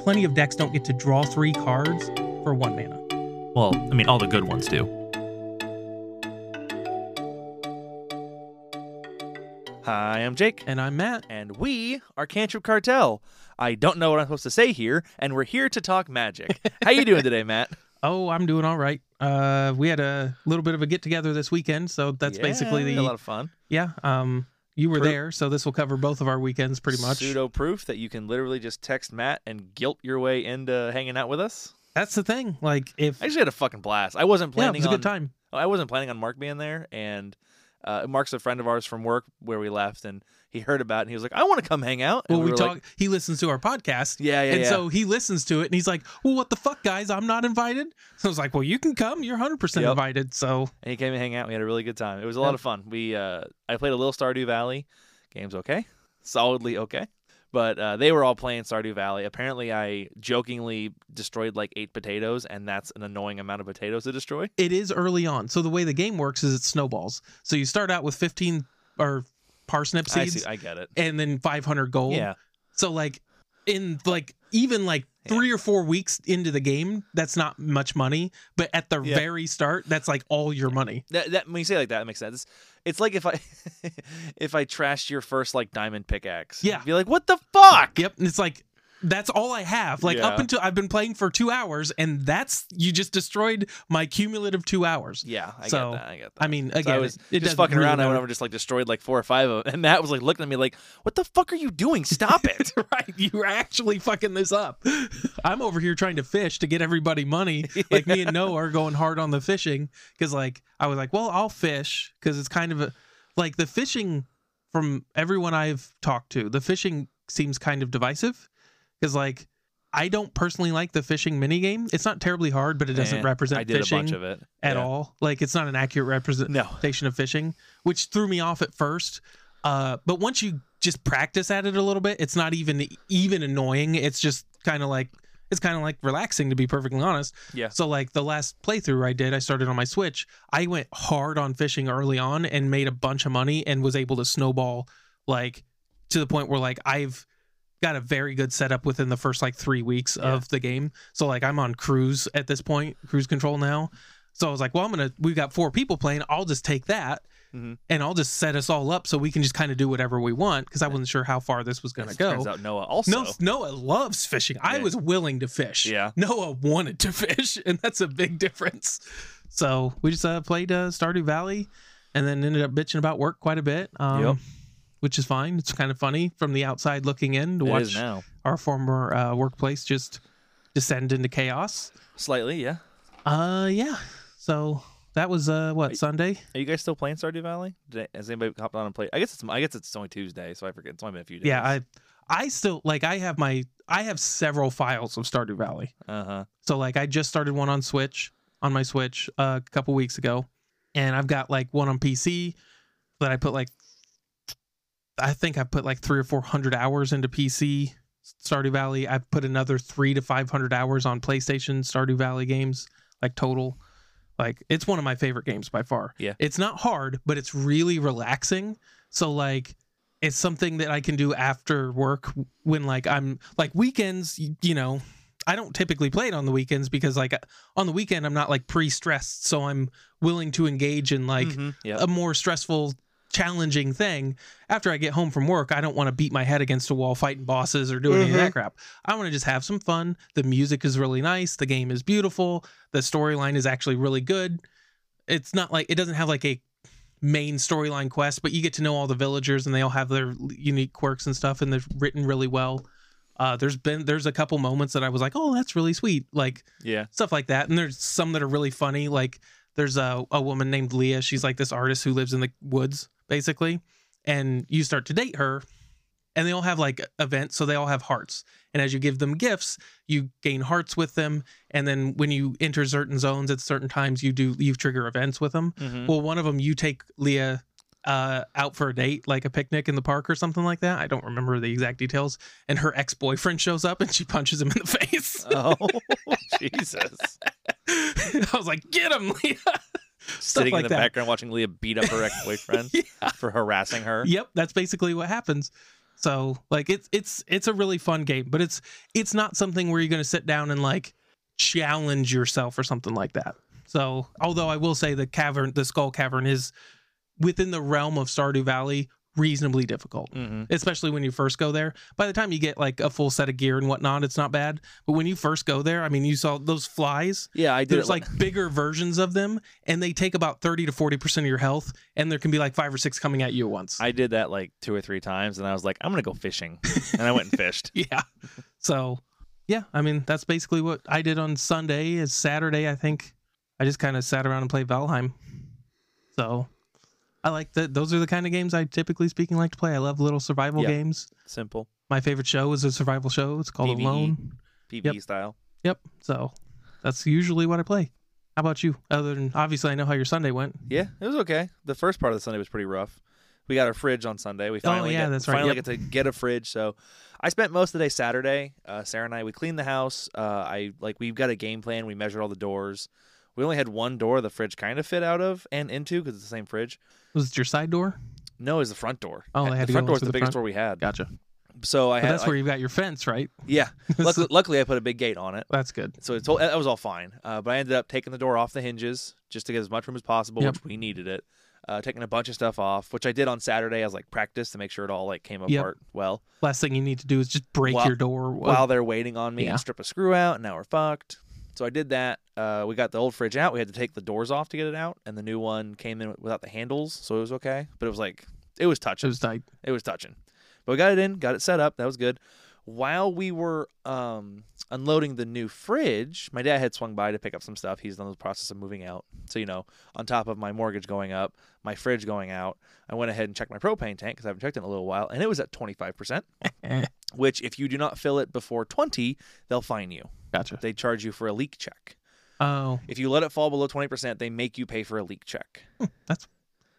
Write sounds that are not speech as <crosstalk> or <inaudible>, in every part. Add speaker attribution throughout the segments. Speaker 1: plenty of decks don't get to draw three cards for one mana.
Speaker 2: Well, I mean, all the good ones do.
Speaker 3: Hi, I'm Jake.
Speaker 1: And I'm Matt.
Speaker 3: And we are Cantrip Cartel. I don't know what I'm supposed to say here, and we're here to talk magic. How you doing today, Matt?
Speaker 1: Oh, I'm doing all right. Uh, we had a little bit of a get together this weekend, so <laughs> that's basically
Speaker 3: Yeah,
Speaker 1: the
Speaker 3: a lot of fun.
Speaker 1: yeah. Um, you were
Speaker 3: Pro-
Speaker 1: there, so this will cover both of our weekends pretty much.
Speaker 3: pseudo proof that you can literally just text Matt and guilt your way into hanging out with us.
Speaker 1: That's the thing. Like if
Speaker 3: I actually had a fucking blast. I
Speaker 1: yeah,
Speaker 3: wasn't
Speaker 1: it
Speaker 3: planning
Speaker 1: was a
Speaker 3: on
Speaker 1: good time.
Speaker 3: I wasn't planning on Mark being there, and uh, Mark's a friend of ours from work where we left, and he heard about it, and he was like, "I want to come hang out." And
Speaker 1: Well, we
Speaker 3: were
Speaker 1: talk.
Speaker 3: like,
Speaker 1: he listens to our podcast.
Speaker 3: yeah, yeah,
Speaker 1: and
Speaker 3: yeah.
Speaker 1: so he listens to it and he's like, Well, what the fuck, guys? I'm not invited. So I was like, Well, you can come. You're 100%
Speaker 3: Yep.
Speaker 1: invited. So
Speaker 3: and he came and hang out. We had a really good time. It was a
Speaker 1: Yep.
Speaker 3: lot of fun. We uh, I played a little Stardew Valley. Game's okay, solidly okay, but uh, they were all playing Stardew Valley. Apparently, I jokingly destroyed like eight potatoes, and that's an annoying amount of potatoes to destroy.
Speaker 1: it is early on. So the way the game works is it snowballs. So you start out with 15 or parsnip
Speaker 3: I
Speaker 1: seeds
Speaker 3: see. I get it.
Speaker 1: and then 500 gold.
Speaker 3: Yeah,
Speaker 1: So like in like even like
Speaker 3: Yeah.
Speaker 1: three or four weeks into the game, that's not much money. But at the
Speaker 3: Yeah.
Speaker 1: very start, that's like all your money.
Speaker 3: that, that when you say it like that, it makes sense. It's like if I <laughs> if I trashed your first like diamond pickaxe.
Speaker 1: Yeah.
Speaker 3: you'd be like, what the fuck?
Speaker 1: Yep. And it's like, that's all I have. Like up
Speaker 3: Yeah.
Speaker 1: until I've been playing for two hours, and that's you just destroyed my cumulative two hours.
Speaker 3: Yeah, I
Speaker 1: So,
Speaker 3: get that. I get that.
Speaker 1: I mean, again,
Speaker 3: So I was
Speaker 1: it- it
Speaker 3: just
Speaker 1: doesn't
Speaker 3: fucking
Speaker 1: really
Speaker 3: around. I went
Speaker 1: matter.
Speaker 3: over and just like destroyed like four or five of them. And Matt was like looking at me like, what the fuck are you
Speaker 1: <laughs>
Speaker 3: doing? Stop it.
Speaker 1: right, you're actually fucking this up. <laughs> I'm over here trying to fish to get everybody
Speaker 3: <laughs>
Speaker 1: money. Like me and Noah are going hard on the fishing because, like, I was like, well, I'll fish because it's kind of a, like the fishing from everyone I've talked to. The fishing seems kind of divisive because, like, I don't personally like the fishing minigame. It's not terribly hard, but it doesn't
Speaker 3: Eh,
Speaker 1: represent
Speaker 3: I did
Speaker 1: fishing
Speaker 3: a bunch of it.
Speaker 1: at
Speaker 3: Yeah.
Speaker 1: all. Like, it's not an accurate represent
Speaker 3: No.
Speaker 1: interpretation of fishing, which threw me off at first. Uh, but once you just practice at it a little bit, it's not even even annoying. It's just kind of like it's kind of like relaxing to be perfectly honest.
Speaker 3: Yeah.
Speaker 1: So like the last playthrough I did, I started on my Switch. I went hard on fishing early on and made a bunch of money and was able to snowball like to the point where like I've got a very good setup within the first like 3 weeks
Speaker 3: Yeah.
Speaker 1: of the game. So like I'm on cruise at this point, cruise control now. So I was like, well, I'm gonna. We've got four people playing. I'll just take that,
Speaker 3: Mhm.
Speaker 1: and I'll just set us all up so we can just kind of do whatever we want. Because I wasn't sure how far this was gonna
Speaker 3: As it
Speaker 1: go.
Speaker 3: Turns out Noah also.
Speaker 1: No, Noah loves fishing. I
Speaker 3: Yeah.
Speaker 1: was willing to fish.
Speaker 3: Yeah.
Speaker 1: Noah wanted to <laughs> fish, and that's a big difference. So we just uh, played uh, Stardew Valley, and then ended up bitching about work quite a bit. Um,
Speaker 3: Yep.
Speaker 1: Which is fine. It's kind of funny from the outside looking in to
Speaker 3: It
Speaker 1: watch
Speaker 3: is now.
Speaker 1: our former uh, workplace just descend into chaos.
Speaker 3: Slightly, yeah.
Speaker 1: Uh, yeah. So that was uh, what Sunday?
Speaker 3: Are you guys still playing Stardew Valley? Did I, has anybody hopped on and played? I guess it's I guess it's only Tuesday, so I forget. It's only been a few days.
Speaker 1: Yeah, I, I still like I have my I have several files of Stardew Valley.
Speaker 3: Uh huh.
Speaker 1: So like I just started one on Switch on my Switch uh, a couple weeks ago, and I've got like one on PC that I put like I think I put like three or four hundred hours into PC Stardew Valley. I've put another three to five hundred hours on PlayStation Stardew Valley games like total. Like it's one of my favorite games by far.
Speaker 3: Yeah.
Speaker 1: it's not hard, but it's really relaxing. So like. It's something that I can do after work when like I'm like weekends, you, you know, I don't typically play it on the weekends because like on the weekend I'm not like pre-stressed, so I'm willing to engage in like
Speaker 3: Mhm, yeah.
Speaker 1: a more stressful, challenging thing. After I get home from work, I don't want to beat my head against a wall fighting bosses or do any of that crap. I want to just have some fun. The music is really nice, the game is beautiful, the storyline is actually really good. It's not like it doesn't have like a main storyline quest, but you get to know all the villagers and they all have their unique quirks and stuff and they're written really well. Uh, there's been there's a couple moments that I was like, oh, that's really sweet. Like
Speaker 3: yeah.
Speaker 1: stuff like that. And there's some that are really funny. Like there's a, a woman named Leah. She's like this artist who lives in the woods, basically. And you start to date her, and they all have like events. So they all have hearts. And as you give them gifts, you gain hearts with them. And then when you enter certain zones at certain times, you do you trigger events with them. <laughs>
Speaker 3: Mhm.
Speaker 1: Well, one of them you take Leah uh, out for a date, like a picnic in the park or something like that. I don't remember the exact details. And her ex boyfriend shows up and she punches him in the <laughs> face.
Speaker 3: Oh <laughs> Jesus!
Speaker 1: <laughs> I was like, get him, Leah. <laughs>
Speaker 3: Sitting
Speaker 1: like
Speaker 3: in the
Speaker 1: that. <laughs>
Speaker 3: background watching Leah beat up her ex boyfriend for harassing her.
Speaker 1: yep, that's basically what happens. So like it's it's it's a really fun game, but it's it's not something where you're gonna sit down and like challenge yourself or something like that. So although I will say the cavern, the skull cavern is within the realm of Stardew Valley, reasonably difficult
Speaker 3: Mm-hmm.
Speaker 1: especially when you first go there. By the time you get like a full set of gear and whatnot, it's not bad. But when you first go there, I mean, you saw those flies.
Speaker 3: Yeah, I did.
Speaker 1: There's
Speaker 3: it like
Speaker 1: like
Speaker 3: <laughs>
Speaker 1: bigger versions of them, and they take about thirty to forty percent of your health, and there can be like five or six coming at you at once.
Speaker 3: I did that like two or three times, and I was like, I'm gonna go fishing, and I went and fished.
Speaker 1: <laughs> yeah. So, yeah, I mean, that's basically what I did on Sunday. Is Saturday, I think. I just kind of sat around and played Valheim. So, I like that. Those are the kind of games I typically speaking like to play. I love little survival
Speaker 3: Yeah.
Speaker 1: games.
Speaker 3: <laughs> Simple
Speaker 1: My favorite show is a survival show. It's called
Speaker 3: PvE.
Speaker 1: Alone.
Speaker 3: PvE
Speaker 1: Yep.
Speaker 3: E style.
Speaker 1: Yep. So that's usually what I play. How about you? Other than obviously, I know how your Sunday went.
Speaker 3: Yeah, it was okay. The first part of the Sunday was pretty rough. We got a fridge on Sunday. We finally
Speaker 1: yeah,
Speaker 3: get,
Speaker 1: that's right,
Speaker 3: finally
Speaker 1: yep.
Speaker 3: get to get a fridge. So I spent most of the day Saturday. Uh, Sarah and I we cleaned the house. Uh, I like we've got a game plan. We measured all the doors. We only had one door the fridge kind of fit out of and into because it's the same fridge.
Speaker 1: Was it your side door?
Speaker 3: No, it's the front door.
Speaker 1: Oh, they had
Speaker 3: the
Speaker 1: to go
Speaker 3: front door is
Speaker 1: through the
Speaker 3: the, biggest
Speaker 1: front.
Speaker 3: door we had.
Speaker 1: Gotcha.
Speaker 3: So I
Speaker 1: But
Speaker 3: had
Speaker 1: that's
Speaker 3: I-
Speaker 1: where you've got your fence, right? <laughs>
Speaker 3: yeah. luckily, luckily, I put a big gate on it.
Speaker 1: That's good.
Speaker 3: So it's all, that was all fine. Uh, but I ended up taking the door off the hinges just to get as much room as possible,
Speaker 1: Yep.
Speaker 3: which we needed it. Uh, taking a bunch of stuff off, which I did on Saturday as like practice to make sure it all like came
Speaker 1: Yep.
Speaker 3: apart well.
Speaker 1: Last thing you need to do is just break
Speaker 3: While-
Speaker 1: your door.
Speaker 3: While they're waiting on me
Speaker 1: Yeah.
Speaker 3: and strip a screw out, and now we're fucked. So I did that. Uh, we got the old fridge out. We had to take the doors off to get it out, and the new one came in without the handles, so it was okay. But it was like it was
Speaker 1: it
Speaker 3: touching.
Speaker 1: was tight.
Speaker 3: It was touching. But we got it in, got it set up. That was good. While we were um, unloading the new fridge, my dad had swung by to pick up some stuff. He's in the process of moving out. So, you know, on top of my mortgage going up, my fridge going out, I went ahead and checked my propane tank because I haven't checked it in a little while, and it was at 25%, which if you do not fill it before 20, they'll fine you.
Speaker 1: Gotcha.
Speaker 3: They charge you for a leak check.
Speaker 1: Oh,
Speaker 3: If you let it fall below 20%, they make you pay for a leak check.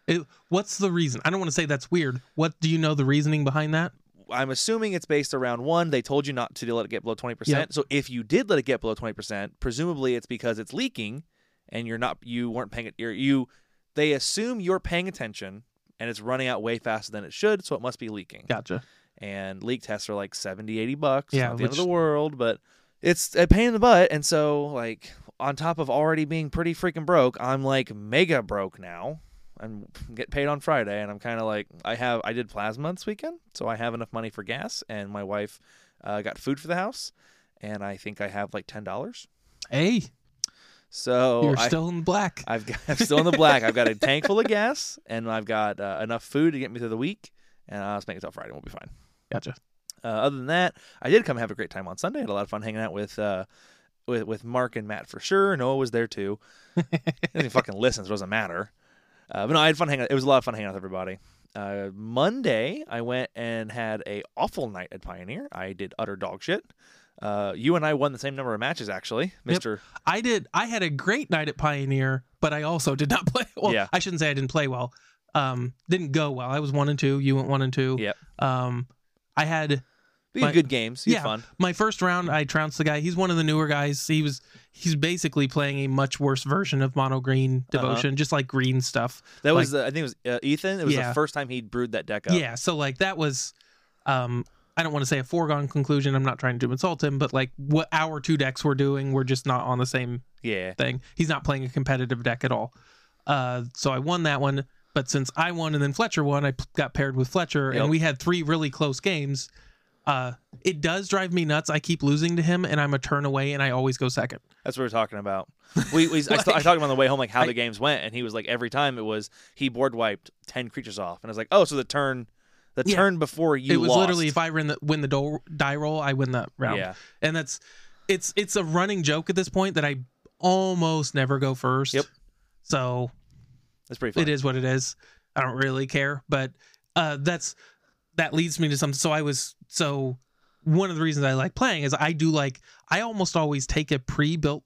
Speaker 1: it, what's the reason? I don't want to say that's weird. What do you know the reasoning behind that?
Speaker 3: I'm assuming it's based around one. They told you not to let it get below 20%.
Speaker 1: Yep.
Speaker 3: So if you did let it get below 20%, presumably it's because it's leaking and you're not you weren't paying it you're, you they assume you're paying attention and it's running out way faster than it should, so it must be leaking.
Speaker 1: Gotcha. And
Speaker 3: And leak tests are like 70 80 bucks,
Speaker 1: Yeah,
Speaker 3: not the end of the
Speaker 1: which-
Speaker 3: world, but it's a pain in the butt and so like on top of already being pretty freaking broke, I'm like mega broke now. I'm get paid on Friday, and I'm kind of like I have I did plasma this weekend, so I have enough money for gas, and my wife uh, got food for the house, and I think I have like ten dollars.
Speaker 1: Hey,
Speaker 3: So
Speaker 1: you're
Speaker 3: Oh, I,
Speaker 1: still in black.
Speaker 3: I've got, I'm still in the black. I've got a tank full of gas, and I've got uh, enough food to get me through the week, and I'll just make it till Friday. We'll be fine.
Speaker 1: gotcha.
Speaker 3: Uh, other than that, I did come have a great time on Sunday. I had a lot of fun hanging out with uh, with with Mark and Matt for sure. Noah was there too. he
Speaker 1: <laughs>
Speaker 3: didn't fucking listen, so it doesn't matter. Uh, but no, I had fun hanging. It was a lot of fun hanging out with everybody. Uh, Monday, I went and had a awful night at Pioneer. I did utter dog shit. Uh, you and I won the same number of matches actually,
Speaker 1: Yep.
Speaker 3: Mister.
Speaker 1: I did. I had a great night at Pioneer, but I also did not <laughs> play. Well,
Speaker 3: Yeah.
Speaker 1: I shouldn't say I didn't play well. Um, didn't go well. I was one and two. You went one and two.
Speaker 3: Yep.
Speaker 1: Um, I had
Speaker 3: We had
Speaker 1: My-
Speaker 3: good games. You had
Speaker 1: Yeah.
Speaker 3: fun.
Speaker 1: my first round. I trounced the guy. He's one of the newer guys. He was. He's basically playing a much worse version of Mono Green
Speaker 3: Uh-huh.
Speaker 1: Devotion, just like green stuff.
Speaker 3: That was the, I think it was uh, Ethan. It was
Speaker 1: Yeah.
Speaker 3: the first time he'd brewed that deck up.
Speaker 1: Yeah. So like that was. Um, I don't want to say a foregone conclusion. I'm not trying to insult him, but like what our two decks were doing, we're just not on the same
Speaker 3: yeah.
Speaker 1: thing. He's not playing a competitive deck at all. Uh, so I won that one. But since I won and then Fletcher won, I p- got paired with Fletcher,
Speaker 3: Yep.
Speaker 1: and we had three really close games. Uh, it does drive me nuts. I keep losing to him, and I'm a turn away, and I always go second.
Speaker 3: That's what we're talking
Speaker 1: <laughs>
Speaker 3: about. We, we I, st- I
Speaker 1: Like-
Speaker 3: talked about on the way home like how
Speaker 1: I-
Speaker 3: the games went, and he was like every time it was he board wiped ten creatures off, and I was like, oh, so the turn, the
Speaker 1: Yeah.
Speaker 3: turn before you
Speaker 1: it was
Speaker 3: lost.
Speaker 1: literally if I win the win the do- die roll, I win that round.
Speaker 3: yeah,
Speaker 1: and that's it's it's a running joke at this point that I almost never go first.
Speaker 3: Yep.
Speaker 1: So
Speaker 3: that's pretty fun.
Speaker 1: it is what it is. I don't really care, but uh, that's that leads me to something. So I was so one of the reasons I like playing is I do like I almost always take a pre-built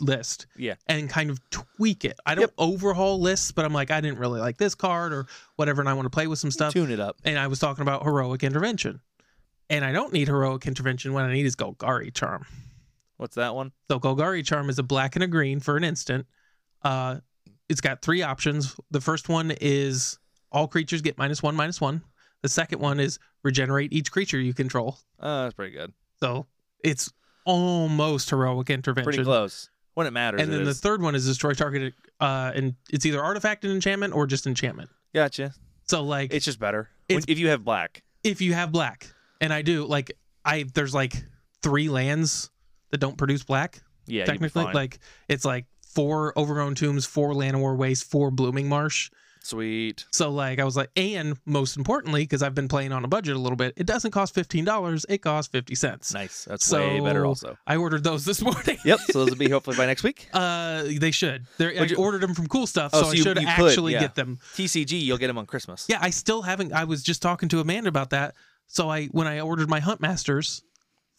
Speaker 1: list,
Speaker 3: Yeah.
Speaker 1: and kind of tweak it. I don't
Speaker 3: Yep.
Speaker 1: overhaul lists, but I'm like I didn't really like this card or whatever, and I want to play with some stuff.
Speaker 3: Tune it up.
Speaker 1: And I was talking about heroic intervention, and I don't need heroic intervention. What I need is Golgari charm.
Speaker 3: What's that one?
Speaker 1: So Golgari Charm is a black and a green for an instant. Uh, it's got three options. The first one is all creatures get minus one, minus one. The second one is regenerate each creature you control.
Speaker 3: Oh, that's pretty good.
Speaker 1: So it's almost heroic intervention.
Speaker 3: Pretty close. When it matters.
Speaker 1: And
Speaker 3: it
Speaker 1: then the
Speaker 3: is.
Speaker 1: third one is destroy targeted, uh, and it's either artifact and enchantment or just enchantment.
Speaker 3: gotcha.
Speaker 1: So like,
Speaker 3: It's just better When-
Speaker 1: It's-
Speaker 3: if you have black.
Speaker 1: if you have black, and I do, like I there's like three lands that don't produce black
Speaker 3: Yeah, you'd be
Speaker 1: technically.
Speaker 3: fine.
Speaker 1: Like it's like four overgrown tombs, four Llanowar waste, four blooming marsh.
Speaker 3: sweet.
Speaker 1: So like I was like, and most importantly, because I've been playing on a budget a little bit, it doesn't cost fifteen dollars; it costs fifty cents.
Speaker 3: Nice. That's
Speaker 1: So-
Speaker 3: way better. Also.
Speaker 1: I ordered those this <laughs> morning.
Speaker 3: Yep. So those will be hopefully by next week.
Speaker 1: Uh, they should. They're, I
Speaker 3: Would you-
Speaker 1: ordered them from Cool Stuff,
Speaker 3: Oh,
Speaker 1: so,
Speaker 3: so
Speaker 1: I
Speaker 3: you-
Speaker 1: should
Speaker 3: you could,
Speaker 1: actually
Speaker 3: yeah.
Speaker 1: get them.
Speaker 3: TCG, you'll get them on Christmas.
Speaker 1: Yeah, I still haven't. I was just talking to Amanda about that. So I, when I ordered my Hunt Masters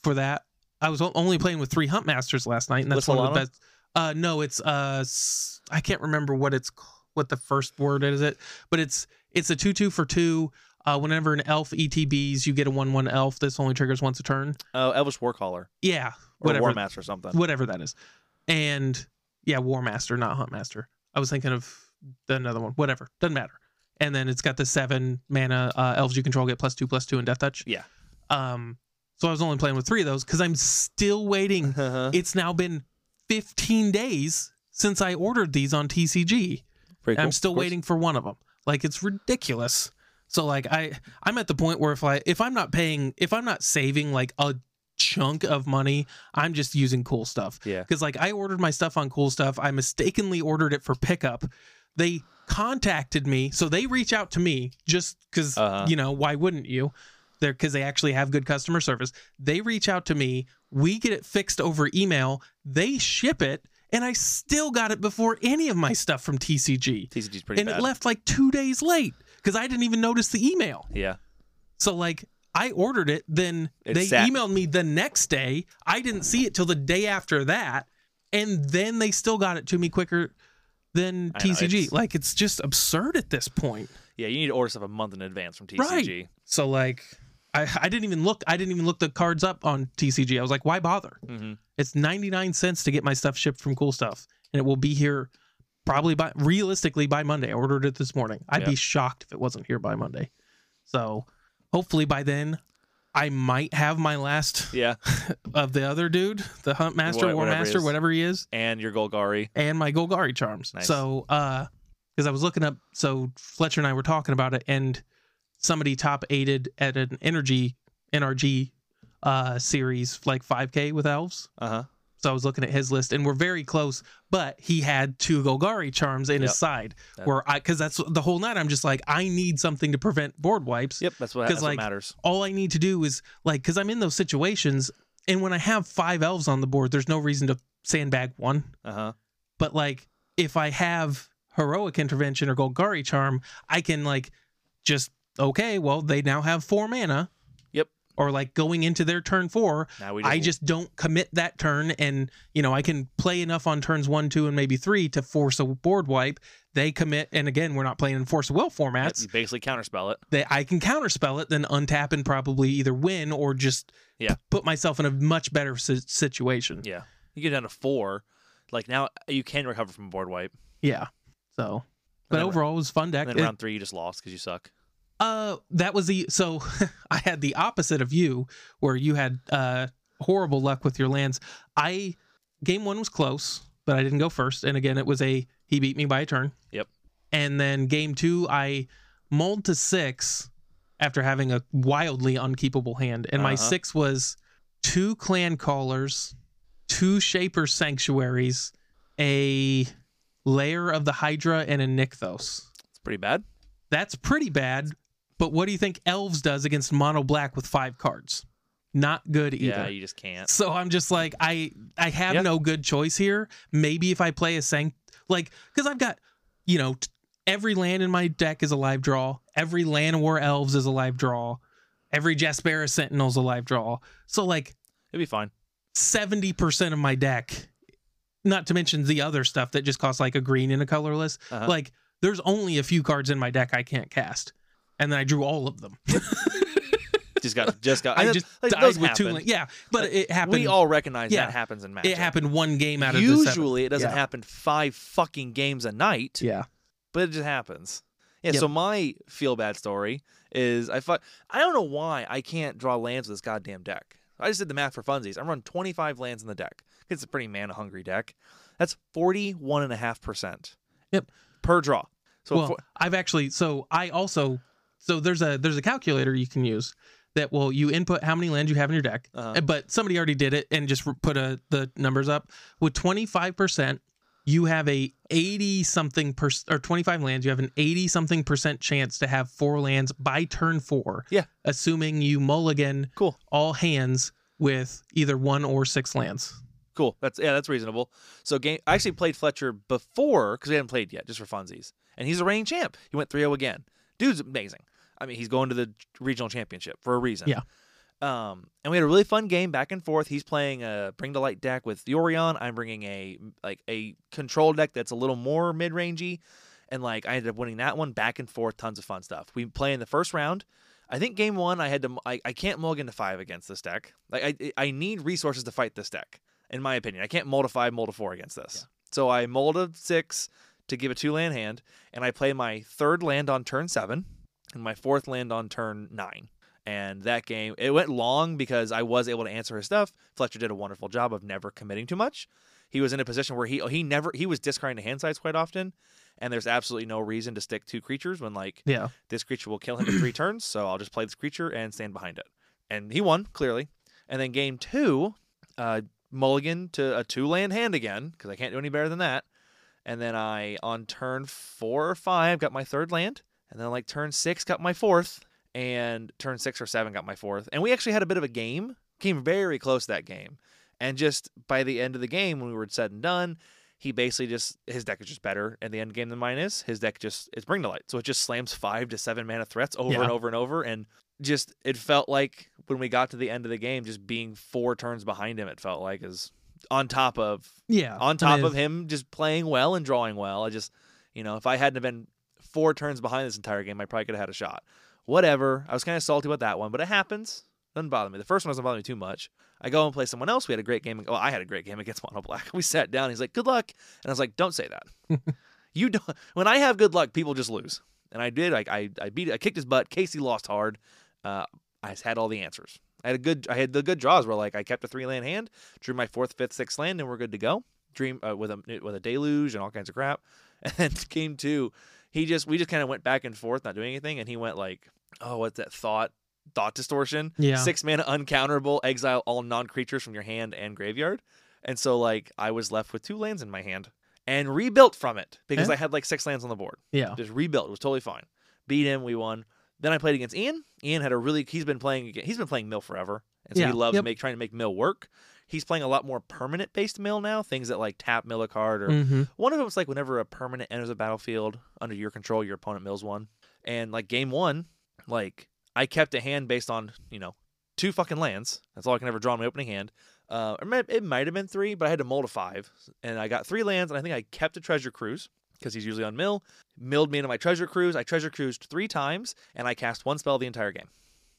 Speaker 1: for that, I was o- only playing with three Hunt Masters last night, and that's one of the
Speaker 3: Whistlelana?
Speaker 1: best. Uh, no, it's uh, s- I can't remember what it's c- what the first word is it, but it's it's a two two for two. Uh, whenever an elf ETBs, you get a one one elf. This only triggers once a turn.
Speaker 3: Oh, Elvish Warcaller
Speaker 1: Yeah,
Speaker 3: or
Speaker 1: whatever
Speaker 3: Warmaster or something.
Speaker 1: whatever that is. And yeah, War Master, not Hunt Master. I was thinking of another one. Whatever, doesn't matter. And then it's got the seven mana uh, elves you control get plus two, plus two, and Death Touch.
Speaker 3: Yeah.
Speaker 1: Um. So I was only playing with three of those because I'm still waiting.
Speaker 3: Uh-huh.
Speaker 1: It's now been 15 days since I ordered these on TCG.
Speaker 3: <laughs> Pretty
Speaker 1: and I'm still waiting for one of them. Like it's ridiculous. So like I I'm at the point where if I if I'm not paying if I'm not saving like a chunk of money, I'm just using cool stuff.
Speaker 3: Yeah.
Speaker 1: Cuz like I ordered my stuff on cool stuff, I mistakenly ordered it for pickup. They contacted me, so they reach out to me just cuz
Speaker 3: Uh-huh.
Speaker 1: you know, why wouldn't you? They're cuz they actually have good customer service. They reach out to me, we get it fixed over email, they ship it, and I still got it before any of my stuff from TCG
Speaker 3: TCG's pretty
Speaker 1: and
Speaker 3: bad.
Speaker 1: it left like two days late because I didn't even notice the email.
Speaker 3: Yeah.
Speaker 1: So like I ordered it, then
Speaker 3: It
Speaker 1: they
Speaker 3: sat.
Speaker 1: emailed me the next day. I didn't see it till the day after that, and then they still got it to me quicker than
Speaker 3: I know,
Speaker 1: TCG.
Speaker 3: it's-
Speaker 1: like it's just absurd at this point.
Speaker 3: Yeah. You need to order stuff a month in advance from TCG.
Speaker 1: Right. So like I, I didn't even look. I didn't even look the cards up on TCG. I was like, why bother?
Speaker 3: hmm
Speaker 1: It's 99 cents to get my stuff shipped from Cool Stuff, and it will be here probably by realistically by Monday. I ordered it this morning. I'd
Speaker 3: Yeah.
Speaker 1: be shocked if it wasn't here by Monday. So hopefully by then, I might have my last
Speaker 3: Yeah.
Speaker 1: of the other dude, the Hunt Master,
Speaker 3: Wha-
Speaker 1: War
Speaker 3: whatever he
Speaker 1: Master,
Speaker 3: is.
Speaker 1: whatever he is,
Speaker 3: And your Golgari.
Speaker 1: and my Golgari charms.
Speaker 3: Nice.
Speaker 1: So, uh, because I was looking up, so Fletcher and I were talking about it, and somebody top aided at an energy NRG uh series like 5k with elves
Speaker 3: Uh huh.
Speaker 1: so I was looking at his list, and we're very close. But he had two Golgari charms in
Speaker 3: Yep.
Speaker 1: his side,
Speaker 3: That-
Speaker 1: where I because that's the whole night. I'm just like, I need something to prevent board wipes.
Speaker 3: Yep. That's what,
Speaker 1: 'Cause,
Speaker 3: that's what
Speaker 1: like,
Speaker 3: matters.
Speaker 1: All I need to do is like, because I'm in those situations, and when I have five elves on the board, there's no reason to sandbag one.
Speaker 3: Uh huh.
Speaker 1: But like, if I have heroic intervention or Golgari charm, I can like just okay. Well, they now have four mana.
Speaker 3: Yep.
Speaker 1: Or like going into their turn four,
Speaker 3: Now we. Just,
Speaker 1: I just don't commit that turn, and you know I can play enough on turns one, two, and maybe three to force a board wipe. They commit, and again, we're not playing in force of will
Speaker 3: Yep,
Speaker 1: formats.
Speaker 3: you basically counterspell it.
Speaker 1: That I can counterspell it, then untap and probably either win or just
Speaker 3: Yeah.
Speaker 1: put myself in a much better si- situation.
Speaker 3: Yeah. You get down to four. Like now you can recover from a board wipe.
Speaker 1: Yeah. So, but
Speaker 3: then-
Speaker 1: overall, it was a fun deck.
Speaker 3: And then
Speaker 1: It-
Speaker 3: round three, you just lost because you suck.
Speaker 1: Uh, that was the so <laughs> I had the opposite of you, where you had uh horrible luck with your lands. I game one was close, but I didn't go first, and again it was a he beat me by a turn.
Speaker 3: Yep.
Speaker 1: And then game two, I mulled to six after having a wildly unkeepable hand, and my
Speaker 3: Uh-huh.
Speaker 1: six was two clan callers, two shaper sanctuaries, a layer of the Hydra, and a Nykthos.
Speaker 3: It's pretty bad.
Speaker 1: That's pretty bad. But what do you think Elves does against Mono Black with five cards? Not good either.
Speaker 3: Yeah. You just can't.
Speaker 1: So I'm just like, I I have
Speaker 3: Yeah.
Speaker 1: no good choice here. Maybe if I play a Sanct, like, because I've got, you know, t- every land in my deck is a live draw. Every land of war elves is a live draw. Every Jaspera Sentinel's a live draw. So like
Speaker 3: It'd be fine.
Speaker 1: 70% of my deck, not to mention the other stuff that just costs like a green and a colorless.
Speaker 3: Uh-huh.
Speaker 1: Like, there's only a few cards in my deck I can't cast. And then I drew all of them. <laughs>
Speaker 3: Just got. Just got.
Speaker 1: I
Speaker 3: and
Speaker 1: just
Speaker 3: like,
Speaker 1: died
Speaker 3: those
Speaker 1: with two.
Speaker 3: happen.
Speaker 1: link- Yeah, but
Speaker 3: Like,
Speaker 1: it happened.
Speaker 3: We all recognize
Speaker 1: Yeah.
Speaker 3: that happens in magic.
Speaker 1: it happened one game out of the seven.
Speaker 3: Usually, it doesn't
Speaker 1: Yeah.
Speaker 3: happen five fucking games a night,
Speaker 1: Yeah,
Speaker 3: but it just happens. Yeah,
Speaker 1: Yep.
Speaker 3: so my feel bad story is I fu- I don't know why I can't draw lands with this goddamn deck. I just did the math for funsies. I run 25 lands in the deck. It's a pretty mana hungry deck. That's 41.5%
Speaker 1: Yep.
Speaker 3: per draw. So
Speaker 1: well,
Speaker 3: for-
Speaker 1: I've actually so I also so there's a there's a calculator you can use that will you input how many lands you have in your deck,
Speaker 3: Uh-huh.
Speaker 1: uh, but somebody already did it and just put a, the numbers up with 25 percent. You have a 80 something per or 25 lands. You have an 80 something percent chance to have four lands by turn four.
Speaker 3: Yeah.
Speaker 1: assuming you mulligan
Speaker 3: Cool.
Speaker 1: all hands with either one or six lands.
Speaker 3: Cool. That's yeah, that's reasonable. So game I actually played Fletcher before because we hadn't played yet, just for funsies. And he's a reigning champ. He went 3-0 again. Dude's amazing. I mean, he's going to the regional championship for a reason.
Speaker 1: Yeah.
Speaker 3: Um, and we had a really fun game back and forth. He's playing a Bring to Light deck with the Orion. I'm bringing a like a control deck that's a little more mid rangey, and like I ended up winning that one back and forth. Tons of fun stuff. We play in the first round. I think game one, I had to. I, I can't mulligan to five against this deck. Like I, I need resources to fight this deck. In my opinion, I can't mold a five, mold a four against this. So I mold a six to give a two land hand, and I play my third land on turn seven, and my fourth land on turn nine. And that game, it went long because I was able to answer his stuff. Fletcher did a wonderful job of never committing too much. He was in a position where he he never he was discarding to hand size quite often, and there's absolutely no reason to stick two creatures when like
Speaker 1: Yeah,
Speaker 3: this creature will kill him in three turns, so I'll just play this creature and stand behind it. And he won, clearly. And then game two, uh, Mulligan to a two land hand again, because I can't do any better than that. And then I, on turn four or five, got my third land. And then, like, turn six, got my fourth. And turn six or seven, got my fourth. And we actually had a bit of a game, came very close to that game. And just by the end of the game, when we were said and done, he basically just his deck is just better in the end game than mine is. His deck just it's bring to light, so it just slams five to seven mana threats over
Speaker 1: Yeah.
Speaker 3: and over and over, and just it felt like when we got to the end of the game, just being four turns behind him, it felt like is on top of
Speaker 1: yeah.
Speaker 3: on
Speaker 1: I
Speaker 3: top
Speaker 1: mean,
Speaker 3: of him just playing well and drawing well. I just you know if I hadn't have been four turns behind this entire game, I probably could have had a shot. Whatever, I was kind of salty about that one, but it happens. Doesn't bother me. The first one doesn't bother me too much. I go and play someone else. We had a great game. Oh, I had a great game <laughs> against Mono Black. We sat down. He's like, "Good luck," and I was like, "Don't say that." you don't. When I have good luck, people just lose, and I did. Like I, I beat. I kicked his butt. Casey lost hard. Uh, I just had all the answers. I had a good. I had the good draws where like I kept a three land hand, drew my fourth, fifth, sixth land, and we're good to go. Dream uh, with a with a deluge and all kinds of crap. <laughs> And then game two, he just we just kind of went back and forth, not doing anything, and he went like, oh, what's that thought? Thought distortion.
Speaker 1: Yeah.
Speaker 3: Six mana uncounterable, exile all non creatures from your hand and graveyard. And so like I was left with two lands in my hand and rebuilt from it because
Speaker 1: Yeah.
Speaker 3: I had like six lands on the board.
Speaker 1: yeah,
Speaker 3: Just rebuilt. It was totally fine. Beat him. We won. Then I played against Ian. Ian had a really. He's been playing. He's been playing mill forever, and so
Speaker 1: Yeah,
Speaker 3: he loves
Speaker 1: yep.
Speaker 3: make trying to make mill work. He's playing a lot more permanent based mill now. Things that like tap mill a card or
Speaker 1: hmm
Speaker 3: one of them was like whenever a permanent enters a battlefield under your control, your opponent mills one. And like game one, like I kept a hand based on you know two fucking lands. That's all I can ever draw in my opening hand. Uh, or mi- it might have been three, but I had to mold a five, and I got three lands. And I think I kept a treasure cruise because he's usually on mill. Milled me into my treasure cruise. I treasure cruised three times, and I cast one spell the entire game.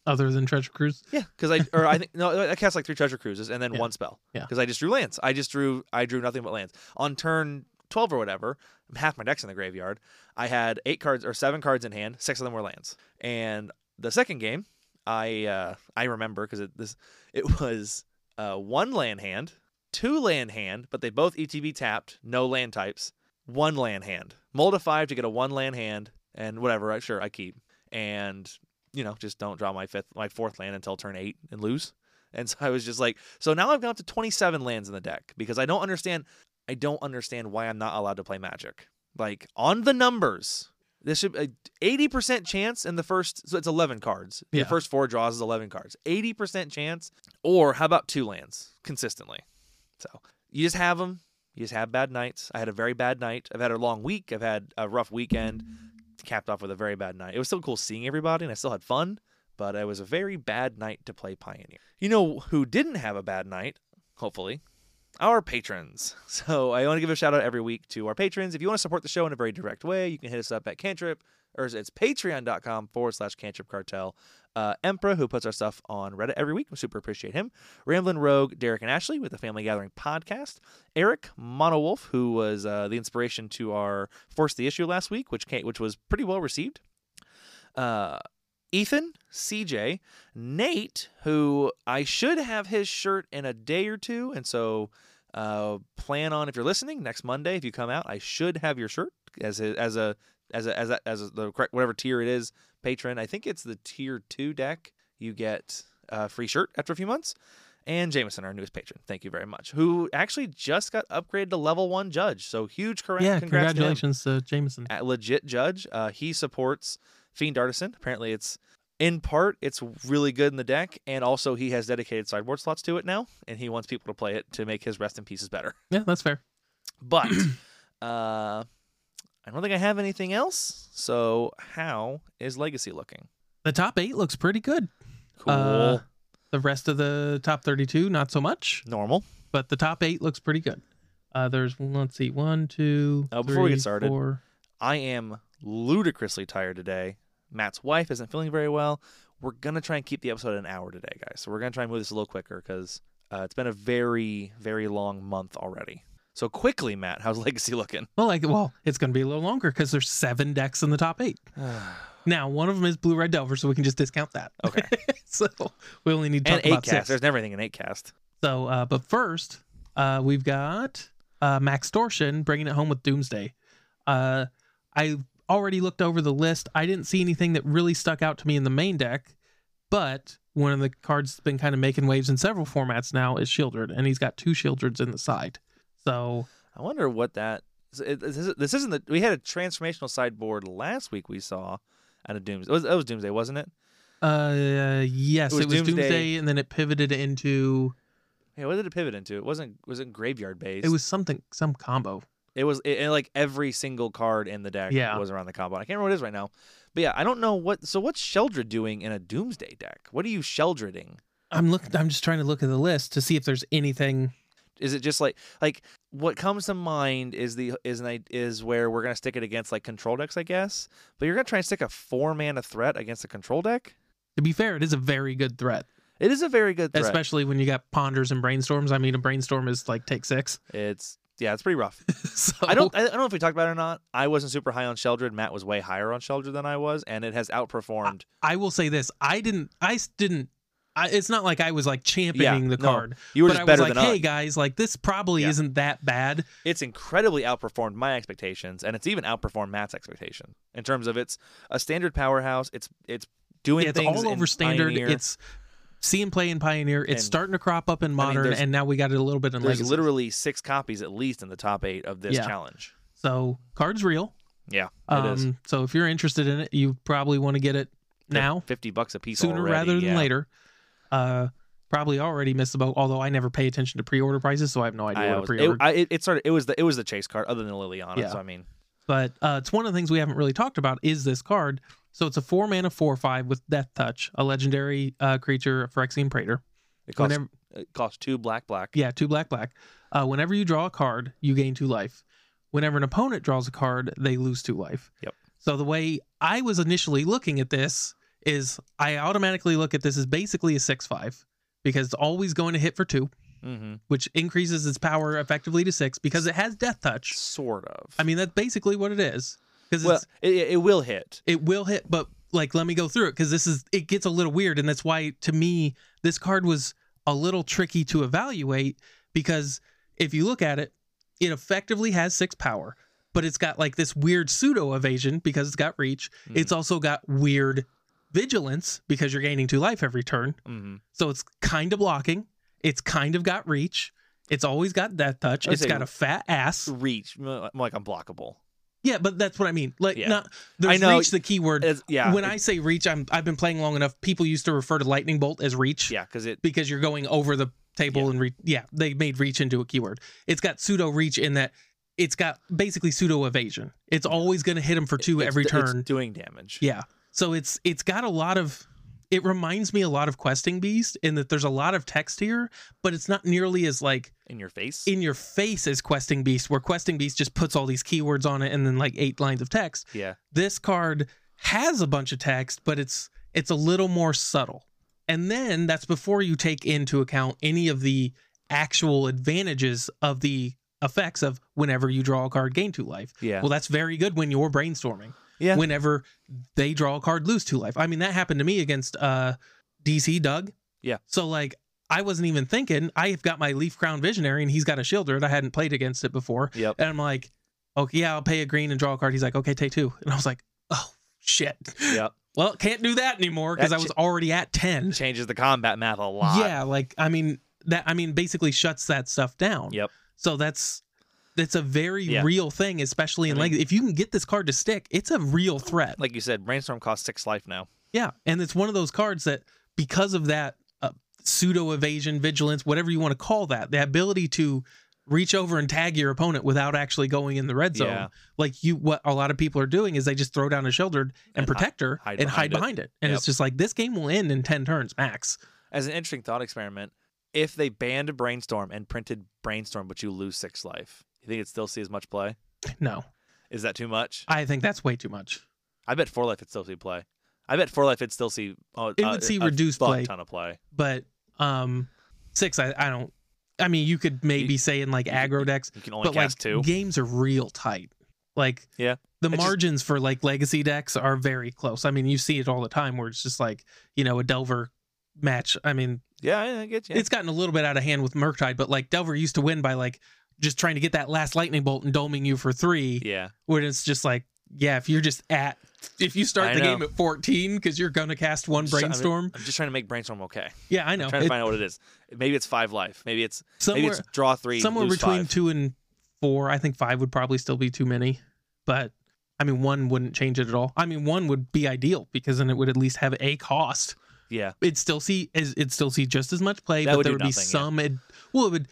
Speaker 1: other than Treasure Cruise.
Speaker 3: Yeah, because I or I think no, I cast like three treasure cruises and then
Speaker 1: Yeah.
Speaker 3: one spell.
Speaker 1: Yeah.
Speaker 3: because I just drew lands. I just drew I drew nothing but lands on turn twelve or whatever. Half my deck's in the graveyard. I had eight cards or seven cards in hand. Six of them were lands. And the second game, I uh, I remember because it this it was uh, one land hand, two land hand, but they both ETB tapped, no land types. One land hand, mold a five to get a one land hand, and whatever. I sure I keep and you know, just don't draw my fifth, my fourth land until turn eight and lose. <laughs> And so I was just like, so now I've got to 27 lands in the deck because I don't understand. I don't understand why I'm not allowed to play Magic. Like on the numbers, this should a 80% chance in the first. So it's 11 cards.
Speaker 1: Yeah.
Speaker 3: The first four draws is 11 cards. 80% chance, or how about two lands consistently? So you just have them. You just have bad nights. I had a very bad night. I've had a long week. I've had a rough weekend capped off with a very bad night. It was still cool seeing everybody, and I still had fun, but it was a very bad night to play Pioneer. You know who didn't have a bad night? Hopefully. Our patrons. <laughs> So I want to give a shout out every week to our patrons. If you want to support the show in a very direct way, you can hit us up at Cantrip, or it's patreon.com forward slash Cantrip Cartel. Uh, Emperor, who puts our stuff on Reddit every week. We super appreciate him. Ramblin' Rogue, Derek and Ashley with the Family Gathering podcast. Eric Monowolf, who was uh, the inspiration to our Force the Issue last week, which came, which was pretty well received. Uh, Ethan, CJ, Nate, who I should have his shirt in a day or two, and so uh, plan on if you're listening next Monday, if you come out, I should have your shirt as a, as a as a as a, as a, the correct whatever tier it is patron. I think it's the tier two deck. You get a free shirt after a few months. And Jameson, our newest patron, thank you very much. Who actually just got upgraded to level one judge. So huge, correct?
Speaker 1: yeah,
Speaker 3: congrats to him
Speaker 1: congratulations to Jameson.
Speaker 3: a legit judge. Uh, he supports Fiend Artisan. Apparently, it's in part it's really good in the deck, and also he has dedicated sideboard slots to it now, and he wants people to play it to make his rest in pieces better.
Speaker 1: Yeah, that's fair.
Speaker 3: But uh, I don't think I have anything else. So how is Legacy looking?
Speaker 1: The top eight looks pretty good.
Speaker 3: Cool,
Speaker 1: Uh, The rest of the top 32, not so much,
Speaker 3: normal.
Speaker 1: but the top eight looks pretty good. Uh, there's, let's see, one, two,
Speaker 3: Uh, before we get
Speaker 1: three,
Speaker 3: started,
Speaker 1: four.
Speaker 3: I am ludicrously tired today. Matt's wife isn't feeling very well. We're gonna try and keep the episode an hour today, guys. So we're gonna try and move this a little quicker because uh, it's been a very, very long month already. So quickly, Matt, how's <laughs>
Speaker 1: <sighs>
Speaker 3: Legacy looking?
Speaker 1: Well, like, well, it's going to be a little longer because there's seven decks in the top eight. Now, one of them is Blue Red Delver, so we can just discount that.
Speaker 3: Okay.
Speaker 1: <laughs> so we only need to
Speaker 3: and
Speaker 1: talk
Speaker 3: eight
Speaker 1: about
Speaker 3: cast.
Speaker 1: six.
Speaker 3: There's never anything in eight cast.
Speaker 1: So, uh, but first, uh, we've got uh, Max Torsion bringing it home with Doomsday. Uh, I already looked over the list. I didn't see anything that really stuck out to me in the main deck, but one of the cards that's been kind of making waves in several formats now is Shieldred, and he's got two Shieldreds in the side. So,
Speaker 3: I wonder what that. so it- This isn't- this isn't the. We had a transformational sideboard last week. We saw out of Doomsday. It was, it was Doomsday, wasn't it?
Speaker 1: uh, yes,
Speaker 3: It was
Speaker 1: it was Doomsday.
Speaker 3: Doomsday,
Speaker 1: and then it pivoted into
Speaker 3: Yeah. What did it pivot into? It wasn't. Wasn't graveyard based.
Speaker 1: it was something some combo.
Speaker 3: It was it, and like every single card in the deck
Speaker 1: Yeah.
Speaker 3: was around the combo. I can't remember what it is right now, but yeah, I don't know what. So what's Sheldred doing in a Doomsday deck? What are you Sheldreding?
Speaker 1: I'm looking. I'm just trying to look at the list to see if there's anything.
Speaker 3: Is it just like like what comes to mind is the is an i- is where we're gonna stick it against like control decks, I guess. But you're gonna try and stick a four mana threat against a control deck.
Speaker 1: To be fair, it is a very good threat.
Speaker 3: It is a very good threat.
Speaker 1: especially when you got ponders and brainstorms. I mean, a brainstorm is like take six. <laughs>
Speaker 3: It's yeah, it's pretty rough.
Speaker 1: so
Speaker 3: I don't I, I don't know if we talked about it or not. I wasn't super high on Sheldred. Matt was way higher on Sheldred than I was, and it has outperformed.
Speaker 1: <laughs> I will say this: I didn't. I s- didn't. I, it's not like I was like championing the
Speaker 3: no,
Speaker 1: card,
Speaker 3: You were
Speaker 1: but
Speaker 3: just
Speaker 1: I was
Speaker 3: better
Speaker 1: like,
Speaker 3: than
Speaker 1: "Hey
Speaker 3: us.
Speaker 1: guys, like this probably
Speaker 3: Yeah.
Speaker 1: isn't that bad."
Speaker 3: it's incredibly outperformed my expectations, and it's even outperformed Matt's expectation in terms of it's a standard powerhouse. It's it's doing
Speaker 1: Yeah, it's
Speaker 3: things
Speaker 1: all
Speaker 3: in
Speaker 1: over standard.
Speaker 3: Pioneer.
Speaker 1: It's see and play in Pioneer. It's
Speaker 3: And-
Speaker 1: starting to crop up in modern,
Speaker 3: there's-
Speaker 1: and now we got it a little bit in
Speaker 3: there's
Speaker 1: legacy.
Speaker 3: literally six copies at least in the top eight of this
Speaker 1: Yeah.
Speaker 3: challenge.
Speaker 1: so cards real.
Speaker 3: Yeah, it
Speaker 1: Um,
Speaker 3: is.
Speaker 1: So if you're interested in it, you probably want to get it
Speaker 3: They're
Speaker 1: now.
Speaker 3: fifty bucks a piece
Speaker 1: sooner
Speaker 3: already,
Speaker 1: rather than
Speaker 3: yeah.
Speaker 1: later. Uh, probably already missed the boat. Although I never pay attention to pre-order prices, so I have no idea
Speaker 3: I
Speaker 1: what a
Speaker 3: was, it,
Speaker 1: pre-order.
Speaker 3: I, it it started. It was the it was the chase card, other than Liliana.
Speaker 1: Yeah.
Speaker 3: So I mean,
Speaker 1: but uh, it's one of the things we haven't really talked about is this card. So it's a four mana four five with Death Touch, a legendary uh, creature, a Phyrexian Praetor.
Speaker 3: it costs
Speaker 1: Whenever,
Speaker 3: it costs two black black.
Speaker 1: yeah, two black black. Uh, whenever you draw a card, you gain two life. Whenever an opponent draws a card, they lose two life.
Speaker 3: Yep.
Speaker 1: So the way I was initially looking at this is I automatically look at this as basically a six five because it's always going to hit for two.
Speaker 3: hmm
Speaker 1: which increases its power effectively to six because it has death touch.
Speaker 3: Sort of.
Speaker 1: I mean, that's basically what it is because
Speaker 3: well, it, it it will hit.
Speaker 1: it will hit, but like, let me go through it because this is it gets a little weird, and that's why to me this card was a little tricky to evaluate because if you look at it, it effectively has six power, but it's got like this weird pseudo evasion because it's got reach. It's also got weird vigilance because you're gaining two life every turn.
Speaker 3: hmm
Speaker 1: So it's kind of blocking. It's kind of got reach. It's always got death touch.
Speaker 3: I would
Speaker 1: It's
Speaker 3: say-
Speaker 1: got a fat ass.
Speaker 3: Reach, more like unblockable.
Speaker 1: Yeah, but that's what I mean. Like,
Speaker 3: Yeah.
Speaker 1: not there's
Speaker 3: I know-
Speaker 1: reach the keyword.
Speaker 3: It's- yeah.
Speaker 1: when
Speaker 3: it-
Speaker 1: I say reach, I'm I've been playing long enough. People used to refer to lightning bolt as reach
Speaker 3: yeah, because it
Speaker 1: because you're going over the table
Speaker 3: Yeah.
Speaker 1: and re- yeah, they made reach into a keyword. It's got pseudo reach in that it's got basically pseudo evasion. It's always going to hit him for two
Speaker 3: it's-
Speaker 1: every
Speaker 3: it's
Speaker 1: turn.
Speaker 3: doing damage.
Speaker 1: Yeah. So it's it's got a lot of it reminds me a lot of Questing Beast in that there's a lot of text here, but it's not nearly as like
Speaker 3: in your face.
Speaker 1: in your face as Questing Beast, where Questing Beast just puts all these keywords on it and then like eight lines of text.
Speaker 3: yeah,
Speaker 1: This card has a bunch of text, but it's It's a little more subtle. And then that's before you take into account any of the actual advantages of the effects of whenever you draw a card, gain two life.
Speaker 3: Yeah.
Speaker 1: Well, that's very good when you're brainstorming.
Speaker 3: Yeah.
Speaker 1: Whenever they draw a card, lose two life. I mean, that happened to me against uh DC Doug.
Speaker 3: Yeah.
Speaker 1: So like I wasn't even thinking. I've got my Leaf Crown Visionary and he's got a Shieldred. I hadn't played against it before.
Speaker 3: Yep.
Speaker 1: <laughs> And I'm like, okay, yeah, I'll pay a green and draw a card. He's like, okay, take two. And I was like, oh shit.
Speaker 3: Yep.
Speaker 1: Well, can't do that anymore because I
Speaker 3: That
Speaker 1: was already at ten.
Speaker 3: Changes the combat math a lot.
Speaker 1: Yeah, like I mean that I mean basically shuts that stuff down.
Speaker 3: Yep.
Speaker 1: So that's that's a very
Speaker 3: Yeah.
Speaker 1: real thing, especially in
Speaker 3: I mean-
Speaker 1: Legacy. If you can get this card to stick, it's a real threat.
Speaker 3: Like you said, brainstorm costs six life now.
Speaker 1: Yeah, and it's one of those cards that because of that uh, pseudo evasion, vigilance, whatever you want to call that, the ability to reach over and tag your opponent without actually going in the red zone.
Speaker 3: Yeah.
Speaker 1: Like you what a lot of people are doing is they just throw down a shouldered and,
Speaker 3: And hi-
Speaker 1: protect her
Speaker 3: hide
Speaker 1: and
Speaker 3: behind
Speaker 1: hide
Speaker 3: it.
Speaker 1: behind it. And
Speaker 3: Yep.
Speaker 1: it's just like this game will end in 10 turns max.
Speaker 3: As an interesting thought experiment, if they banned brainstorm and printed brainstorm, but you lose six life, you think it'd still see as much play?
Speaker 1: No.
Speaker 3: Is that too much?
Speaker 1: I think that's way too much.
Speaker 3: I bet four life it'd still see play. I bet four life it'd still see. Oh,
Speaker 1: It
Speaker 3: uh,
Speaker 1: would see
Speaker 3: a
Speaker 1: reduced
Speaker 3: fuck
Speaker 1: play.
Speaker 3: Ton of play.
Speaker 1: But um 6 I I don't I mean you could maybe say in like
Speaker 3: you-
Speaker 1: aggro decks
Speaker 3: You can only
Speaker 1: but
Speaker 3: cast
Speaker 1: like
Speaker 3: two.
Speaker 1: games are real tight. Like
Speaker 3: Yeah.
Speaker 1: the
Speaker 3: It's just-
Speaker 1: margins for like legacy decks are very close. I mean, you see it all the time where it's just like you know a Delver match. I mean,
Speaker 3: Yeah, I- I get you.
Speaker 1: it's gotten a little bit out of hand with Murktide, but like Delver used to win by like just trying to get that last lightning bolt and doming you for three.
Speaker 3: yeah.
Speaker 1: Where it's just like, yeah, if you're just at if you start
Speaker 3: I
Speaker 1: the
Speaker 3: know.
Speaker 1: game at 14 because you're gonna cast one
Speaker 3: Just try- I mean,
Speaker 1: brainstorm.
Speaker 3: I'm just trying to make brainstorm okay.
Speaker 1: yeah, I know.
Speaker 3: trying to
Speaker 1: It-
Speaker 3: find out what it is. Maybe it's five life. Maybe it's
Speaker 1: somewhere
Speaker 3: maybe it's draw three.
Speaker 1: somewhere
Speaker 3: lose
Speaker 1: between
Speaker 3: five.
Speaker 1: two and four. I think five would probably still be too many, but I mean, one wouldn't change it at all. I mean, one would be ideal because then it would at least have a cost.
Speaker 3: Yeah,
Speaker 1: It'd still see is- it'd still see just as much play,
Speaker 3: That
Speaker 1: but
Speaker 3: would
Speaker 1: there
Speaker 3: do
Speaker 1: would be
Speaker 3: nothing, yeah.
Speaker 1: some. It, well, it would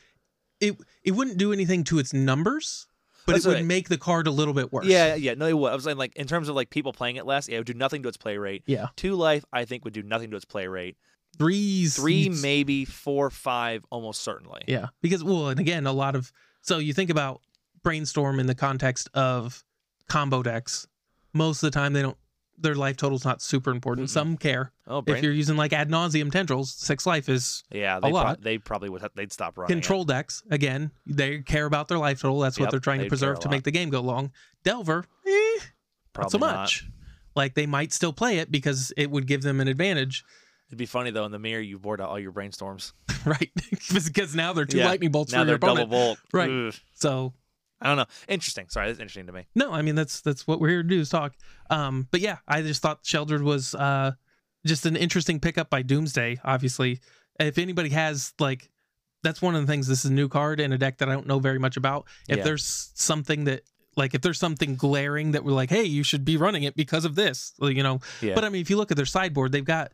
Speaker 1: it it wouldn't do anything to its numbers, but
Speaker 3: That's
Speaker 1: it would
Speaker 3: right.
Speaker 1: make the card a little bit worse.
Speaker 3: yeah, yeah. No, it would. I was saying like in terms of like people playing it less. Yeah, it would do nothing to its play rate.
Speaker 1: Yeah.
Speaker 3: Two life, I think, would do nothing to its play rate.
Speaker 1: threes,
Speaker 3: Three,
Speaker 1: it's-
Speaker 3: maybe four, five, almost certainly.
Speaker 1: Yeah, because well, and again, a lot of so you think about brainstorm in the context of combo decks. Most of the time, they don't. Their life total's not super important.
Speaker 3: Mm-mm.
Speaker 1: Some care
Speaker 3: Oh,
Speaker 1: if
Speaker 3: brain.
Speaker 1: you're using like ad nauseum tendrils. Six life is
Speaker 3: Yeah, they,
Speaker 1: lot.
Speaker 3: they probably would. Ha- they'd stop running. it.
Speaker 1: control decks. Again, they care about their life total. That's what
Speaker 3: Yep,
Speaker 1: they're trying
Speaker 3: they
Speaker 1: to
Speaker 3: care
Speaker 1: preserve
Speaker 3: a
Speaker 1: to make
Speaker 3: lot.
Speaker 1: the game go long. Delver, eh, not so
Speaker 3: Probably not.
Speaker 1: much. Like they might still play it because it would give them an advantage, <laughs>
Speaker 3: It'd be funny though. In the mirror, you board out all your brainstorms.
Speaker 1: right? <laughs> because now they're two
Speaker 3: Yeah,
Speaker 1: lightning bolts
Speaker 3: now
Speaker 1: for your
Speaker 3: they're double
Speaker 1: opponent.
Speaker 3: volt.
Speaker 1: <laughs> Right.
Speaker 3: Ugh.
Speaker 1: So
Speaker 3: I don't know. Interesting. Sorry, that's interesting to me.
Speaker 1: No, I mean that's that's what we're here to do is talk. Um, but yeah, I just thought Sheltered was uh just an interesting pickup by Doomsday. Obviously, if anybody has like, that's one of the things. This is a new card in a deck that I don't know very much about. If
Speaker 3: Yeah.
Speaker 1: there's something that like if there's something glaring that we're like, hey, you should be running it because of this, like, you know.
Speaker 3: Yeah.
Speaker 1: But I mean, if you look at their sideboard, they've got.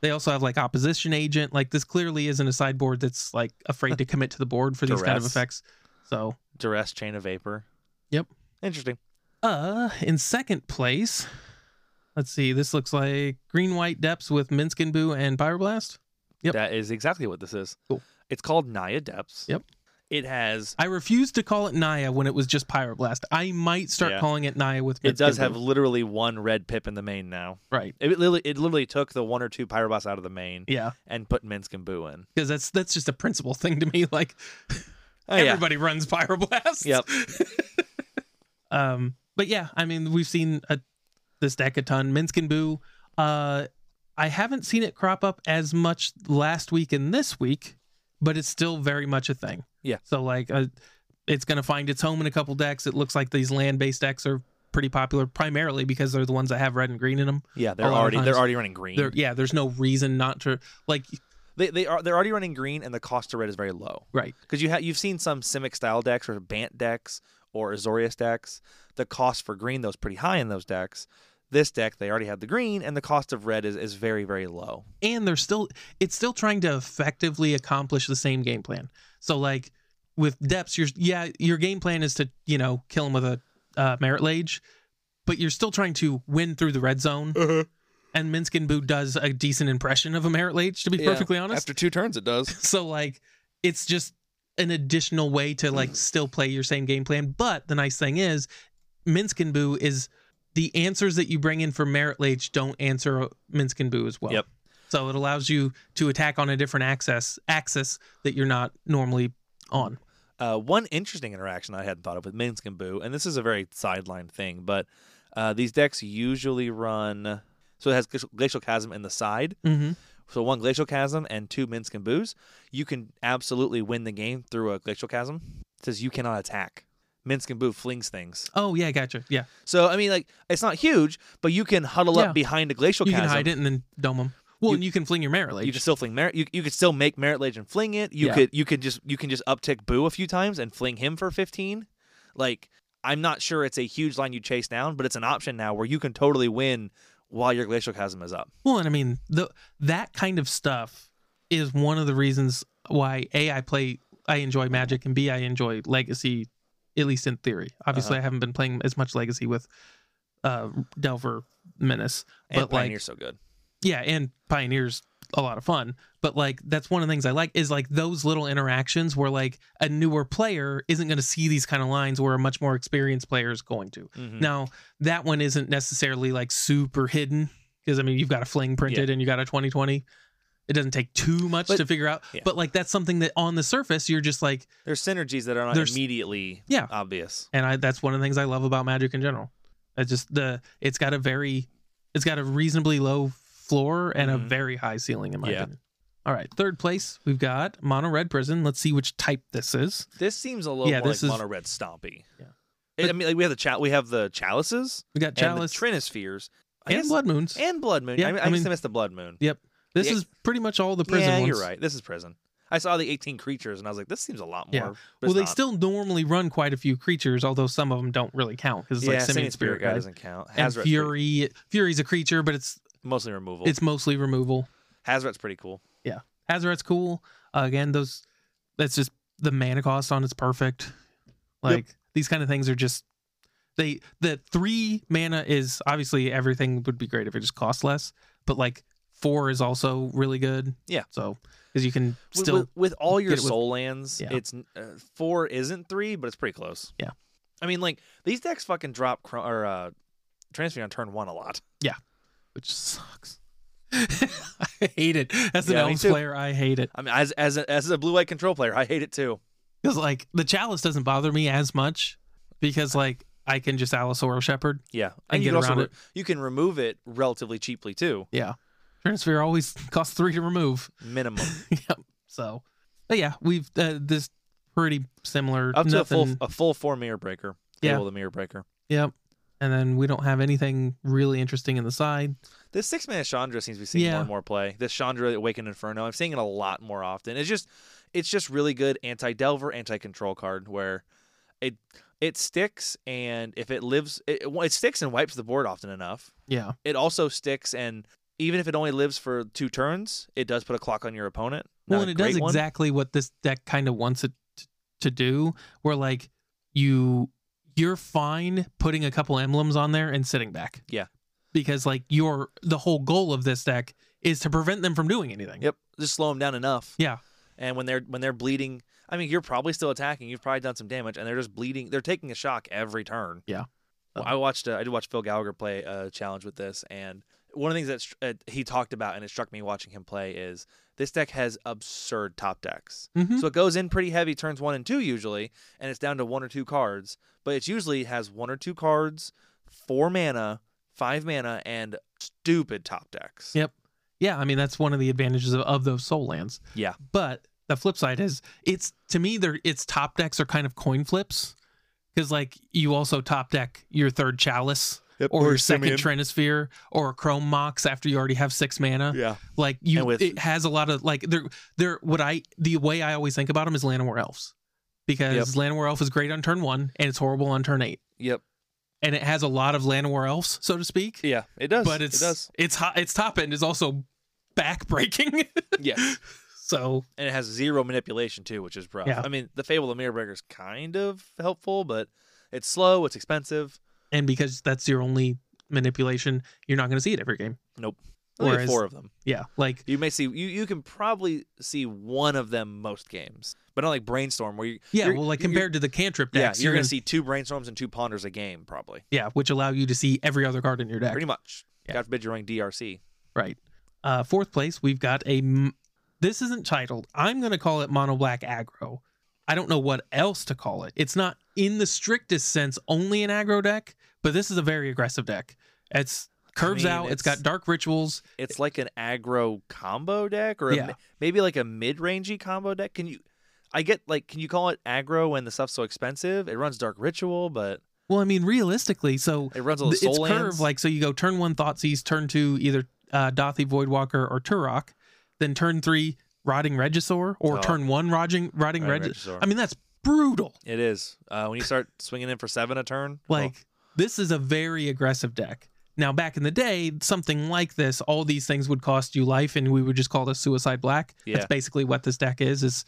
Speaker 1: They also have like opposition agent. Like this clearly isn't a sideboard that's like afraid to commit to the board for these kind of
Speaker 3: Duress.
Speaker 1: effects. So
Speaker 3: Duress, chain of vapor.
Speaker 1: Yep.
Speaker 3: Interesting.
Speaker 1: Uh, in second place, let's see. This looks like Green White Depths with Minskin Boo and Pyroblast. Yep.
Speaker 3: That is exactly what this is.
Speaker 1: Cool.
Speaker 3: It's called Naya Depths.
Speaker 1: Yep.
Speaker 3: It has.
Speaker 1: I refuse to call it Naya when it was just Pyroblast. I might start
Speaker 3: Yeah.
Speaker 1: calling it Naya with Minskin
Speaker 3: It does have
Speaker 1: Boo.
Speaker 3: literally one red pip in the main now.
Speaker 1: right.
Speaker 3: It literally, it literally took the one or two Pyrobots out of the main
Speaker 1: Yeah,
Speaker 3: and put Minsk and Boo in.
Speaker 1: because that's that's just a principle thing to me. <laughs> Like
Speaker 3: Oh, yeah.
Speaker 1: everybody runs Pyroblast.
Speaker 3: Yep.
Speaker 1: <laughs> um, but yeah, I mean we've seen a, this deck a ton. Minskin Boo. Uh, I haven't seen it crop up as much last week and this week, but it's still very much a thing.
Speaker 3: Yeah.
Speaker 1: So like, uh, it's gonna find its home in a couple decks. It looks like these land-based decks are pretty popular primarily because they're the ones that have red and green in them.
Speaker 3: Yeah,
Speaker 1: A
Speaker 3: they're
Speaker 1: lot of
Speaker 3: already they're
Speaker 1: times-
Speaker 3: already running green.
Speaker 1: There, yeah, there's no reason not to like.
Speaker 3: they they are they're already running green, and the cost to red is very low.
Speaker 1: Right.
Speaker 3: Because you have you've seen some Simic style decks or Bant decks or Azorius decks. The cost for green though is pretty high in those decks. This deck they already had the green, and the cost of red is, is very very low.
Speaker 1: and they're still it's still trying to effectively accomplish the same game plan. So like with depths, you're yeah, your game plan is to you know kill him with a uh, merit lage, but you're still trying to win through the red zone. And Minskin Boo does a decent impression of a merit lage, to be
Speaker 3: Yeah,
Speaker 1: perfectly honest.
Speaker 3: two turns, it does.
Speaker 1: so like it's just an additional way to like still play your same game plan. But the nice thing is, Minskin Boo is the answers that you bring in for merit Lage don't answer Minsk and Boo as well.
Speaker 3: Yep.
Speaker 1: So it allows you to attack on a different axis axis that you're not normally on.
Speaker 3: Uh, one interesting interaction I hadn't thought of with Minsk and Boo, and this is a very sideline thing, but uh, these decks usually run. So it has Glacial- Glacial Chasm in the side.
Speaker 1: Mm-hmm.
Speaker 3: So one Glacial Chasm and two Minsk and Boos. You can absolutely win the game through a Glacial Chasm. It says you cannot attack. Minsk and Boo flings things.
Speaker 1: Oh yeah, gotcha. Yeah,
Speaker 3: So I mean, like it's not huge, but you can huddle
Speaker 1: Yeah.
Speaker 3: up behind a Glacial
Speaker 1: you
Speaker 3: Chasm.
Speaker 1: can hide it and then dome them. Well,
Speaker 3: You-
Speaker 1: and you can fling your merit Lage.
Speaker 3: You can still fling merit. You, you could still make merit Lage and fling it. You
Speaker 1: Yeah.
Speaker 3: could you could just you can just uptick Boo a few times and fling him for fifteen. Like I'm not sure it's a huge line you chase down, but it's an option now where you can totally win while your glacial chasm is up.
Speaker 1: Well, and I mean, the that kind of stuff is one of the reasons why a I play I enjoy Magic and b I enjoy Legacy, at least in theory.
Speaker 3: Uh-huh.
Speaker 1: Obviously, I haven't been playing as much Legacy with uh Delver Menace,
Speaker 3: And
Speaker 1: but like
Speaker 3: Pioneer's so good.
Speaker 1: yeah, and Pioneers a lot of fun. But like that's one of the things I like is like those little interactions where like a newer player isn't going to see these kind of lines where a much more experienced player is going to.
Speaker 3: Mhm.
Speaker 1: Now, that one isn't necessarily like super hidden because I mean, you've got a fling printed and you got a 2020. It doesn't take too much
Speaker 3: But-
Speaker 1: to figure out,
Speaker 3: yeah.
Speaker 1: but like that's something that on the surface you're just like,
Speaker 3: There's synergies that are not
Speaker 1: There's-
Speaker 3: immediately
Speaker 1: Yeah.
Speaker 3: obvious.
Speaker 1: and I that's one of the things I love about Magic in general. It's just the it's got a very it's got a reasonably low floor and a
Speaker 3: Mhm.
Speaker 1: very high ceiling in my
Speaker 3: Yeah.
Speaker 1: opinion. All right, third place we've got Mono Red Prison. Let's see which type this is.
Speaker 3: This seems a little
Speaker 1: Yeah,
Speaker 3: more
Speaker 1: this
Speaker 3: like
Speaker 1: is-
Speaker 3: mono red stompy.
Speaker 1: Yeah.
Speaker 3: I- I mean, like we have the cha- we have the chalices,
Speaker 1: We got
Speaker 3: and the
Speaker 1: Chalice and,
Speaker 3: trinispheres, I guess-
Speaker 1: Blood Moons.
Speaker 3: and blood moon.
Speaker 1: Yeah,
Speaker 3: I mean,
Speaker 1: I
Speaker 3: I, guess
Speaker 1: mean-
Speaker 3: I missed the blood moon.
Speaker 1: this
Speaker 3: the-
Speaker 1: is pretty much all the prison
Speaker 3: yeah,
Speaker 1: ones.
Speaker 3: you're right. This is prison. I saw the 18 creatures and I was like, this seems a lot more.
Speaker 1: Yeah.
Speaker 3: but
Speaker 1: well,
Speaker 3: it's
Speaker 1: they
Speaker 3: not.
Speaker 1: still normally run quite a few creatures, although some of them don't really count because it's
Speaker 3: yeah,
Speaker 1: like Simeon Spirit
Speaker 3: Guy
Speaker 1: Guide.
Speaker 3: doesn't count.
Speaker 1: And
Speaker 3: Hazret's pretty,
Speaker 1: Fury, Fury's a creature, but it's
Speaker 3: mostly removal.
Speaker 1: it's mostly removal.
Speaker 3: Hazret's pretty cool.
Speaker 1: Azeroth's cool. Uh, again, those that's just the mana cost on it's perfect. Like these kind of things are just they the three mana is obviously everything would be great if it just cost less, but like four is also really good.
Speaker 3: Yeah.
Speaker 1: So because you can
Speaker 3: With-
Speaker 1: still
Speaker 3: with, with all your
Speaker 1: get it with-
Speaker 3: soul lands,
Speaker 1: Yeah.
Speaker 3: it's uh, four isn't three, but it's pretty close.
Speaker 1: Yeah.
Speaker 3: I mean, like these decks fucking drop cr- or uh, transfer on turn one a lot.
Speaker 1: which sucks. <laughs> I hate it. As an
Speaker 3: Yeah, me
Speaker 1: elves
Speaker 3: too.
Speaker 1: player, I hate it.
Speaker 3: I mean, as as a, as a blue white control player, I hate it too.
Speaker 1: Because like the chalice doesn't bother me as much because like I can just Allosaurus Shepherd.
Speaker 3: Yeah,
Speaker 1: And
Speaker 3: you
Speaker 1: get
Speaker 3: can also
Speaker 1: around
Speaker 3: re-
Speaker 1: it.
Speaker 3: You can remove it relatively cheaply too,
Speaker 1: Yeah. Transfer always <laughs> costs three to remove. <laughs>
Speaker 3: minimum
Speaker 1: yep. So, but yeah, we've uh, this pretty similar.
Speaker 3: up to a
Speaker 1: nothing,
Speaker 3: full a full four mirror breaker.
Speaker 1: Yeah.
Speaker 3: Table the mirror breaker.
Speaker 1: Yep. And then we don't have anything really interesting in the side.
Speaker 3: This six man Chandra seems to be seeing
Speaker 1: Yeah.
Speaker 3: more and more play. This Chandra Awakened Inferno, I'm seeing it a lot more often. It's just it's just really good anti Delver, anti control card where it it sticks and if it lives it, it sticks and wipes the board often enough.
Speaker 1: Yeah.
Speaker 3: It also sticks and even if it only lives for two turns, it does put a clock on your opponent. Not
Speaker 1: Well, and
Speaker 3: a
Speaker 1: it does
Speaker 3: great one.
Speaker 1: exactly what this deck kind of wants it t- to do, where like you you're fine putting a couple emblems on there and sitting back.
Speaker 3: Yeah.
Speaker 1: Because like your the whole goal of this deck is to prevent them from doing anything.
Speaker 3: Yep, just slow them down enough.
Speaker 1: Yeah.
Speaker 3: And when they're when they're bleeding, I mean, you're probably still attacking. You've probably done some damage, and they're just bleeding. They're taking a shock every turn.
Speaker 1: Yeah.
Speaker 3: Well, I watched. Uh, I did watch Phil Gallagher play a challenge with this, and one of the things that str- uh, he talked about, and it struck me watching him play, is this deck has absurd top decks.
Speaker 1: Mhm.
Speaker 3: So it goes in pretty heavy turns one and two usually, and it's down to one or two cards. But it usually has one or two cards, four mana, five mana, and stupid top decks.
Speaker 1: Yep. Yeah, I mean that's one of the advantages of, of those soul lands.
Speaker 3: Yeah.
Speaker 1: But the flip side is it's to me they're it's top decks are kind of coin flips. Cause like you also top deck your third chalice or, your second trinisphere or a chrome mox after you already have six mana.
Speaker 3: Yeah.
Speaker 1: Like you
Speaker 3: And with-
Speaker 1: it has a lot of like they're they're what I the way I always think about them is Llanowar Elves. Because
Speaker 3: Yep.
Speaker 1: Llanowar Elf is great on turn one and it's horrible on turn eight.
Speaker 3: Yep.
Speaker 1: And it has a lot of Llanowar Elves, so to speak.
Speaker 3: Yeah, it does.
Speaker 1: But it's
Speaker 3: it <laughs> does.
Speaker 1: it's hot its top end is also backbreaking. <laughs>
Speaker 3: Yeah,
Speaker 1: So
Speaker 3: and it has zero manipulation too, which is rough.
Speaker 1: Yeah.
Speaker 3: I mean, the Fable of the Mirror Breaker is kind of helpful, but it's slow. It's expensive.
Speaker 1: and because that's your only manipulation, you're not going to see it every game.
Speaker 3: Nope. I think
Speaker 1: Whereas-
Speaker 3: four of them.
Speaker 1: Yeah, like
Speaker 3: You may see you you can probably see one of them most games, but not like brainstorm where you
Speaker 1: yeah,
Speaker 3: you're-
Speaker 1: well, like
Speaker 3: you're-
Speaker 1: compared to the cantrip
Speaker 3: yeah
Speaker 1: decks,
Speaker 3: you're gonna see two brainstorms and two ponders a game probably
Speaker 1: yeah, which allow you to see every other card in your deck.
Speaker 3: pretty much.
Speaker 1: Yeah.
Speaker 3: God forbid you're running DRC.
Speaker 1: Right. Uh, fourth place, we've got a. m- This isn't titled. I'm going to call it mono black aggro. I don't know what else to call it. It's not in the strictest sense only an aggro deck, but this is a very aggressive deck. It's curves
Speaker 3: mean,
Speaker 1: out. it's
Speaker 3: it's-
Speaker 1: got dark rituals.
Speaker 3: It's like an aggro combo deck or a
Speaker 1: Yeah.
Speaker 3: ma- maybe like a mid rangey combo deck. Can you? I get like, can you call it aggro when the stuff's so expensive? It runs Dark Ritual, but
Speaker 1: Well, I mean, realistically, so
Speaker 3: it runs all the
Speaker 1: th-
Speaker 3: soul
Speaker 1: it's
Speaker 3: lands.
Speaker 1: curved like so. You go turn one Thoughtseize, turn two either uh, Dothi Voidwalker or Turok, then turn three Rotting Regisaur or
Speaker 3: Oh.
Speaker 1: turn one Rotting Rotting
Speaker 3: Right,
Speaker 1: Reg.
Speaker 3: Regisaur.
Speaker 1: I mean, that's brutal.
Speaker 3: it is uh, when you start swinging in for seven a turn. well,
Speaker 1: Like this is a very aggressive deck. Now back in the day, something like this, all these things would cost you life, and we would just call this Suicide Black.
Speaker 3: Yeah.
Speaker 1: That's basically what this deck is: is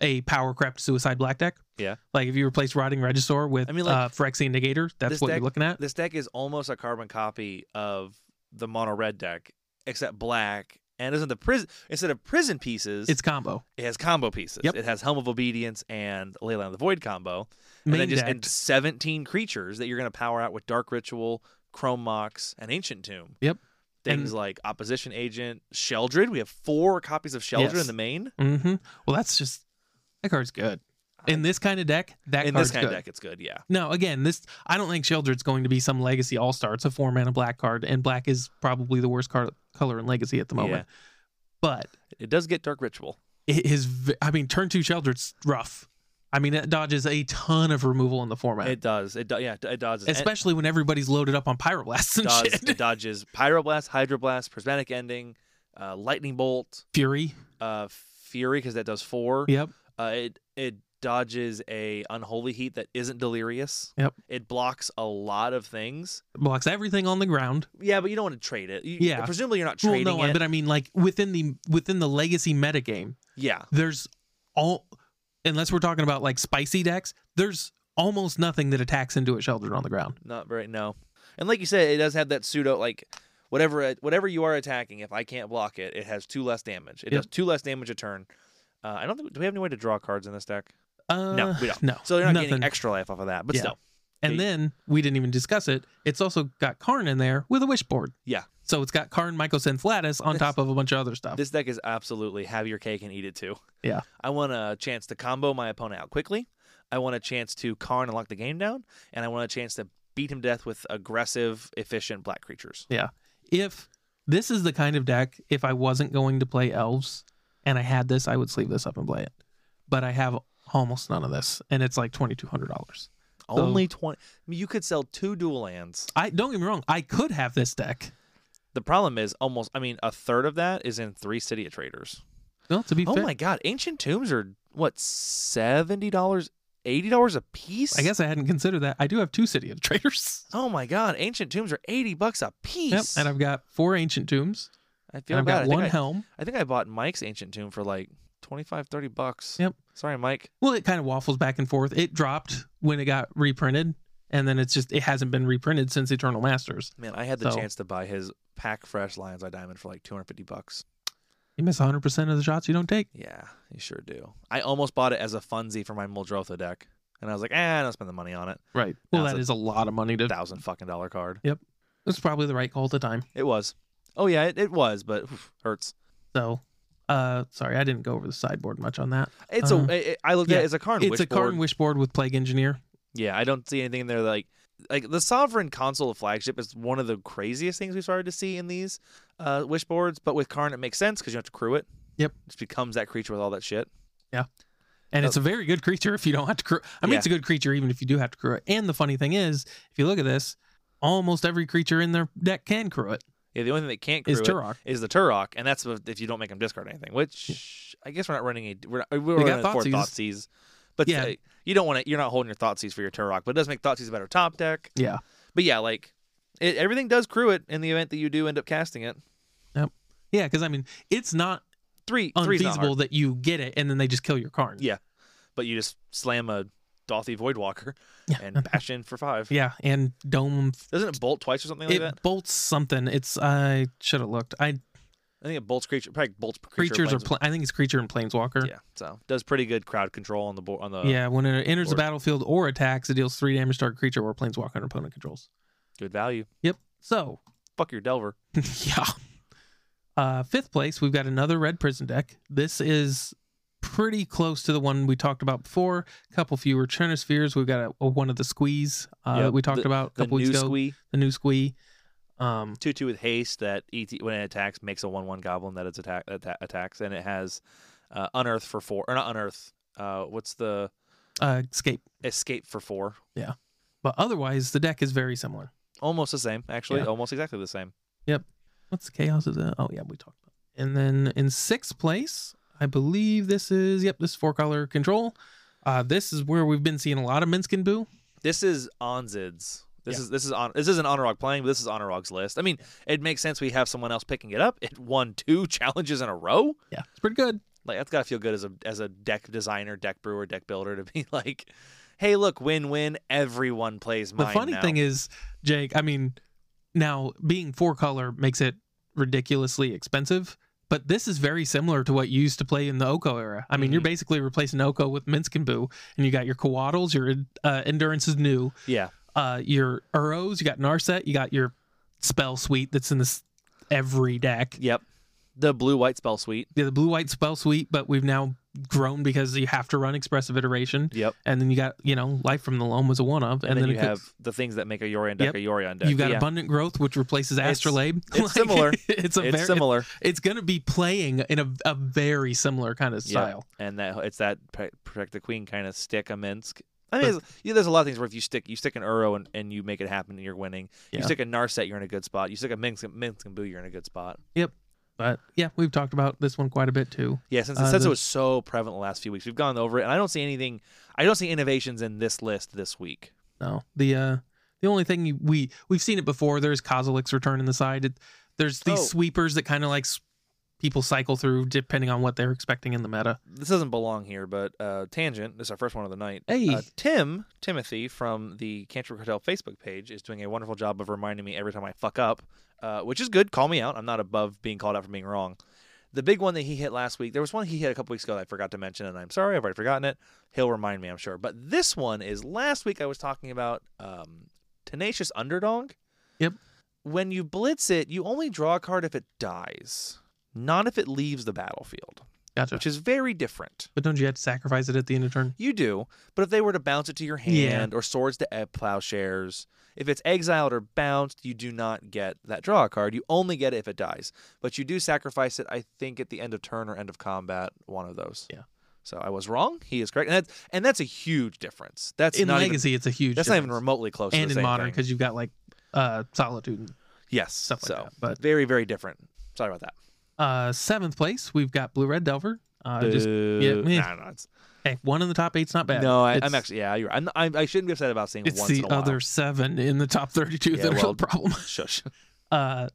Speaker 1: a power crept Suicide Black deck.
Speaker 3: Yeah.
Speaker 1: Like if you replace Rotting Regisaur with
Speaker 3: I mean, like,
Speaker 1: uh, Phyrexian Negator,
Speaker 3: this
Speaker 1: that's what
Speaker 3: deck-
Speaker 1: you're looking at.
Speaker 3: this deck is almost a carbon copy of the mono red deck, except black. And isn't the prison instead of prison pieces,
Speaker 1: It's combo.
Speaker 3: it has combo pieces.
Speaker 1: Yep.
Speaker 3: It has Helm of Obedience and Leyline of the Void combo.
Speaker 1: Main
Speaker 3: and then just
Speaker 1: deck.
Speaker 3: and 17 creatures that you're going to power out with Dark Ritual, Chrome Mox, and Ancient Tomb.
Speaker 1: Yep.
Speaker 3: Things
Speaker 1: And-
Speaker 3: like Opposition Agent, Sheldred. We have four copies of Sheldred
Speaker 1: Yes.
Speaker 3: in the main.
Speaker 1: hmm Well, that's just that card's good. In this kind of deck, that
Speaker 3: in
Speaker 1: card's
Speaker 3: this kind
Speaker 1: good.
Speaker 3: of deck, it's good, yeah.
Speaker 1: No, again, this I don't think Sheldred's going to be some legacy all star. It's a four mana black card, and black is probably the worst card, color in legacy at the moment. But
Speaker 3: It does get Dark Ritual.
Speaker 1: it is, v- I mean, turn two Sheldred's rough. I mean, it dodges a ton of removal in the format,
Speaker 3: It does. It do- yeah, it dodges. and-
Speaker 1: especially when everybody's loaded up on pyroblasts and
Speaker 3: does
Speaker 1: shit. <laughs>
Speaker 3: it dodges pyroblast, hydroblast, prismatic ending, uh, lightning bolt,
Speaker 1: Fury.
Speaker 3: uh, fury because that does four.
Speaker 1: Yep.
Speaker 3: Uh, it it dodges a unholy heat that isn't delirious.
Speaker 1: Yep.
Speaker 3: It blocks a lot of things.
Speaker 1: Blocks everything on the ground.
Speaker 3: Yeah, but you don't want to trade it. You-
Speaker 1: Yeah.
Speaker 3: Presumably you're not
Speaker 1: Well,
Speaker 3: trading
Speaker 1: no,
Speaker 3: it.
Speaker 1: but I mean, like within the within the legacy metagame,
Speaker 3: yeah.
Speaker 1: there's all unless we're talking about like spicy decks, there's almost nothing that attacks into it sheltered on the ground.
Speaker 3: Not very no. And like you said, it does have that pseudo like whatever it- whatever you are attacking. If I can't block it, it has two less damage. It
Speaker 1: Yep.
Speaker 3: does two less damage a turn. Uh, I don't think. Do we have any way to draw cards in this deck?
Speaker 1: Uh,
Speaker 3: No, we don't.
Speaker 1: No,
Speaker 3: So you're not
Speaker 1: nothing.
Speaker 3: getting extra life off of that, but
Speaker 1: Yeah.
Speaker 3: still.
Speaker 1: and then we didn't even discuss it. It's also got Karn in there with a wish board.
Speaker 3: Yeah.
Speaker 1: So it's got Karn, Michael Flatus on
Speaker 3: This-
Speaker 1: top of a bunch of other stuff.
Speaker 3: This deck is absolutely have your cake and eat it too.
Speaker 1: Yeah.
Speaker 3: I want a chance to combo my opponent out quickly. I want a chance to Karn and lock the game down, and I want a chance to beat him to death with aggressive, efficient black creatures.
Speaker 1: if this is the kind of deck, if I wasn't going to play elves and I had this, I would sleeve this up and play it. But I have almost none of this, and it's like twenty two hundred dollars.
Speaker 3: Only twenty. I mean, you could sell two dual lands.
Speaker 1: I don't get me wrong, I could have this deck.
Speaker 3: The problem is almost. I mean, a third of that is in three City of Traders.
Speaker 1: Well, to be
Speaker 3: Oh
Speaker 1: fair,
Speaker 3: my God! Ancient Tombs are what seventy dollars, eighty dollars a piece.
Speaker 1: I guess I hadn't considered that. I do have two City of Traders.
Speaker 3: Oh my God! Ancient Tombs are eighty bucks a piece.
Speaker 1: Yep, and I've got four ancient tombs,
Speaker 3: I feel
Speaker 1: and I've
Speaker 3: bad. I
Speaker 1: got
Speaker 3: think
Speaker 1: one
Speaker 3: I-
Speaker 1: helm.
Speaker 3: I think I bought Mike's ancient tomb for like 25, 30 bucks.
Speaker 1: Yep.
Speaker 3: Sorry, Mike.
Speaker 1: Well, it kind of waffles back and forth. It dropped when it got reprinted, and then it's just it hasn't been reprinted since Eternal Masters.
Speaker 3: Man, I had the
Speaker 1: So-
Speaker 3: chance to buy his pack fresh Lions Eye Diamond for like 250 bucks.
Speaker 1: You miss 100 percent of the shots you don't take.
Speaker 3: Yeah, you sure do. I almost bought it as a funzie for my Muldrotha deck. And I was like, eh, I don't spend the money on it.
Speaker 1: Right. Well,
Speaker 3: Now
Speaker 1: that
Speaker 3: it's
Speaker 1: is a lot of money to.
Speaker 3: Thousand fucking dollar card.
Speaker 1: It's probably the right call at the time.
Speaker 3: It was. Oh, yeah, it, it was, but oof, hurts.
Speaker 1: So, uh, sorry, I didn't go over the sideboard much on that.
Speaker 3: It's
Speaker 1: Uh,
Speaker 3: a. I- I- I looked at
Speaker 1: yeah,
Speaker 3: it as a card.
Speaker 1: it's a Karn wish board with Plague Engineer.
Speaker 3: Yeah, I don't see anything in there that, like like the sovereign console of flagship is one of the craziest things we've started to see in these uh, wish boards. But with Karn, it makes sense because you have to crew it.
Speaker 1: Yep.
Speaker 3: just becomes that creature with all that shit.
Speaker 1: And
Speaker 3: Oh.
Speaker 1: it's a very good creature if you don't have to crew. I mean,
Speaker 3: Yeah.
Speaker 1: it's a good creature even if you do have to crew it. And the funny thing is, if you look at this, almost every creature in their deck can crew it.
Speaker 3: Yeah, the only thing that can't crew
Speaker 1: Is
Speaker 3: it
Speaker 1: Turok.
Speaker 3: is the Turok, and that's if if you don't make them discard anything. Which I guess we're not running a we're not, we're
Speaker 1: They
Speaker 3: running
Speaker 1: got
Speaker 3: a four
Speaker 1: Thoughtseize.
Speaker 3: Thoughtseize, but
Speaker 1: Yeah.
Speaker 3: uh, you don't want to. You're not holding your Thoughtseize for your Turok, but it does make Thoughtseize a better top deck.
Speaker 1: Yeah.
Speaker 3: But yeah, like it, everything does crew it in the event that you do end up casting it.
Speaker 1: Yeah, because I mean, it's not
Speaker 3: Three, three's not hard.
Speaker 1: unfeasible that you get it and then they just kill your Karn.
Speaker 3: Yeah. but you just slam a Dothy Voidwalker
Speaker 1: <laughs> Yeah.
Speaker 3: and Bastion for five.
Speaker 1: Yeah, and dome.
Speaker 3: Doesn't it bolt twice or something like
Speaker 1: it
Speaker 3: that?
Speaker 1: bolts something. It's I should have looked. I
Speaker 3: I think it bolts creature, probably bolts creature
Speaker 1: creatures are.
Speaker 3: planes-
Speaker 1: Pla- I think it's creature and planeswalker.
Speaker 3: Yeah, so does pretty good crowd control on the board on the
Speaker 1: yeah, when it enters the
Speaker 3: Lord.
Speaker 1: battlefield or attacks, it deals three damage to our creature or planeswalker an opponent controls.
Speaker 3: good value.
Speaker 1: So, <laughs>
Speaker 3: Fuck your Delver.
Speaker 1: yeah. Uh, fifth place, we've got another red prison deck. This is pretty close to the one we talked about before. A couple fewer Trinospheres. We've got a, a- one of the squeeze uh,
Speaker 3: Yep,
Speaker 1: that we talked about a
Speaker 3: The
Speaker 1: couple
Speaker 3: new
Speaker 1: weeks ago.
Speaker 3: Squee,
Speaker 1: The new squee. Um,
Speaker 3: two two with haste that ET, when it attacks makes a one one goblin that it's attack atta- attacks and it has uh, unearth for four or not unearth. Uh, what's the
Speaker 1: uh, escape.
Speaker 3: escape for four?
Speaker 1: But otherwise, the deck is very similar.
Speaker 3: Almost the same, actually,
Speaker 1: Yeah.
Speaker 3: almost exactly the same.
Speaker 1: What's the chaos of the? Oh yeah, we talked about. it. And then in sixth place, I believe this is yep, this is four color control. Uh, this is where we've been seeing a lot of Minsk and Boo.
Speaker 3: This is Onzid's. This is this is on this isn't Honorog playing, but this is Honorog's list. I mean, it makes sense we have someone else picking it up. It won two <laughs> challenges in a row.
Speaker 1: Yeah, it's pretty good.
Speaker 3: Like that's gotta feel good as a as a deck designer, deck brewer, deck builder to <laughs> be like, hey, look, win win. Everyone plays
Speaker 1: The
Speaker 3: mine.
Speaker 1: funny
Speaker 3: now.
Speaker 1: thing is, Jake. I mean, now being four color makes it ridiculously expensive. But this is very similar to what you used to play in the Oko era. I mean, you're
Speaker 3: Mhm.
Speaker 1: basically replacing Oko with Minsk and Boo, and you got your Coaddles, your uh, Endurance is new,
Speaker 3: yeah,
Speaker 1: uh, your Uros, you got Narset, you got your spell suite that's in this every deck.
Speaker 3: yep. The blue white spell suite.
Speaker 1: Yeah, the blue white spell suite, but we've now grown because you have to run expressive iteration.
Speaker 3: Yep.
Speaker 1: And then you got, you know, Life from the Loam was a one of.
Speaker 3: And, then, you
Speaker 1: it could-
Speaker 3: have the things that make a Yorion deck
Speaker 1: Yep.
Speaker 3: a Yorion deck.
Speaker 1: you've got
Speaker 3: yeah.
Speaker 1: Abundant Growth, which replaces
Speaker 3: It's-
Speaker 1: Astrolabe. <laughs>
Speaker 3: it's similar.
Speaker 1: It's a
Speaker 3: it's
Speaker 1: very
Speaker 3: similar.
Speaker 1: it's gonna be playing in a, a very similar kind of
Speaker 3: Yep.
Speaker 1: style.
Speaker 3: and that it's that pre- protect the queen kind of stick a Minsk. I mean, there's, yeah, there's a lot of things where if you stick you stick an Uro and, and you make it happen and you're winning.
Speaker 1: Yeah.
Speaker 3: You stick a Narset, you're in a good spot. You stick a Minsk, Minsk and Boo, you're in a good spot.
Speaker 1: But yeah, we've talked about this one quite a bit too.
Speaker 3: Yeah, since,
Speaker 1: Uh,
Speaker 3: since
Speaker 1: the-
Speaker 3: it was so prevalent the last few weeks, we've gone over it, and I don't see anything. I don't see innovations in this list this week.
Speaker 1: No, the uh, the only thing you, we we've seen it before. There's Kozilek's return in the side. It, there's these
Speaker 3: Oh.
Speaker 1: sweepers that kind of like s- people cycle through depending on what they're expecting in the meta.
Speaker 3: This doesn't belong here, but uh, tangent. This is our first one of the night.
Speaker 1: Hey.
Speaker 3: uh, Tim Timothy from the Cantrip Hotel Facebook page is doing a wonderful job of reminding me every time I fuck up, uh, which is good. Call me out. I'm not above being called out for being wrong. The big one that he hit last week, there was one he hit a couple weeks ago that I forgot to mention, and I'm sorry, I've already forgotten it. He'll remind me, I'm sure. But this one is last week I was talking about um, Tenacious Underdog.
Speaker 1: Yep.
Speaker 3: When you blitz it, you only draw a card if it dies, not if it leaves the battlefield,
Speaker 1: Gotcha.
Speaker 3: which is very different.
Speaker 1: But don't you have to sacrifice it at the end of turn?
Speaker 3: You do, but if they were to bounce it to your
Speaker 1: Yeah.
Speaker 3: hand or swords to e- plowshares, if it's exiled or bounced, you do not get that draw card. You only get it if it dies, but you do sacrifice it. I think at the end of turn or end of combat, one of those.
Speaker 1: Yeah.
Speaker 3: So I was wrong. He is correct, and that's and that's a huge difference. That's
Speaker 1: in
Speaker 3: not even,
Speaker 1: Legacy, it's a huge.
Speaker 3: that's not even
Speaker 1: difference.
Speaker 3: remotely close. to
Speaker 1: And
Speaker 3: the
Speaker 1: in
Speaker 3: same
Speaker 1: Modern,
Speaker 3: thing.
Speaker 1: because you've got like uh, Solitude and
Speaker 3: yes,
Speaker 1: stuff like
Speaker 3: so
Speaker 1: that. But
Speaker 3: very very different. Sorry about that.
Speaker 1: uh, seventh place, we've got Blue Red Delver. Uh, just
Speaker 3: Boo.
Speaker 1: meh.
Speaker 3: Nah, no, it's,
Speaker 1: hey, one in the top eight's not bad.
Speaker 3: no, I,
Speaker 1: It's-
Speaker 3: I'm actually yeah. You're. right. I'm, I'm, I shouldn't be upset about seeing
Speaker 1: It's
Speaker 3: once
Speaker 1: the
Speaker 3: in a while.
Speaker 1: other seven in the top thirty-two
Speaker 3: Yeah,
Speaker 1: that are
Speaker 3: well-
Speaker 1: the problem.
Speaker 3: <laughs> Shush.
Speaker 1: Uh,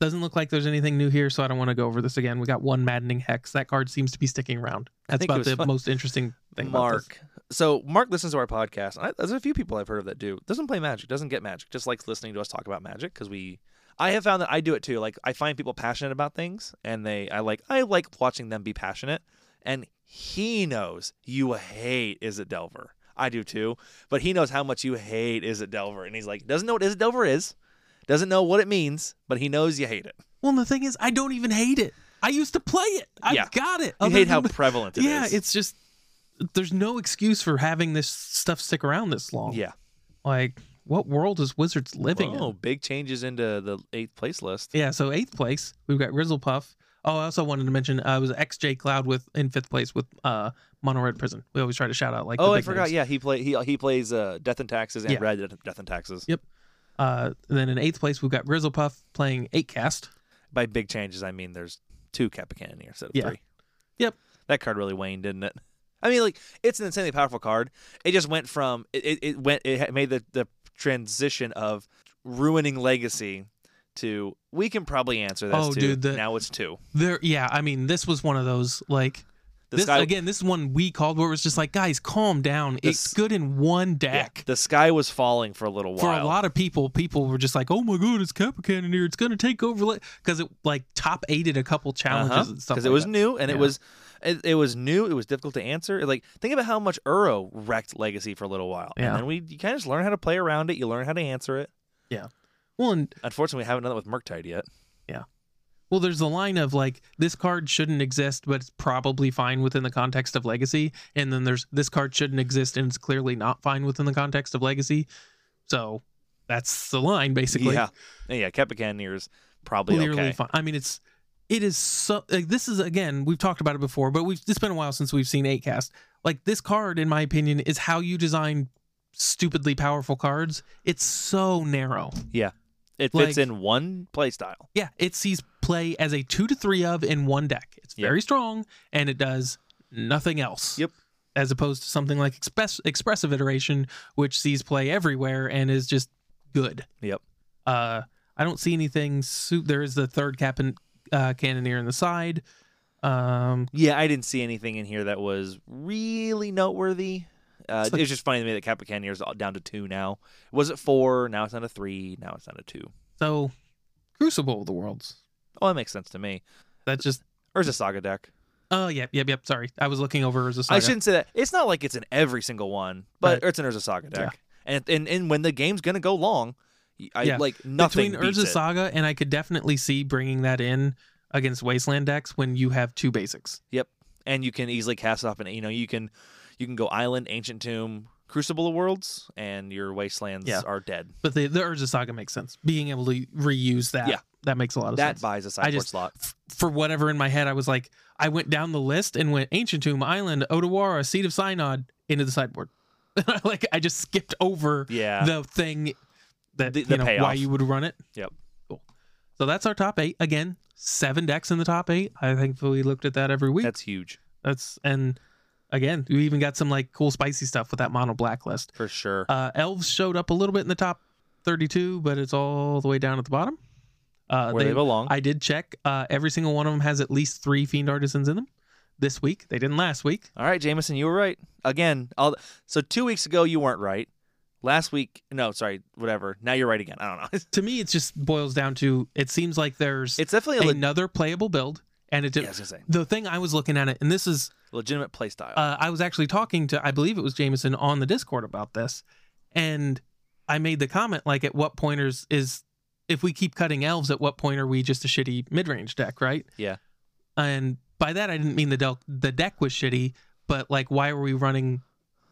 Speaker 1: doesn't look like there's anything new here, so I don't want to go over this again. We got one maddening hex. That card seems to be sticking around. That's
Speaker 3: think it
Speaker 1: about
Speaker 3: was
Speaker 1: the
Speaker 3: fun-
Speaker 1: most interesting thing. about this.
Speaker 3: Mark. So Mark listens to our podcast. And I, there's a few people I've heard of that do. Doesn't play magic. Doesn't get magic. Just likes listening to us talk about magic because we. I have found that I do it too. Like I find people passionate about things, and they I like I like watching them be passionate. And he knows you hate Is it Delver. I do too, but he knows how much you hate Is it Delver, and he's like doesn't know what Is it Delver is, doesn't know what it means, but he knows you hate it.
Speaker 1: Well, and the thing is, I don't even hate it. I used to play it. I've
Speaker 3: Yeah.
Speaker 1: got it.
Speaker 3: You
Speaker 1: Other
Speaker 3: hate how
Speaker 1: than-
Speaker 3: prevalent <laughs> it
Speaker 1: <laughs>
Speaker 3: is.
Speaker 1: yeah, it's just there's no excuse for having this stuff stick around this long.
Speaker 3: yeah.
Speaker 1: Like, what world is Wizards living
Speaker 3: Oh,
Speaker 1: in?
Speaker 3: big changes into the eighth place list.
Speaker 1: Yeah, so eighth place, we've got Grizzlepuff. Oh, I also wanted to mention uh, I was XJ Cloud with in fifth place with uh Mono Red Prison. We always try to shout out like
Speaker 3: oh,
Speaker 1: the
Speaker 3: I
Speaker 1: big
Speaker 3: forgot.
Speaker 1: names.
Speaker 3: Yeah, he play he he plays uh, Death and Taxes and
Speaker 1: Yeah.
Speaker 3: Red Death- Death and Taxes.
Speaker 1: Yep. Uh, then in eighth place, we've got Grizzlepuff playing eight cast.
Speaker 3: By big changes, I mean there's two Kappa Cannoneer instead of
Speaker 1: Yeah.
Speaker 3: three.
Speaker 1: Yep.
Speaker 3: That card really waned, didn't it? I mean, like it's an insanely powerful card. It just went from it it, it went it had- made the the transition of ruining Legacy to we can probably answer this.
Speaker 1: Oh,
Speaker 3: to,
Speaker 1: dude, the-
Speaker 3: now it's two.
Speaker 1: There, yeah. I mean, this was one of those like
Speaker 3: The
Speaker 1: this
Speaker 3: sky
Speaker 1: again, this one we called where it was just like, guys, calm down. it's
Speaker 3: This-
Speaker 1: good in one
Speaker 3: yeah,
Speaker 1: deck.
Speaker 3: the sky was falling for a little while.
Speaker 1: For a lot of people, people were just like, "Oh my god, it's Kappa Cannoneer! It's gonna take over!" Because it like top aided a couple challenges
Speaker 3: Uh-huh,
Speaker 1: and stuff.
Speaker 3: it
Speaker 1: like
Speaker 3: was
Speaker 1: that.
Speaker 3: new and
Speaker 1: Yeah.
Speaker 3: it was it, it was new it was difficult to answer like think about how much uro wrecked legacy for a little while
Speaker 1: Yeah.
Speaker 3: and then we you kind of just learn how to play around it you learn how to answer it
Speaker 1: well, and
Speaker 3: unfortunately we haven't done that with Murktide yet
Speaker 1: Well, there's the line of like this card shouldn't exist, but it's probably fine within the context of Legacy, and then there's this card shouldn't exist, and it's clearly not fine within the context of Legacy. So that's the line, basically.
Speaker 3: yeah And yeah Kepicaneer is probably
Speaker 1: clearly
Speaker 3: okay
Speaker 1: fine. I mean, it's it is so. Like, this is again, we've talked about it before, but we've it's been a while since we've seen eight cast. Like this card, in my opinion, is how you design stupidly powerful cards. It's so narrow.
Speaker 3: it fits
Speaker 1: like-
Speaker 3: in one playstyle
Speaker 1: Yeah, it sees play as a two to three of in one deck. It's
Speaker 3: Yep.
Speaker 1: very strong and it does nothing else.
Speaker 3: Yep.
Speaker 1: As opposed to something like express, expressive iteration, which sees play everywhere and is just good.
Speaker 3: Yep.
Speaker 1: Uh, I don't see anything. Su- there is the third cap and uh, cannoneer in the side. Um,
Speaker 3: yeah I didn't see anything in here that was really noteworthy uh,
Speaker 1: It's like-
Speaker 3: it's just funny to me that Capricaneer is all- down to two now. It Was it four? Now it's down to three. Now it's down to two.
Speaker 1: so, Crucible of the Worlds.
Speaker 3: Oh, that makes sense to me.
Speaker 1: That's just.
Speaker 3: Or is it Saga deck?
Speaker 1: Oh yep, yep, yep. Sorry, I was looking over as a
Speaker 3: I
Speaker 1: saga.
Speaker 3: shouldn't say that. It's not like it's in every single one, but
Speaker 1: Right.
Speaker 3: it's an Urza Saga deck. And, and and when the game's gonna go long, y- I
Speaker 1: Yeah.
Speaker 3: like nothing
Speaker 1: between
Speaker 3: beats
Speaker 1: Urza
Speaker 3: it.
Speaker 1: Saga and I could definitely see bringing that in against Wasteland decks when you have two basics.
Speaker 3: and you can easily cast off, and you know you can you can go Island, Ancient Tomb, Crucible of Worlds, and your Wastelands
Speaker 1: Yeah.
Speaker 3: are dead.
Speaker 1: But the, the Urza Saga makes sense. Being able to reuse that,
Speaker 3: Yeah.
Speaker 1: that makes a lot of
Speaker 3: That
Speaker 1: sense.
Speaker 3: buys a sideboard
Speaker 1: just-
Speaker 3: slot.
Speaker 1: F- For whatever in my head, I was like, I went down the list and went Ancient Tomb, Island, Odawara, Seed of Synod into the sideboard. <laughs> like I just skipped over
Speaker 3: Yeah,
Speaker 1: the thing that
Speaker 3: The-
Speaker 1: you
Speaker 3: the
Speaker 1: know why
Speaker 3: payoff.
Speaker 1: you would run it.
Speaker 3: Yep.
Speaker 1: Cool. So that's our top eight again. Seven decks in the top eight. I think we looked at that every week.
Speaker 3: that's huge
Speaker 1: That's and again, we even got some like cool spicy stuff with that mono blacklist.
Speaker 3: for sure.
Speaker 1: Uh, elves showed up a little bit in the top 32, but it's all the way down at the bottom. Uh,
Speaker 3: Where they,
Speaker 1: they,
Speaker 3: belong.
Speaker 1: I did check. Uh, every single one of them has at least three fiend artisans in them. This week they didn't. Last week,
Speaker 3: All right, Jameson, you were right again. All so two weeks ago you weren't right. Last week, no, sorry, whatever. Now you're right again. I don't know. <laughs>
Speaker 1: to me, it just boils down to it seems like there's
Speaker 3: It's definitely a le-
Speaker 1: another playable build, and it.
Speaker 3: yeah,
Speaker 1: Did,
Speaker 3: I was gonna say,
Speaker 1: The thing I was looking at it, and this is
Speaker 3: legitimate play style.
Speaker 1: uh, I was actually talking to, I believe it was Jameson on the Discord about this, and I made the comment like, at what pointers is if we keep cutting elves, at what point are we just a shitty mid range deck, right?
Speaker 3: Yeah.
Speaker 1: And by that, I didn't mean the del- the deck was shitty, but like, why were we running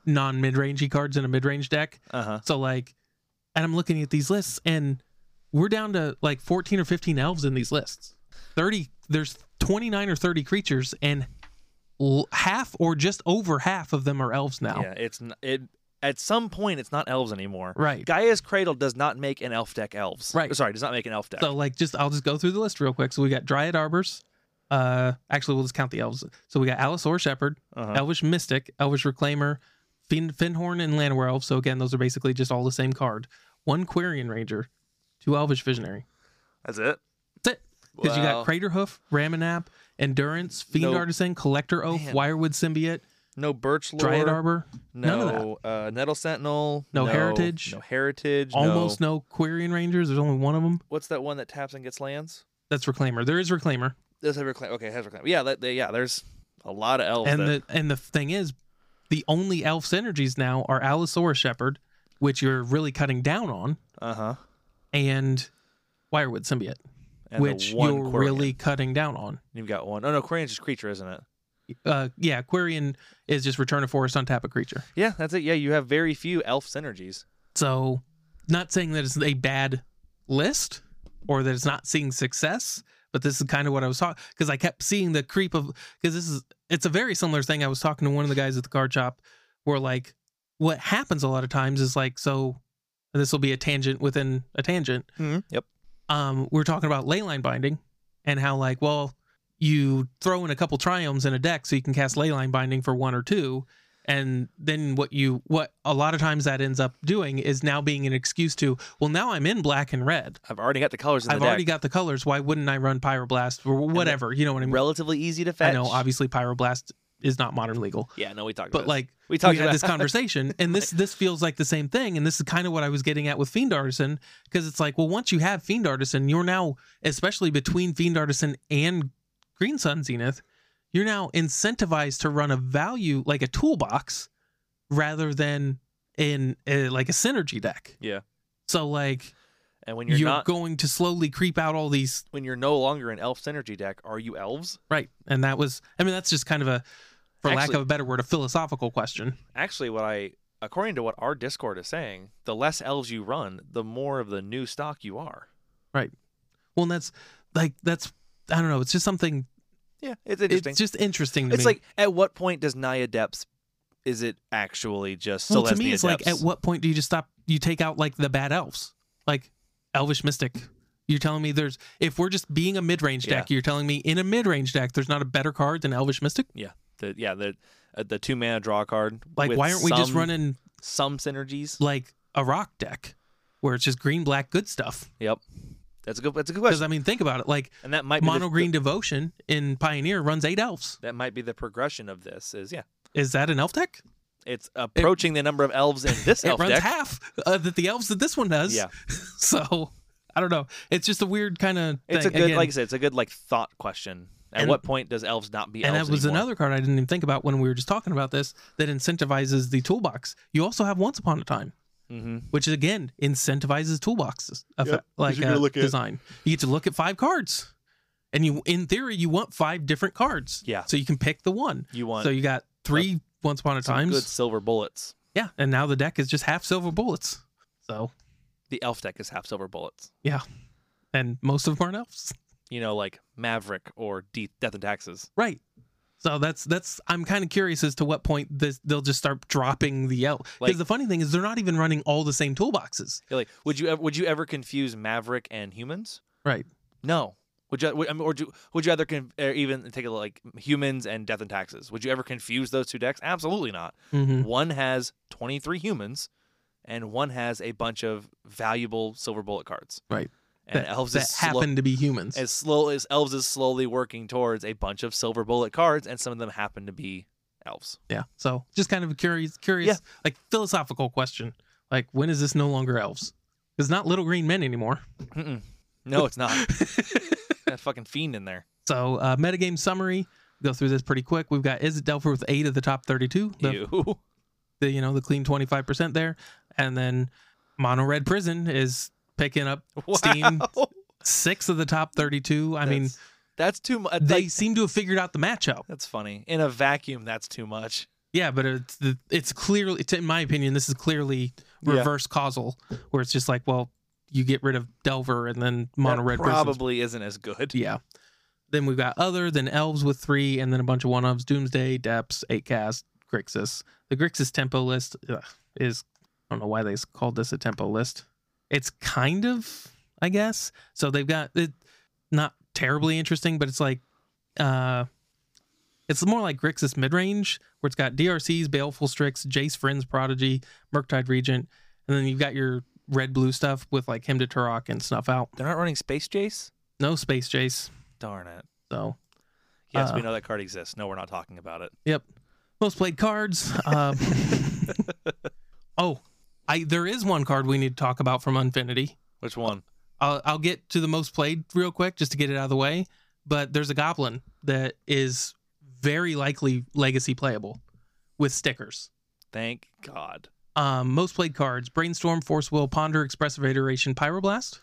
Speaker 1: non mid rangey cards in a mid range deck?
Speaker 3: Uh huh.
Speaker 1: So like, and I'm looking at these lists, and we're down to like 14 or 15 elves in these lists. 30, there's 29 or 30 creatures, and l- half or just over half of them are elves now.
Speaker 3: Yeah, it's n- it. At some point, it's not elves anymore.
Speaker 1: Right.
Speaker 3: Gaia's Cradle does not make an elf deck elves.
Speaker 1: Right.
Speaker 3: Sorry, does not make an elf deck.
Speaker 1: So like, just I'll just go through the list real quick. So we got Dryad Arbors. Uh, actually, we'll just count the elves. So we got Alisaur Shepherd,
Speaker 3: uh-huh.
Speaker 1: Elvish Mystic, Elvish Reclaimer, fin- Finhorn, and Landwehr Elf. So again, those are basically just all the same card. One Quarian Ranger, two Elvish Visionary.
Speaker 3: That's it.
Speaker 1: That's it. Because you
Speaker 3: Wow.
Speaker 1: got Crater Hoof, Ramanap, Endurance, Fiend
Speaker 3: Nope.
Speaker 1: Artisan, Collector Oath,
Speaker 3: Man.
Speaker 1: Wirewood Symbiote,
Speaker 3: no birch lore.
Speaker 1: Dryad Arbor.
Speaker 3: no
Speaker 1: none of that.
Speaker 3: Uh, nettle sentinel.
Speaker 1: No heritage.
Speaker 3: No heritage.
Speaker 1: Almost
Speaker 3: No,
Speaker 1: no Quirion Rangers. There's only one of them.
Speaker 3: what's that one that taps and gets lands?
Speaker 1: That's Reclaimer. There is Reclaimer.
Speaker 3: Does have reclaim? Okay, it has reclaim. Yeah, that, they, yeah. There's a lot of elves.
Speaker 1: and
Speaker 3: that-
Speaker 1: the and the thing is, the only elf synergies now are Allosaurus Shepherd, which you're really cutting down on,
Speaker 3: uh-huh.
Speaker 1: and Wirewood Symbiote,
Speaker 3: And the
Speaker 1: which
Speaker 3: one
Speaker 1: you're
Speaker 3: Quirion.
Speaker 1: really cutting down on.
Speaker 3: You've got one. Oh no, Quarian's just creature, isn't it?
Speaker 1: Uh, yeah, Quirion is just return a forest on tap a creature.
Speaker 3: Yeah, that's it. Yeah, you have very few elf synergies.
Speaker 1: So, not saying that it's a bad list or that it's not seeing success, but this is kind of what I was talking because I kept seeing the creep of because this is it's a very similar thing. I was talking to one of the guys at the card shop where like what happens a lot of times is like so and this will be a tangent within a tangent
Speaker 3: Yep.
Speaker 1: um, we are talking about ley line binding and how like well you throw in a couple triomes in a deck so you can cast ley line binding for one or two and then what you what a lot of times that ends up doing is now being an excuse to well now i'm in black and red
Speaker 3: I've already got the colors in the
Speaker 1: i've
Speaker 3: deck.
Speaker 1: already got the colors why wouldn't i run pyroblast or whatever you know what i mean
Speaker 3: Relatively easy to fetch.
Speaker 1: i know obviously pyroblast is not modern legal.
Speaker 3: Yeah, no, we talked. about
Speaker 1: But
Speaker 3: this.
Speaker 1: like
Speaker 3: we talked
Speaker 1: we had
Speaker 3: about
Speaker 1: this conversation, and this this feels like the same thing. And this is kind of what I was getting at with Fiend Artisan, because it's like, well, once you have Fiend Artisan, you're now, especially between Fiend Artisan and Green Sun Zenith, you're now incentivized to run a value like a toolbox rather than in uh like a synergy deck.
Speaker 3: Yeah.
Speaker 1: So like
Speaker 3: and when
Speaker 1: you're,
Speaker 3: you're, not,
Speaker 1: going to slowly creep out all these
Speaker 3: when you're no longer an elf synergy deck, are you elves?
Speaker 1: right, and that was, I mean, that's just kind of a, for lack
Speaker 3: Actually-
Speaker 1: of a better word, a philosophical question.
Speaker 3: Actually, what I according to what our Discord is saying, the less elves you run, the more of the new stock you are.
Speaker 1: Well, and that's like that's I don't know. It's just something.
Speaker 3: Yeah, it's interesting.
Speaker 1: It's just interesting. To
Speaker 3: It's
Speaker 1: me.
Speaker 3: like at what point does Naya Depths is it actually just
Speaker 1: well,
Speaker 3: Celestia
Speaker 1: to me, it's like at
Speaker 3: Depths?
Speaker 1: what point do you just stop? You take out like the bad elves, like Elvish Mystic. You're telling me there's if we're just being a mid range deck, you're telling me in a mid range deck there's not a better card than Elvish Mystic.
Speaker 3: the, yeah the uh, the two mana draw card.
Speaker 1: Like
Speaker 3: with
Speaker 1: why aren't we just
Speaker 3: some-
Speaker 1: running
Speaker 3: some synergies?
Speaker 1: like a rock deck where it's just green black good stuff?
Speaker 3: Yep, that's a good that's a good
Speaker 1: Because
Speaker 3: question.
Speaker 1: I mean, think about it. Like
Speaker 3: And that might be
Speaker 1: mono
Speaker 3: the,
Speaker 1: green devotion in Pioneer runs eight elves.
Speaker 3: that might be the progression of this. Is yeah,
Speaker 1: Is that an elf deck?
Speaker 3: it's approaching the number of elves in
Speaker 1: <laughs>
Speaker 3: this
Speaker 1: it
Speaker 3: elf
Speaker 1: runs
Speaker 3: deck.
Speaker 1: half uh, that the elves that this one does.
Speaker 3: Yeah.
Speaker 1: <laughs> so I don't know. It's just a weird kind of.
Speaker 3: It's a good like I said, it's a good like thought question. At
Speaker 1: And-
Speaker 3: what point does elves not be
Speaker 1: and
Speaker 3: elves
Speaker 1: that was
Speaker 3: anymore?
Speaker 1: another card I didn't even think about when we were just talking about this that incentivizes the toolbox. You also have Once Upon a Time,
Speaker 3: Mm-hmm.
Speaker 1: which again incentivizes toolboxes of
Speaker 4: Yep, 'cause
Speaker 1: like
Speaker 4: you're gonna
Speaker 1: uh,
Speaker 4: look at-
Speaker 1: design. You get to look at five cards, and you in theory you want five different cards.
Speaker 3: Yeah.
Speaker 1: so you can pick the one.
Speaker 3: You want
Speaker 1: So you got three Once Upon a
Speaker 3: some
Speaker 1: Times.
Speaker 3: good silver bullets.
Speaker 1: Yeah, and now the deck is just half silver bullets. So
Speaker 3: The elf deck is half silver bullets.
Speaker 1: and most of them aren't elves.
Speaker 3: You know, like Maverick or De- Death and Taxes.
Speaker 1: Right. So that's that's I'm kind of curious as to what point this they'll just start dropping the L. Because
Speaker 3: Like-
Speaker 1: the funny thing is they're not even running all the same toolboxes.
Speaker 3: You're like, would you ever would you ever confuse Maverick and humans?
Speaker 1: Right.
Speaker 3: No. Would you would, I mean, or do, would you rather con- or even take a look, like humans and Death and Taxes? Would you ever confuse those two decks? Absolutely not.
Speaker 1: Mm-hmm.
Speaker 3: One has 23 humans, and one has a bunch of valuable silver bullet cards.
Speaker 1: Right.
Speaker 3: And
Speaker 1: that
Speaker 3: elves
Speaker 1: that
Speaker 3: is slow-
Speaker 1: happen to be humans.
Speaker 3: as slow as elves is slowly working towards a bunch of silver bullet cards, and some of them happen to be elves.
Speaker 1: yeah. So just kind of a curious curious like philosophical question. Like when is this no longer elves? It's not little green men anymore.
Speaker 3: Mm-mm. No, it's <laughs> not. that fucking fiend in there.
Speaker 1: So uh, metagame summary. Go through this pretty quick. We've got Is it Delphi with eight of the top thirty-two. The
Speaker 3: Ew.
Speaker 1: the you know the clean 25% there and then mono red prison is picking up steam
Speaker 3: <laughs> Wow.
Speaker 1: six of the top 32 i mean
Speaker 3: That's- that's too much.
Speaker 1: they seem to have figured out the matchup
Speaker 3: that's funny. In a vacuum, that's too much.
Speaker 1: yeah but it's the- it's clearly it's, in my opinion this is clearly
Speaker 3: Yeah.
Speaker 1: reverse causal where it's just like well you get rid of delver and then mono
Speaker 3: That
Speaker 1: red prison's
Speaker 3: probably isn't as good.
Speaker 1: Yeah. Then we've got other than elves with three, and then a bunch of one ofs: Doomsday, Depths, Eight Cast, Grixis. The Grixis tempo list ugh, is I don't know why they s- called this a tempo list. It's kind of, I guess. So they've got it, not terribly interesting, but it's like, uh, it's more like Grixis mid range, where it's got DRCs, Baleful Strix, Jace Friends, Prodigy, Murktide Regent, and then you've got your red blue stuff with like him to Turok and Snuff Out.
Speaker 3: They're not running Space Jace?
Speaker 1: No Space Jace,
Speaker 3: Darn it.
Speaker 1: so.
Speaker 3: Yes, we
Speaker 1: Uh.
Speaker 3: know that card exists. No, we're not talking about it.
Speaker 1: most played cards. Um, oh, I there is one card we need to talk about from Infinity.
Speaker 3: Which one?
Speaker 1: I'll, I'll get to the most played real quick just to get it out of the way. But there's a goblin that is very likely legacy playable with stickers.
Speaker 3: Thank God.
Speaker 1: Um, most played cards: Brainstorm, Force Will, Ponder, Expressive Iteration, Pyroblast.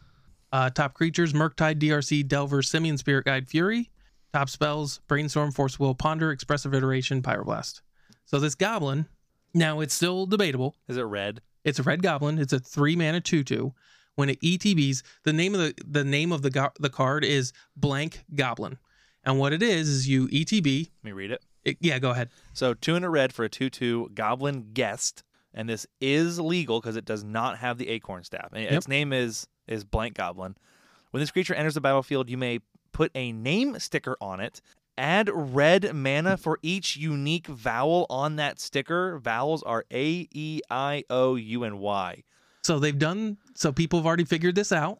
Speaker 1: Uh, top creatures: Murktide, DRC, Delver, Simeon, Spirit Guide, Fury. Top spells: Brainstorm, Force Will, Ponder, Expressive Iteration, Pyroblast. So this goblin, now it's still debatable.
Speaker 3: Is it red?
Speaker 1: It's a red goblin. It's a three mana two two. When it ETBs, the name of the the name of the go- the card is blank goblin, and what it is is you ETB.
Speaker 3: Let me read it.
Speaker 1: It, yeah, go ahead.
Speaker 3: So two and a red for a two-two goblin guest, and this is legal because it does not have the acorn staff. And Its name is is blank goblin. When this creature enters the battlefield, you may put a name sticker on it. Add red mana for each unique vowel on that sticker. Vowels are A, E, I, O, U, and Y.
Speaker 1: So they've done. So people have already figured this out.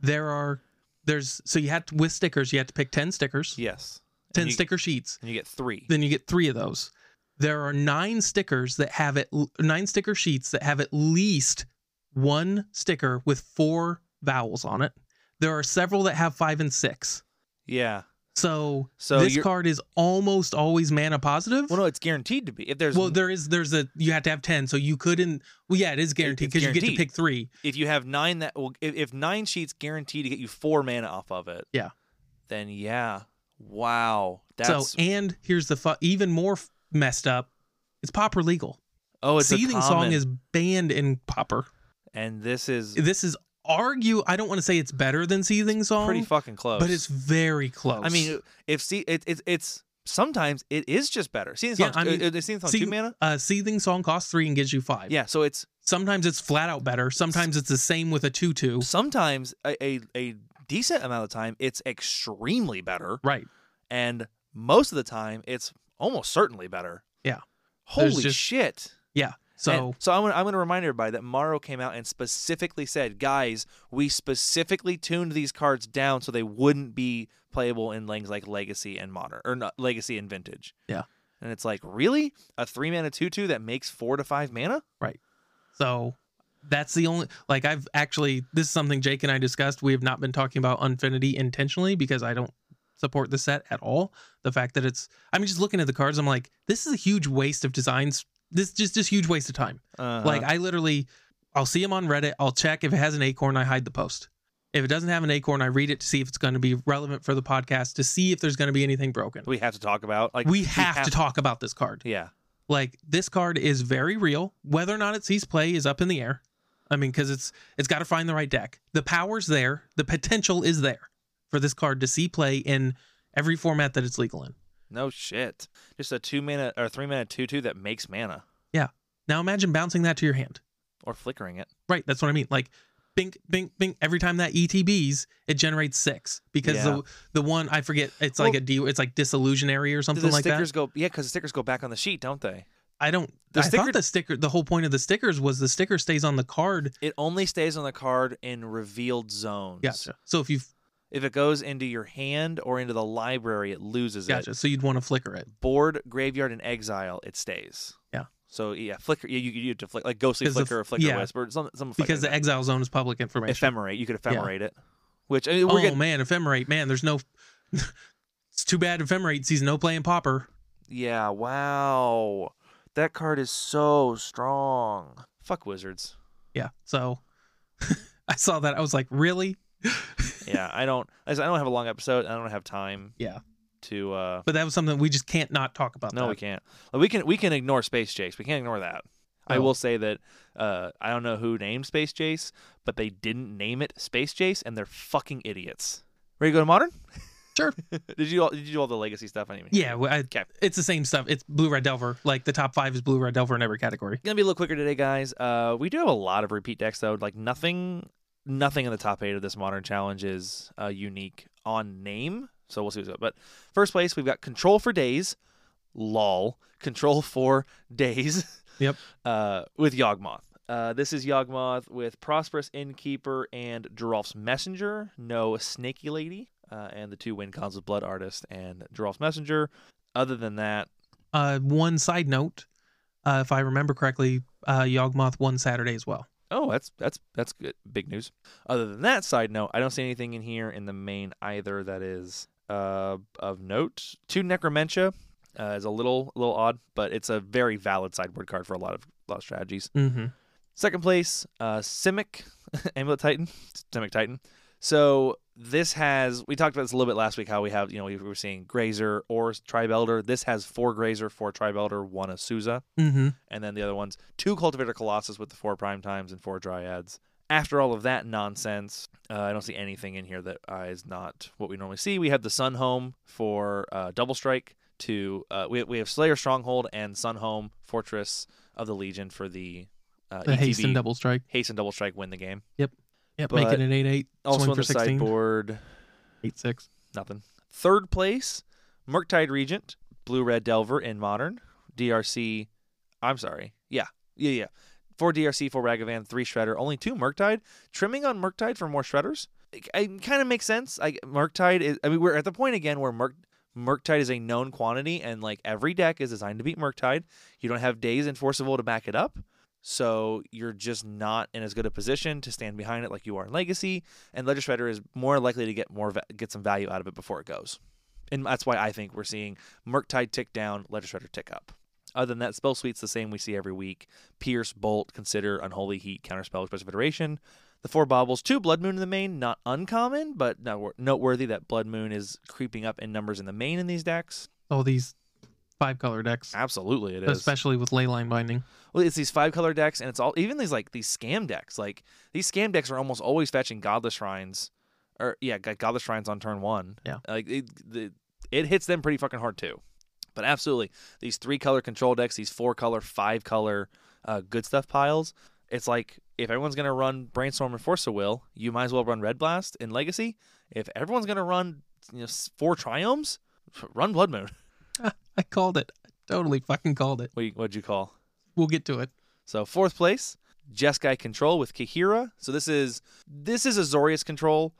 Speaker 1: There are. There's so you had to, with stickers. You had to pick ten stickers.
Speaker 3: Yes.
Speaker 1: 10
Speaker 3: and you,
Speaker 1: sticker sheets.
Speaker 3: and you get three.
Speaker 1: Then you get three of those. There are nine stickers that have it, nine sticker sheets that have at least one sticker with four vowels on it. There are several that have five and six.
Speaker 3: yeah.
Speaker 1: So,
Speaker 3: So
Speaker 1: this
Speaker 3: you're-
Speaker 1: card is almost always mana positive.
Speaker 3: Well, no, it's guaranteed to be. If there's
Speaker 1: Well, there is there's a you have to have ten, so you couldn't. Well, yeah, it is guaranteed
Speaker 3: it's
Speaker 1: because you get to
Speaker 3: guaranteed.
Speaker 1: pick three.
Speaker 3: if you have nine that will if, if nine sheets guarantee to get you four mana off of it.
Speaker 1: Yeah.
Speaker 3: Then yeah. Wow. That's
Speaker 1: So and here's the fu- even more f- messed up. It's popper legal.
Speaker 3: oh, it's a
Speaker 1: Seething song
Speaker 3: common,
Speaker 1: is banned in popper.
Speaker 3: and this is
Speaker 1: This is argue. I don't want to say it's better than seething song,
Speaker 3: pretty fucking close.
Speaker 1: but it's very close.
Speaker 3: I mean, if see it, it it's sometimes it is just better. Seeing
Speaker 1: Yeah,
Speaker 3: songs,
Speaker 1: I mean,
Speaker 3: uh, uh, seeing songs
Speaker 1: see-
Speaker 3: two mana.
Speaker 1: a seething song costs three and gives you five.
Speaker 3: Yeah, so it's
Speaker 1: Sometimes it's flat out better. Sometimes it's the same with a two two.
Speaker 3: sometimes a, a a decent amount of time it's extremely better,
Speaker 1: Right.
Speaker 3: and most of the time it's almost certainly better.
Speaker 1: Yeah. There's
Speaker 3: Holy
Speaker 1: just-
Speaker 3: shit.
Speaker 1: Yeah. So
Speaker 3: And so I'm gonna, I'm gonna remind everybody that Morrow came out and specifically said, guys, we specifically tuned these cards down so they wouldn't be playable in things like Legacy and Modern, or not Legacy and Vintage.
Speaker 1: Yeah.
Speaker 3: And it's like, really, a three mana two two that makes four to five mana?
Speaker 1: So that's the only like I've actually this is something Jake and I discussed. We have not been talking about Unfinity intentionally because I don't support the set at all. The fact that it's I'm just looking at the cards, I'm like, this is a huge waste of designs. This just just huge waste of time.
Speaker 3: uh
Speaker 1: Like I literally I'll see them on Reddit, I'll check if it has an acorn, I hide the post. If it doesn't have an acorn, I read it to see if it's going to be relevant for the podcast, to see if there's going to be anything broken.
Speaker 3: we have to talk about like
Speaker 1: We have to talk about this card
Speaker 3: Yeah,
Speaker 1: like this card is very real whether or not it sees play is up in the air i mean because it's it's got to find the right deck the power's there the potential is there for this card to see play in every format that it's legal in
Speaker 3: no shit. Just a two mana or three mana two two that makes mana
Speaker 1: now imagine bouncing that to your hand
Speaker 3: or flickering it.
Speaker 1: right that's what i mean like bink bink bink every time that etbs it generates six because
Speaker 3: Yeah.
Speaker 1: the the one i forget it's like
Speaker 3: Well-
Speaker 1: a D, it's like disillusionary or
Speaker 3: Do
Speaker 1: something
Speaker 3: the
Speaker 1: like
Speaker 3: stickers
Speaker 1: that
Speaker 3: go? Yeah, because the stickers go back on the sheet, don't they?
Speaker 1: i don't
Speaker 3: the
Speaker 1: i
Speaker 3: sticker-
Speaker 1: thought the sticker the whole point of the stickers was the sticker stays on the card
Speaker 3: It only stays on the card in revealed zones.
Speaker 1: gotcha so if you
Speaker 3: If it goes into your hand or into the library, it loses
Speaker 1: gotcha
Speaker 3: it.
Speaker 1: so you'd want to flicker it
Speaker 3: Board, graveyard, and exile, it stays.
Speaker 1: Yeah.
Speaker 3: So yeah, flicker. Yeah, you, you have to flick like ghostly
Speaker 1: 'Cause the
Speaker 3: flicker
Speaker 1: f-
Speaker 3: or flicker
Speaker 1: yeah.
Speaker 3: wisp or some some flicker
Speaker 1: because the
Speaker 3: that-
Speaker 1: exile zone is public information.
Speaker 3: ephemerate. You could
Speaker 1: Yeah.
Speaker 3: ephemerate it. Which I mean, we're
Speaker 1: oh
Speaker 3: getting,
Speaker 1: man, ephemerate, man. There's no. <laughs> it's too bad ephemerate sees no play in popper.
Speaker 3: yeah. Wow, that card is so strong. Fuck wizards.
Speaker 1: Yeah, so <laughs> I saw that. I was like, really?
Speaker 3: yeah, I don't. I don't have a long episode. I don't have time.
Speaker 1: <laughs> Yeah.
Speaker 3: To uh,
Speaker 1: But that was something we just can't not talk about.
Speaker 3: No,
Speaker 1: that.
Speaker 3: we can't. Uh, We can we can ignore Space Jakes. We can't ignore that. I
Speaker 1: No.
Speaker 3: will say that uh, I don't know who named Space Jace, but they didn't name it Space Jace, and they're fucking idiots. Ready to go to <laughs> modern?
Speaker 1: Sure.
Speaker 3: did you all did you do all the legacy stuff? I didn't even hear
Speaker 1: Yeah,
Speaker 3: you.
Speaker 1: well, I,
Speaker 3: Okay.
Speaker 1: it's the same stuff. It's blue red delver. Like the top five is blue red delver in every category.
Speaker 3: Gonna be a little quicker today, guys. Uh, we do have a lot of repeat decks though. Like nothing, nothing in the top eight of this modern challenge is uh, unique on name. So we'll see what's up. But first place, we've got Control for Days, lol. Control for Days. <laughs>
Speaker 1: Yep.
Speaker 3: Uh, with Yawgmoth. Uh, this is Yawgmoth with Prosperous Innkeeper and Girafe's Messenger. No Snaky Lady. Uh, and the two win cons with Blood Artist and Girafe's Messenger. Other than that,
Speaker 1: Uh, one side note, uh, if I remember correctly, uh, Yawgmoth won Saturday as well.
Speaker 3: Oh, that's that's that's good. Big news. Other than that side note, I don't see anything in here in the main either that is uh, of note. Two Necromentia uh, is a little a little odd, but it's a very valid sideboard card for a lot of a lot of strategies.
Speaker 1: Mm-hmm.
Speaker 3: Second place, uh, Simic <laughs> Amulet Titan, Simic Titan. So this has we talked about this a little bit last week how we have you know we were seeing Grazer or Tribe Elder. This has four Grazer, four Tribe Elder, one Azusa
Speaker 1: Mm-hmm.
Speaker 3: and then the other ones two cultivator colossus with the four prime times and four dryads after all of that nonsense uh, i don't see anything in here that uh, is not what we normally see we have the sun home for uh, double strike to uh, we, we have slayer stronghold and sun home fortress of the legion for the uh,
Speaker 1: The
Speaker 3: ETB.
Speaker 1: haste and double strike.
Speaker 3: haste and double strike win the game
Speaker 1: Yep,
Speaker 3: But
Speaker 1: making it eight eight.
Speaker 3: also
Speaker 1: swing
Speaker 3: on
Speaker 1: for
Speaker 3: the
Speaker 1: 16,
Speaker 3: sideboard
Speaker 1: eight six.
Speaker 3: Nothing. Third place, Murktide Regent, Blue Red Delver in Modern, DRC. I'm sorry. Yeah. Yeah, yeah. Four DRC, four Ragavan, three Shredder, only two Murktide. Trimming on Murktide for more Shredders? It, kind of makes sense. I, Murktide is, I mean, we're at the point again where Murk, Murktide is a known quantity, and like every deck is designed to beat Murktide. You don't have days enforceable to back it up. So you're just not in as good a position to stand behind it like you are in Legacy, and Ledger Shredder is more likely to get more va- get some value out of it before it goes, and that's why I think we're seeing Murktide tick down, Ledger Shredder tick up. Other than that, spell suite's the same we see every week: Pierce, Bolt, Consider, Unholy Heat, Counterspell, Expressive Federation. The four baubles, two Blood Moon in the main, not uncommon, but no- noteworthy that Blood Moon is creeping up in numbers in the main in these decks.
Speaker 1: All these five color decks,
Speaker 3: Absolutely, it is.
Speaker 1: especially with ley line binding.
Speaker 3: Well, it's these five color decks, and it's all even these like these scam decks. Like these scam decks are almost always fetching Godless Shrines, or yeah, got Godless Shrines on turn one.
Speaker 1: Yeah.
Speaker 3: like it, the, it hits them pretty fucking hard too. But absolutely, these three color control decks, these four color, five color, uh, good stuff piles. It's like if everyone's gonna run Brainstorm and Force of Will, you might as well run Red Blast in Legacy. If everyone's gonna run you know, s- four Triumphs, run Blood Moon. <laughs>
Speaker 1: I called it. I totally fucking called it.
Speaker 3: What you- what'd you call?
Speaker 1: We'll get to it.
Speaker 3: So fourth place, Jeskai Control with Kahira. So this is this is Azorius Control.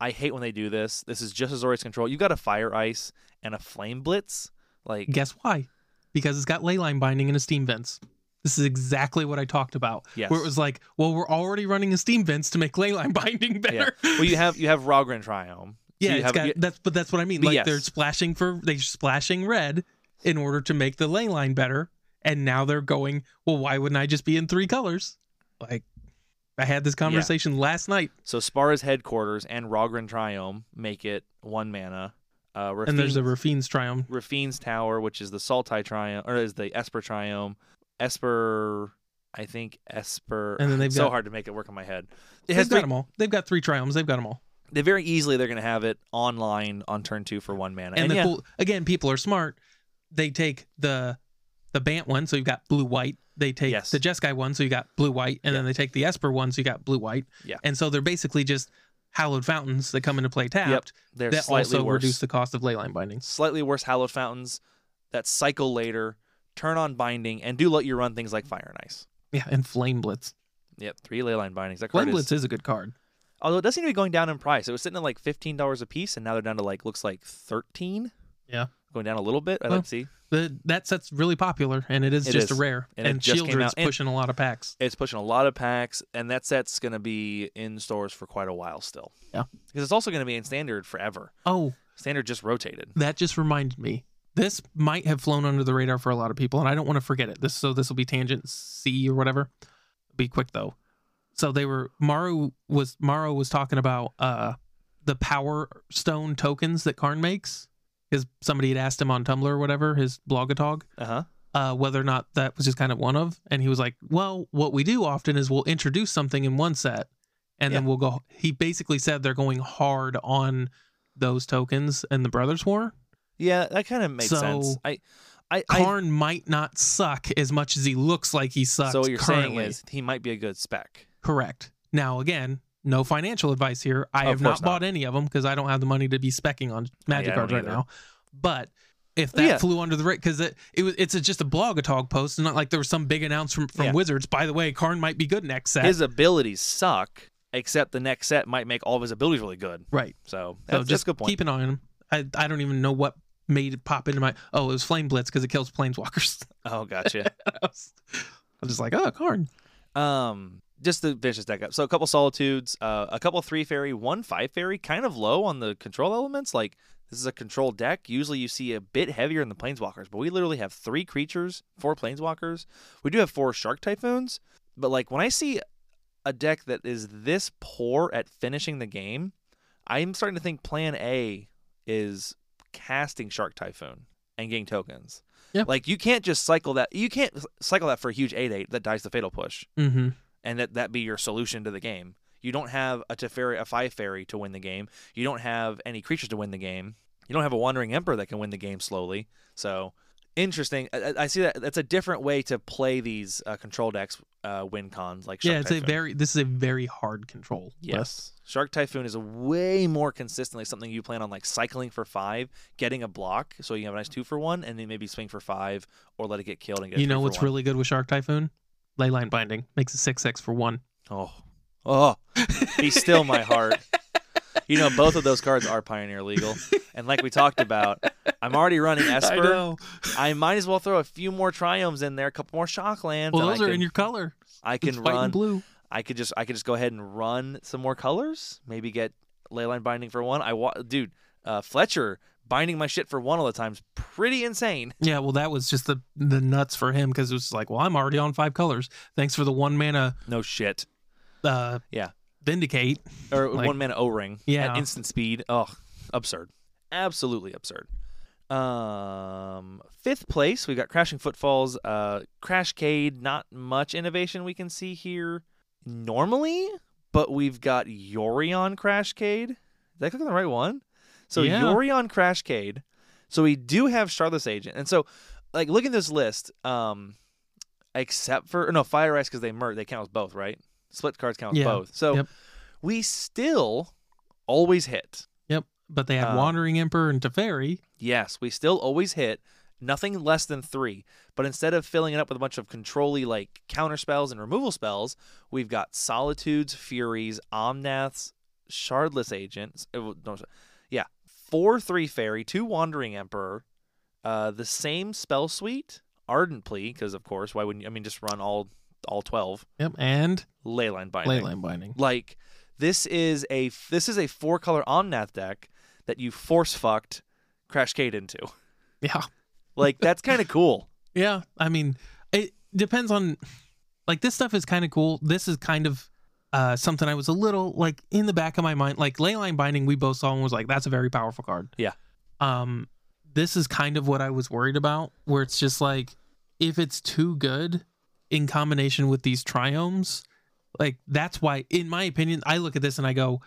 Speaker 3: I hate when they do this. This is just Azorius Control. You got a Fire Ice and a Flame Blitz. Like
Speaker 1: Guess why? Because it's got ley line binding and a steam vents. This is exactly what I talked about.
Speaker 3: yes.
Speaker 1: Where it was like, well, we're already running a steam vents to make ley line <laughs> binding better. Yeah,
Speaker 3: well, you have you have Rogren Triome.
Speaker 1: yeah
Speaker 3: you
Speaker 1: it's
Speaker 3: have-
Speaker 1: got
Speaker 3: you-
Speaker 1: that's but that's what I mean.
Speaker 3: But
Speaker 1: Like
Speaker 3: yes.
Speaker 1: they're splashing for they're splashing red in order to make the ley line better. And now they're going, well, why wouldn't I just be in three colors? Like I had this conversation last night,
Speaker 3: So Spara's headquarters and Rogren Triome make it one mana. Uh,
Speaker 1: and there's a
Speaker 3: Rafine's-
Speaker 1: Rafine's Triumph.
Speaker 3: Rafine's Tower, which is the Saltai Triome, or is the Esper Triome. Esper, I think Esper.
Speaker 1: And then they've
Speaker 3: it's so
Speaker 1: got-
Speaker 3: hard to make it work in my head. It
Speaker 1: They've
Speaker 3: has
Speaker 1: got
Speaker 3: three,
Speaker 1: them all. They've got three Triumphs. They've got them all.
Speaker 3: they very easily they're going to have it online on turn two for one mana.
Speaker 1: and, the
Speaker 3: yeah,
Speaker 1: cool again people are smart they take the the bant one so you've got blue white they take
Speaker 3: Yes.
Speaker 1: the jeskai one so you got blue white and then they take the esper one so you got blue white
Speaker 3: Yeah.
Speaker 1: and so they're basically just hallowed fountains that come into play tapped
Speaker 3: they're
Speaker 1: that
Speaker 3: slightly
Speaker 1: also
Speaker 3: worse.
Speaker 1: reduce the cost of ley line bindings
Speaker 3: slightly worse hallowed fountains that cycle later, turn on binding, and do let you run things like fire and ice.
Speaker 1: yeah and flame blitz
Speaker 3: Yep, three ley line bindings. That card
Speaker 1: flame
Speaker 3: is-
Speaker 1: blitz is a good card
Speaker 3: although it does seem to be going down in price. It was sitting at like fifteen dollars a piece, and now they're down to like looks like thirteen.
Speaker 1: Yeah.
Speaker 3: going down a little bit. I
Speaker 1: Well,
Speaker 3: like to see.
Speaker 1: the that set's really popular and it is
Speaker 3: It
Speaker 1: just
Speaker 3: is.
Speaker 1: a rare
Speaker 3: And
Speaker 1: and,
Speaker 3: it just came
Speaker 1: children's
Speaker 3: out. And-
Speaker 1: pushing a lot of packs
Speaker 3: It's pushing a lot of packs, and that set's going to be in stores for quite a while still.
Speaker 1: Yeah.
Speaker 3: because it's also going to be in standard forever.
Speaker 1: oh
Speaker 3: Standard just rotated.
Speaker 1: that just reminded me this might have flown under the radar for a lot of people and i don't want to forget it this so this will be tangent c or whatever be quick though so they were maru was maru was talking about uh the power stone tokens that karn makes because somebody had asked him on tumblr or whatever his blogatog
Speaker 3: Uh huh.
Speaker 1: uh, whether or not that was just kind of one of. And he was like, well, what we do often is we'll introduce something in one set and then we'll go. He basically said they're going hard on those tokens and the Brothers War.
Speaker 3: Yeah, that kind of makes sense.
Speaker 1: So,
Speaker 3: I, I, I
Speaker 1: Karn might not suck as much as he looks like he sucks.
Speaker 3: so what you're
Speaker 1: currently.
Speaker 3: saying is he might be a good spec.
Speaker 1: correct. Now, again, no financial advice here. I
Speaker 3: Of
Speaker 1: have not
Speaker 3: course not.
Speaker 1: bought any of them because I don't have the money to be specking on magic
Speaker 3: I don't
Speaker 1: cards right
Speaker 3: either.
Speaker 1: now. But if
Speaker 3: Well,
Speaker 1: that
Speaker 3: yeah.
Speaker 1: flew under the radar, because it, it was it's a, just a blog talk post, and not like there was some big announcement from, from
Speaker 3: Yeah.
Speaker 1: Wizards. By the way, Karn might be good next set.
Speaker 3: His abilities suck, except the next set might make all of his abilities really good.
Speaker 1: right.
Speaker 3: So that's,
Speaker 1: So
Speaker 3: that's
Speaker 1: just
Speaker 3: a good point.
Speaker 1: keep an eye on him. I I don't even know what made it pop into my. Oh, it was Flame Blitz because it kills planeswalkers. <laughs>
Speaker 3: Oh, gotcha.
Speaker 1: I was I was just like, oh, Karn.
Speaker 3: um, just to finish this deck up. So a couple solitudes, uh, a couple three fairy, one five fairy, kind of low on the control elements. Like this is a control deck. Usually you see a bit heavier in the planeswalkers, but we literally have three creatures, four planeswalkers. We do have four shark typhoons, but like when I see a deck that is this poor at finishing the game, I'm starting to think plan A is casting Shark Typhoon and getting tokens.
Speaker 1: Yeah.
Speaker 3: Like you can't just cycle that. You can't s- cycle that for a huge 8 8 that dies the fatal push
Speaker 1: Mm-hmm.
Speaker 3: and that that be your solution to the game. You don't have a Teferi, a Five Fairy to win the game. You don't have any creatures to win the game. You don't have a Wandering Emperor that can win the game slowly. So interesting. I, I- I see that. That's a different way to play these uh, control decks. Uh, win cons like Shark
Speaker 1: Yeah, it's
Speaker 3: Typhoon.
Speaker 1: a very. This is a very hard control. list.
Speaker 3: Yes. Shark Typhoon is way more consistently something you plan on like cycling for five, getting a block so you have a nice two for one, and then maybe swing for five or let it get killed and get a
Speaker 1: You
Speaker 3: three
Speaker 1: know
Speaker 3: for
Speaker 1: what's
Speaker 3: one.
Speaker 1: really good with Shark Typhoon? Ley line binding makes a six six for one.
Speaker 3: Oh. Oh. Be still my heart. You know, both of those cards are Pioneer legal. And like we talked about, I'm already
Speaker 1: <laughs>
Speaker 3: running
Speaker 1: I
Speaker 3: Esper.
Speaker 1: know.
Speaker 3: I, might as well throw a few more Triumphs in there, a couple more Shocklands.
Speaker 1: Well,
Speaker 3: and
Speaker 1: those
Speaker 3: I
Speaker 1: are
Speaker 3: can,
Speaker 1: in your color.
Speaker 3: I
Speaker 1: It's
Speaker 3: can
Speaker 1: white and
Speaker 3: run.
Speaker 1: blue.
Speaker 3: I could just I could just go ahead and run some more colors. Maybe get Leyline Binding for one. I wa- dude, uh, Fletcher binding my shit for one all the time's pretty insane.
Speaker 1: Yeah, well, that was just the the nuts for him because it was like, well, I'm already on five colors. Thanks for the one mana.
Speaker 3: No shit.
Speaker 1: Uh,
Speaker 3: Yeah.
Speaker 1: Vindicate.
Speaker 3: Or
Speaker 1: Like-
Speaker 3: one mana O ring.
Speaker 1: Yeah.
Speaker 3: At instant speed. Oh, absurd. Absolutely absurd. Um, fifth place, we got Crashing Footfalls, uh, Crashcade. Not much innovation we can see here normally, but we've got Yorion Crashcade. Did I click on the right one? So
Speaker 1: Yeah.
Speaker 3: Yorion Crashcade. So we do have Charlotte's Agent, and so like look at this list. Um, except for no Fire Ice because they merge, they count as both, right? Split cards count as
Speaker 1: Yeah.
Speaker 3: both. So
Speaker 1: Yep.
Speaker 3: we still always hit.
Speaker 1: Yep. But they had
Speaker 3: Um,
Speaker 1: Wandering Emperor and Teferi.
Speaker 3: Yes, we still always hit nothing less than three. But instead of filling it up with a bunch of controlly like counter spells and removal spells, we've got Solitudes, Furies, Omnaths, Shardless Agents. uh, well, no, yeah, four three fairy, two Wandering Emperor, uh, the same spell suite, Ardent Plea, because of course, why wouldn't you? I mean, just run all all twelve.
Speaker 1: Yep. And
Speaker 3: Leyline Binding.
Speaker 1: Leyline Binding.
Speaker 3: Like this is a this is a four color Omnath deck that you force fucked Crashcade into. <laughs>
Speaker 1: Yeah.
Speaker 3: Like that's kind of cool.
Speaker 1: Yeah. I mean, it depends on. Like, this stuff is kind of cool. This is kind of. Uh, something I was a little like in the back of my mind, like Leyline Binding, we both saw and was like, that's a very powerful card.
Speaker 3: Yeah.
Speaker 1: Um, this is kind of what I was worried about, where it's just like, if it's too good in combination with these triomes, like that's why, in my opinion, I look at this and I go,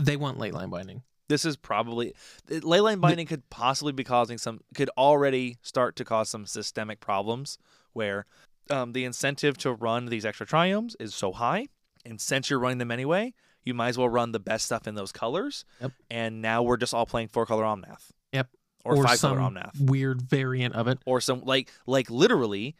Speaker 1: they want late line binding.
Speaker 3: This is probably th- leyline binding could possibly be causing some could already start to cause some systemic problems where um, the incentive to run these extra triomes is so high, and since you're running them anyway, you might as well run the best stuff in those colors.
Speaker 1: Yep.
Speaker 3: And now we're just all playing four color Omnath.
Speaker 1: Yep.
Speaker 3: Or, five
Speaker 1: some
Speaker 3: color Omnath.
Speaker 1: weird variant of it.
Speaker 3: or some like like literally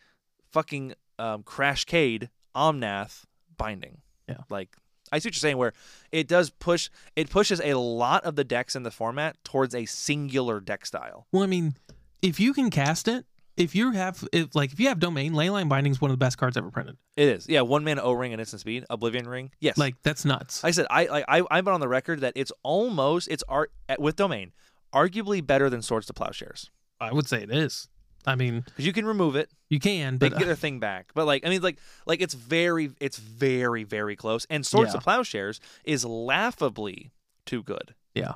Speaker 3: fucking um crashcade omnath binding
Speaker 1: Yeah.
Speaker 3: like i see what you're saying where it does push it pushes a lot of the decks in the format towards a singular deck style
Speaker 1: Well, I mean, if you can cast it, if you have, if like, if you have domain, ley line binding is one of the best cards ever printed.
Speaker 3: it is yeah one man o-ring and instant speed oblivion ring yes
Speaker 1: Like, that's nuts.
Speaker 3: i said i like I, i've been on the record that it's almost it's art with domain arguably better than swords to plowshares
Speaker 1: I would say it is. I mean,
Speaker 3: because you can remove it
Speaker 1: you can,
Speaker 3: they
Speaker 1: but uh,
Speaker 3: can get their thing back. But like, I mean, like, like it's very, it's very, very close. And Swords
Speaker 1: Yeah.
Speaker 3: of Plowshares is laughably too good.
Speaker 1: Yeah.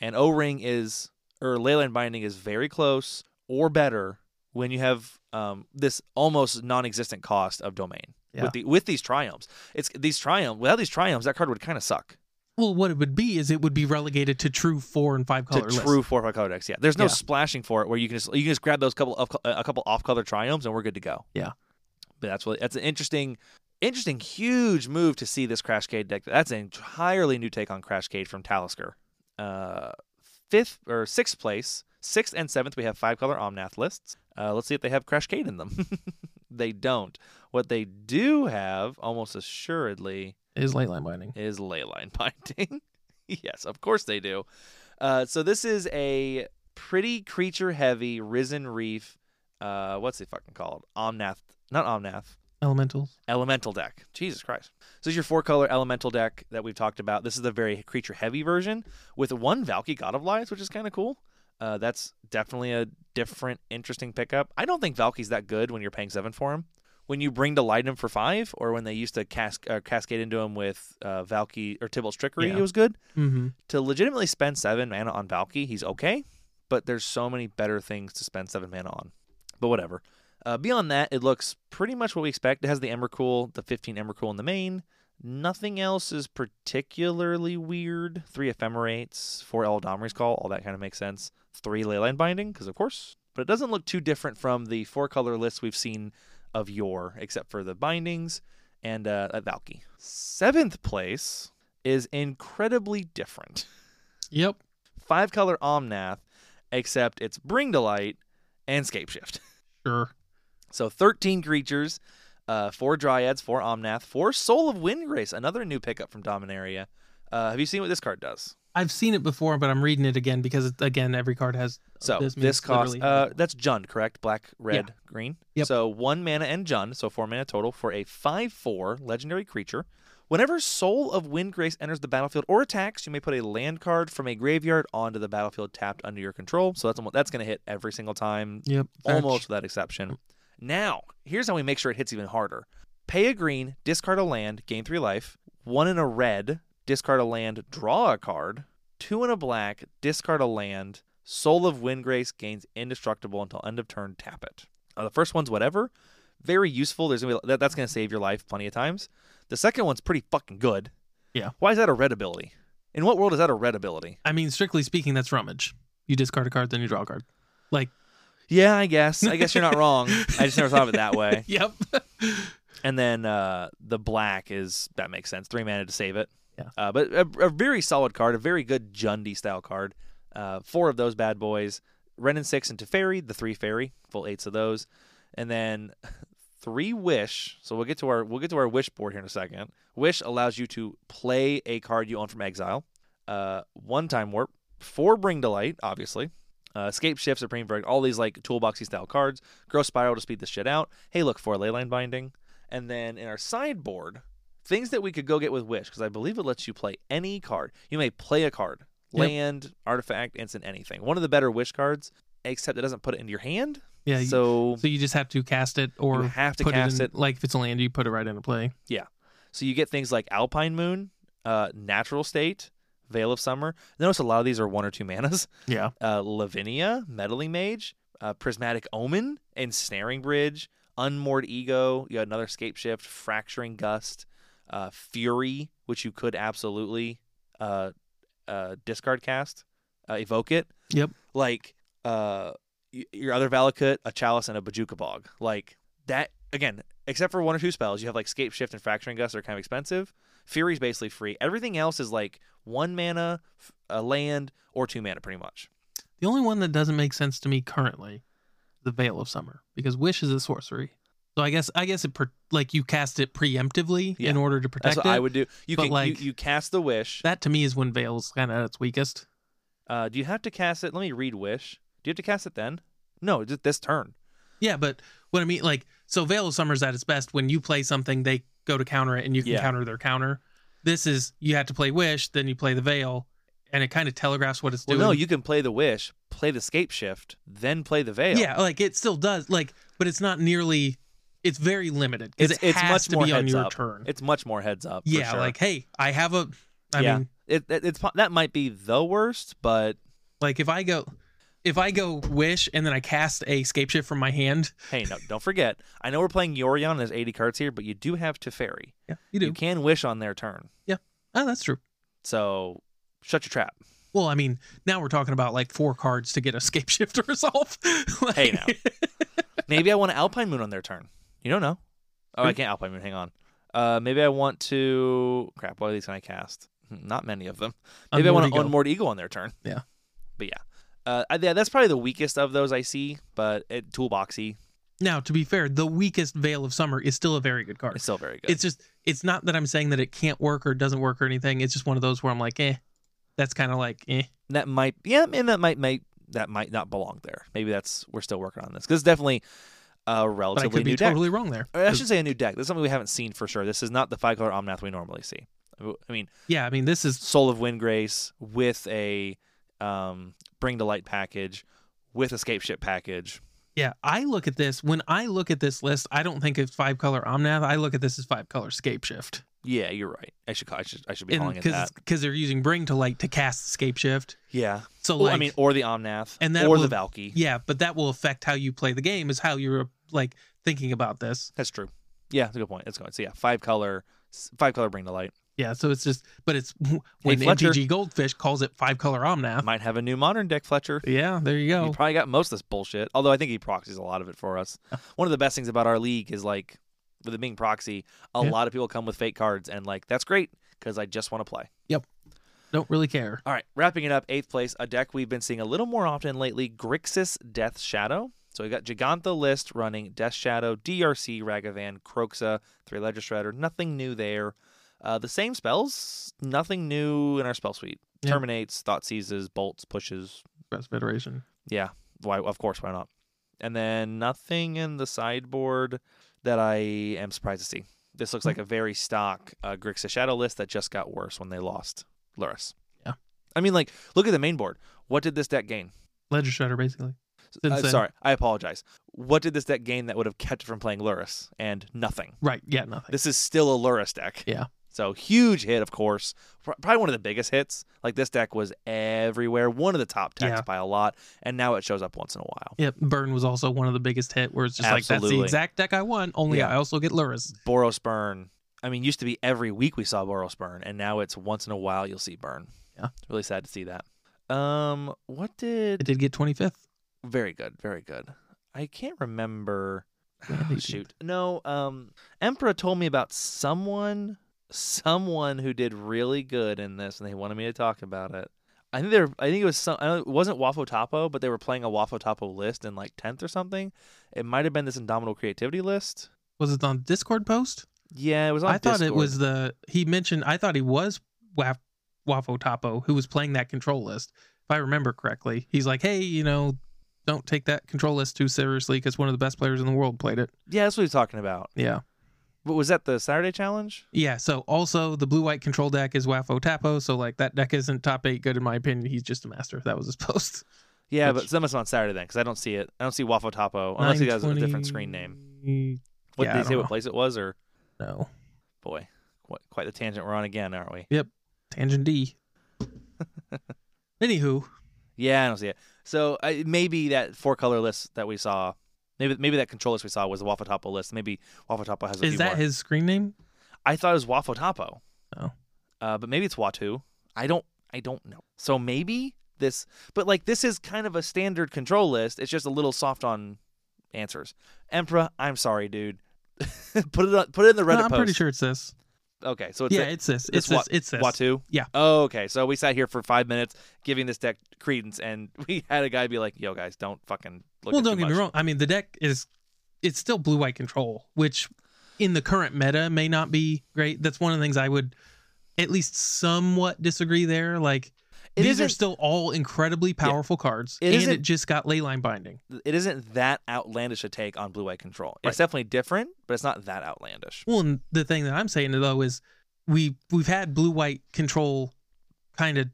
Speaker 3: And O Ring is, or Leyland Binding is very close or better when you have um, this almost non-existent cost of domain
Speaker 1: Yeah.
Speaker 3: with the with these triumphs. It's these triumphs. Without these triumphs, that card would kind of suck
Speaker 1: well, what it would be is it would be relegated to true four and five color
Speaker 3: to
Speaker 1: lists.
Speaker 3: true four or five color decks. Yeah. There's no
Speaker 1: Yeah.
Speaker 3: splashing for it where you can just you can just grab those couple of a couple off color triumphs and we're good to go.
Speaker 1: Yeah.
Speaker 3: But that's really that's an interesting interesting huge move to see this Crashcade deck. That's an entirely new take on Crashcade from Talisker. Uh fifth or sixth place, sixth and seventh, we have five color Omnath lists. Uh, let's see if they have Crashcade in them. <laughs> they don't. What they do have, almost assuredly,
Speaker 1: is ley line binding.
Speaker 3: is leyline <laughs> binding. yes, of course they do. Uh, so this is a pretty creature heavy risen reef. Uh, what's it fucking called? Omnath, not Omnath.
Speaker 1: Elementals.
Speaker 3: Elemental deck. Jesus Christ. This is your four color elemental deck that we've talked about. This is the very creature heavy version with one Valky God of Lies, which is kind of cool. Uh, that's definitely a different, interesting pickup. I don't think Valky's that good when you're paying seven for him. When you bring to light him for five, or when they used to cas- uh, cascade into him with uh, Valky or Tybalt's Trickery,
Speaker 1: Yeah.
Speaker 3: it was good.
Speaker 1: Mm-hmm.
Speaker 3: To legitimately spend seven mana on Valky, he's okay, but there's so many better things to spend seven mana on. But whatever. Uh, beyond that, it looks pretty much what we expect. It has the Emrakul, the 15 Emrakul in the main. Nothing else is particularly weird. Three Ephemerates, four Eldomri's Call, all that kind of makes sense. Three Leyline Binding, because of course. But it doesn't look too different from the four color lists we've seen of yore, except for the bindings and uh, a Valky. Seventh place is incredibly different
Speaker 1: Yep.
Speaker 3: five color Omnath, except it's Bring to Light and Scape Shift. <laughs>
Speaker 1: Sure.
Speaker 3: So 13 creatures, uh, four Dryads, four Omnath, four Soul of Windgrace, another new pickup from Dominaria. Uh, have you seen what this card does?
Speaker 1: I've seen it before, but I'm reading it again because it, again, every card has
Speaker 3: So
Speaker 1: This
Speaker 3: this,
Speaker 1: means
Speaker 3: costs
Speaker 1: literally
Speaker 3: uh,
Speaker 1: everyone.
Speaker 3: that's Jund, correct? Black, red, green.
Speaker 1: Yep.
Speaker 3: So one mana and Jund, so four mana total for a five-four legendary creature. Whenever Soul of Windgrace enters the battlefield or attacks, you may put a land card from a graveyard onto the battlefield tapped under your control. So that's almo- that's going to hit every single time,
Speaker 1: yep
Speaker 3: almost without exception. Now, here's how we make sure it hits even harder: pay a green, discard a land, gain three life. One in a red, discard a land, draw a card. Two in a black, discard a land. Soul of Windgrace gains indestructible until end of turn. Tap it. Uh, the first one's whatever. Very useful. There's gonna be that, that's gonna save your life plenty of times. The second one's pretty fucking good.
Speaker 1: Yeah.
Speaker 3: Why is that a red ability? In what world is that a red ability?
Speaker 1: I mean, strictly speaking, that's rummage. You discard a card, then you draw a card.
Speaker 3: Yeah, I guess. I guess you're not wrong. I just never thought of it that <laughs> way.
Speaker 1: Yep.
Speaker 3: And then uh, the black is that makes sense. Three mana to save it.
Speaker 1: Yeah.
Speaker 3: Uh, but a, a very solid card, a very good Jundy style card. Uh, four of those bad boys: Renin six and Teferi, the three fairy, full eights of those, and then <laughs> three wish. So we'll get to our we'll get to our wish board here in a second. Wish allows you to play a card you own from exile. Uh, one time warp, four bring delight, obviously. Uh, escape shift, supreme verdict, all these like toolboxy style cards. Gross spiral to speed this shit out. Hey, look for leyline binding. And then in our sideboard, things that we could go get with Wish, because I believe it lets you play any card. You may play a card,
Speaker 1: Yep.
Speaker 3: land, artifact, instant, anything. One of the better Wish cards, except it doesn't put it into your hand.
Speaker 1: Yeah. you-
Speaker 3: so
Speaker 1: so you just have to cast it
Speaker 3: you
Speaker 1: or
Speaker 3: have to
Speaker 1: put
Speaker 3: cast
Speaker 1: it,
Speaker 3: it,
Speaker 1: in, Like if it's a land, you put it right into play.
Speaker 3: So you get things like Alpine Moon, uh, Natural State, Veil of Summer. Notice a lot of these are one or two manas.
Speaker 1: Yeah.
Speaker 3: Uh, Lavinia, Meddling Mage, uh, Prismatic Omen, Ensnaring Bridge, Unmoored Ego. You got another Scape Shift, Fracturing Gust, uh, Fury, which you could absolutely uh, uh, discard cast, uh, evoke it.
Speaker 1: Yep.
Speaker 3: Like uh, y- your other Valakut, a Chalice, and a Bajuka Bog. Like that, again, except for one or two spells, you have like Scape Shift and Fracturing Gust are kind of expensive. Fury's basically free. Everything else is like one mana, f- a land, or two mana, pretty much.
Speaker 1: The only one that doesn't make sense to me currently, the Veil of Summer, because Wish is a sorcery. So I guess I guess it per, like you cast it preemptively
Speaker 3: Yeah.
Speaker 1: in order to
Speaker 3: That's
Speaker 1: protect
Speaker 3: what
Speaker 1: it.
Speaker 3: I would do. You
Speaker 1: but,
Speaker 3: can
Speaker 1: like-
Speaker 3: you, you cast the wish.
Speaker 1: that to me is when Veil's kind of at its weakest.
Speaker 3: Uh, do you have to cast it? Let me read wish. Do you have to cast it then? No, just this turn.
Speaker 1: Yeah, but what I mean, like, so Veil of Summer's at its best when you play something, they go to counter it, and you can
Speaker 3: Yeah.
Speaker 1: counter their counter. This is you have to play Wish, then you play the Veil, and it kind of telegraphs what it's
Speaker 3: Well,
Speaker 1: doing.
Speaker 3: no, you can play the wish, play the scape shift, then play the veil.
Speaker 1: yeah, like it still does, like, but it's not nearly. It's very limited because
Speaker 3: It's-
Speaker 1: it
Speaker 3: it's
Speaker 1: has
Speaker 3: much
Speaker 1: to
Speaker 3: more
Speaker 1: be on
Speaker 3: heads
Speaker 1: your
Speaker 3: up.
Speaker 1: turn.
Speaker 3: it's much more heads up. for
Speaker 1: yeah,
Speaker 3: sure.
Speaker 1: like hey, I have a. I
Speaker 3: Yeah.
Speaker 1: mean,
Speaker 3: it, it, it's po- that might be the worst, but
Speaker 1: like if I go, if I go Wish and then I cast a scape shift from my hand,
Speaker 3: hey, no, don't forget. I know we're playing Yorion. and There's 80 cards here, but you do have Teferi.
Speaker 1: yeah, you do.
Speaker 3: You can wish on their turn.
Speaker 1: Oh, that's true.
Speaker 3: So shut your trap.
Speaker 1: Well, I mean, now we're talking about like four cards to get a <laughs> scape shift to resolve. Like-
Speaker 3: Hey, now. maybe I want an Alpine Moon on their turn. You don't know. Oh, I can't Alpine Moon. Hang on. Uh, maybe I want to. Crap. What are these can I cast? Hmm, Not many of them. Maybe I want
Speaker 1: Unmoored
Speaker 3: to
Speaker 1: Ego.
Speaker 3: unmoored eagle on their turn.
Speaker 1: Yeah.
Speaker 3: But yeah. Uh, I- yeah, that's probably the weakest of those I see, but it, toolboxy
Speaker 1: <laughs> Now, to be fair, the weakest Veil of Summer is still a very good card.
Speaker 3: is still very good.
Speaker 1: It's just, it's not that I'm saying that it can't work or doesn't work or anything. It's just one of those where I'm like, eh, that's kind of like, eh.
Speaker 3: that might yeah and that might might that might not belong there maybe that's we're still working on this because it's definitely
Speaker 1: But
Speaker 3: a
Speaker 1: I
Speaker 3: relatively
Speaker 1: could be
Speaker 3: new deck
Speaker 1: totally wrong
Speaker 3: <laughs>
Speaker 1: there.
Speaker 3: Or i should say a new deck this is something we haven't seen for sure this is not the five color omnath we normally see i mean
Speaker 1: Yeah, I mean, this is,
Speaker 3: soul of windgrace with a um bring to light package with escape ship package
Speaker 1: yeah, I look at this, when I look at this list, I don't think it's five color Omnath. I look at this as five color Scape Shift.
Speaker 3: yeah you're right i should call, i should, I should be calling it that
Speaker 1: Because they're using Bring to Light to cast Scape Shift.
Speaker 3: yeah
Speaker 1: So,
Speaker 3: Well,
Speaker 1: like,
Speaker 3: i mean or the omnath
Speaker 1: And that
Speaker 3: or the
Speaker 1: will-
Speaker 3: valky
Speaker 1: yeah, but that will affect how you play the game, is how you're like thinking about this.
Speaker 3: that's true yeah that's a good point that's going so yeah five color five color bring to light
Speaker 1: Yeah, so it's just, but it's <laughs> when
Speaker 3: Fletcher.
Speaker 1: MTG Goldfish calls it five color omnath.
Speaker 3: might have a new modern deck fletcher
Speaker 1: yeah, Oh. there you
Speaker 3: He
Speaker 1: go.
Speaker 3: probably got most of this bullshit. Although I think he proxies a lot of it for us.
Speaker 1: Oh.
Speaker 3: One of the best things about our league is like with it being proxy, a
Speaker 1: Yeah.
Speaker 3: lot of people come with fake cards and like that's great because I just want to play.
Speaker 1: Don't really care.
Speaker 3: All right, wrapping it up, eighth place, a deck we've been seeing a little more often lately: Grixis Death Shadow. So we got Giganta list running Death Shadow, DRC, Ragavan, Croxa, Three Ledger Shredder. Nothing new there. Uh, the same spells, nothing new in our spell suite.
Speaker 1: Yeah.
Speaker 3: Terminates, thought seizes, bolts, pushes.
Speaker 1: Best Federation.
Speaker 3: Yeah, why? Of course, why not? And then nothing in the sideboard that I am surprised to see. This looks like a very stock uh, Grixis Shadow list that just got worse when they lost Luris.
Speaker 1: Yeah.
Speaker 3: I mean, like, look at the main board. What did this deck gain?
Speaker 1: Ledger Shredder, basically.
Speaker 3: Uh,
Speaker 1: Since then.
Speaker 3: sorry, I apologize. What did this deck gain that would have kept it from playing Luris? And nothing.
Speaker 1: Right. Yeah. Nothing.
Speaker 3: This is still a Luris deck.
Speaker 1: Yeah.
Speaker 3: So huge hit, of course. Pr- Probably one of the biggest hits. Like this deck was everywhere, one of the top decks
Speaker 1: Yeah.
Speaker 3: by a lot, and now it shows up once in a while.
Speaker 1: Yep, Burn was also one of the biggest hit where it's just like that's the
Speaker 3: Absolutely.
Speaker 1: exact deck I want, only
Speaker 3: Yeah.
Speaker 1: I also get Luris.
Speaker 3: Boros Burn. I mean, used to be every week we saw Boros Burn, and now it's once in a while you'll see Burn.
Speaker 1: Yeah.
Speaker 3: It's really sad to see that. Um, what
Speaker 1: It
Speaker 3: did?
Speaker 1: did get 25th.
Speaker 3: Very good, very good. I can't remember.
Speaker 1: Yeah, they did.
Speaker 3: <sighs> Shoot, no. Um, Emperor told me about someone, someone who did really good in this, and they wanted me to talk about it. I think they're. I think it was some. I don't, it wasn't Waffo Topo, but they were playing a Waffo Topo list in like tenth or something. It might have been this Indomitable Creativity list.
Speaker 1: Was it on Discord post?
Speaker 3: Yeah, it was. On
Speaker 1: I thought it
Speaker 3: Discord.
Speaker 1: was the he mentioned I thought he was Waf- Wafo Topo who was playing that control list. If I remember correctly, he's like, "Hey, you know, don't take that control list too seriously cuz one of the best players in the world played it."
Speaker 3: Yeah, that's what he was talking about.
Speaker 1: Yeah.
Speaker 3: But was that the Saturday challenge?
Speaker 1: Yeah, so also the blue white control deck is Wafo Tapo, so like that deck isn't top 8 good in my opinion. He's just a master. That was his post.
Speaker 3: Yeah,
Speaker 1: Which-
Speaker 3: but that must have been on Saturday then, because I don't see it. I don't see Waffle Topo unless he has a different screen name.
Speaker 1: 920
Speaker 3: What
Speaker 1: Yeah, I don't
Speaker 3: did they say?
Speaker 1: know.
Speaker 3: What place it was? Or
Speaker 1: No.
Speaker 3: boy, what, quite the tangent we're on again, aren't we?
Speaker 1: Tangent D. <laughs> Anywho,
Speaker 3: Yeah, I don't see it. So I, maybe that four color list that we saw, maybe maybe that control list we saw was the Waffle Topo list. Maybe Waffle Topo has a
Speaker 1: is
Speaker 3: few
Speaker 1: that
Speaker 3: more.
Speaker 1: his screen name?
Speaker 3: I thought it was Waffle Topo.
Speaker 1: Oh.
Speaker 3: Uh, but maybe it's Watu. I don't I don't know. So maybe this but like this is kind of a standard control list. It's just a little soft on answers. Emperor, I'm sorry, dude. <laughs> put it on, put it in the Reddit
Speaker 1: No, I'm
Speaker 3: post.
Speaker 1: pretty sure it's this.
Speaker 3: Okay, so it's
Speaker 1: yeah,
Speaker 3: it-
Speaker 1: it's this.
Speaker 3: it's
Speaker 1: It's
Speaker 3: Wa-
Speaker 1: this. It's this.
Speaker 3: Watu?
Speaker 1: Yeah.
Speaker 3: Oh, okay. So we sat here for five minutes giving this deck credence and <laughs> we had a guy be like, Yo guys, don't fucking look
Speaker 1: well,
Speaker 3: at
Speaker 1: don't
Speaker 3: too
Speaker 1: get me
Speaker 3: much."
Speaker 1: wrong. I mean, the deck is it's still blue white control, which in the current meta may not be great. That's one of the things I would at least somewhat disagree there. Like
Speaker 3: It
Speaker 1: these are
Speaker 3: isn't-
Speaker 1: still all incredibly powerful cards,
Speaker 3: It
Speaker 1: and
Speaker 3: isn't-
Speaker 1: it just got leyline binding.
Speaker 3: It isn't that outlandish a take on blue white control.
Speaker 1: Right.
Speaker 3: It's definitely different, but it's not that outlandish.
Speaker 1: Well, and the thing that I'm saying though is we we've had blue white control kind of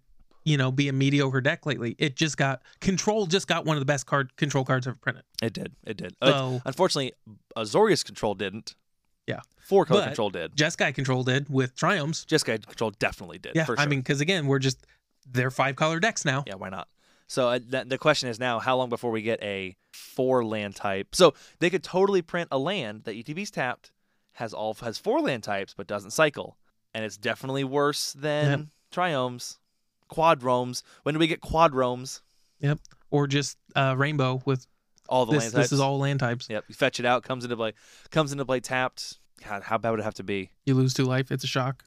Speaker 1: you know be a mediocre deck lately. It just got control just got one of the best card control cards ever printed.
Speaker 3: It did. It did. Uh,
Speaker 1: So
Speaker 3: Unfortunately, Azorius control didn't.
Speaker 1: Yeah.
Speaker 3: Four color
Speaker 1: But-
Speaker 3: control did.
Speaker 1: Jeskai control did with triumphs.
Speaker 3: Jeskai control definitely did.
Speaker 1: Yeah,
Speaker 3: for
Speaker 1: I
Speaker 3: sure.
Speaker 1: mean because again we're just they're five color decks now.
Speaker 3: yeah, why not? So uh, th- the question is now, how long before we get a four land type? So they could totally print a land that ETB's tapped has all has four land types but doesn't cycle, and it's definitely worse than triomes, quadromes. When do we get quadromes?
Speaker 1: Or just uh, rainbow with
Speaker 3: All the
Speaker 1: this
Speaker 3: land types.
Speaker 1: this is all land types.
Speaker 3: Yep, you fetch it out, comes into play, comes into play tapped. God, how bad would it have to be?
Speaker 1: You lose two life, it's a shock.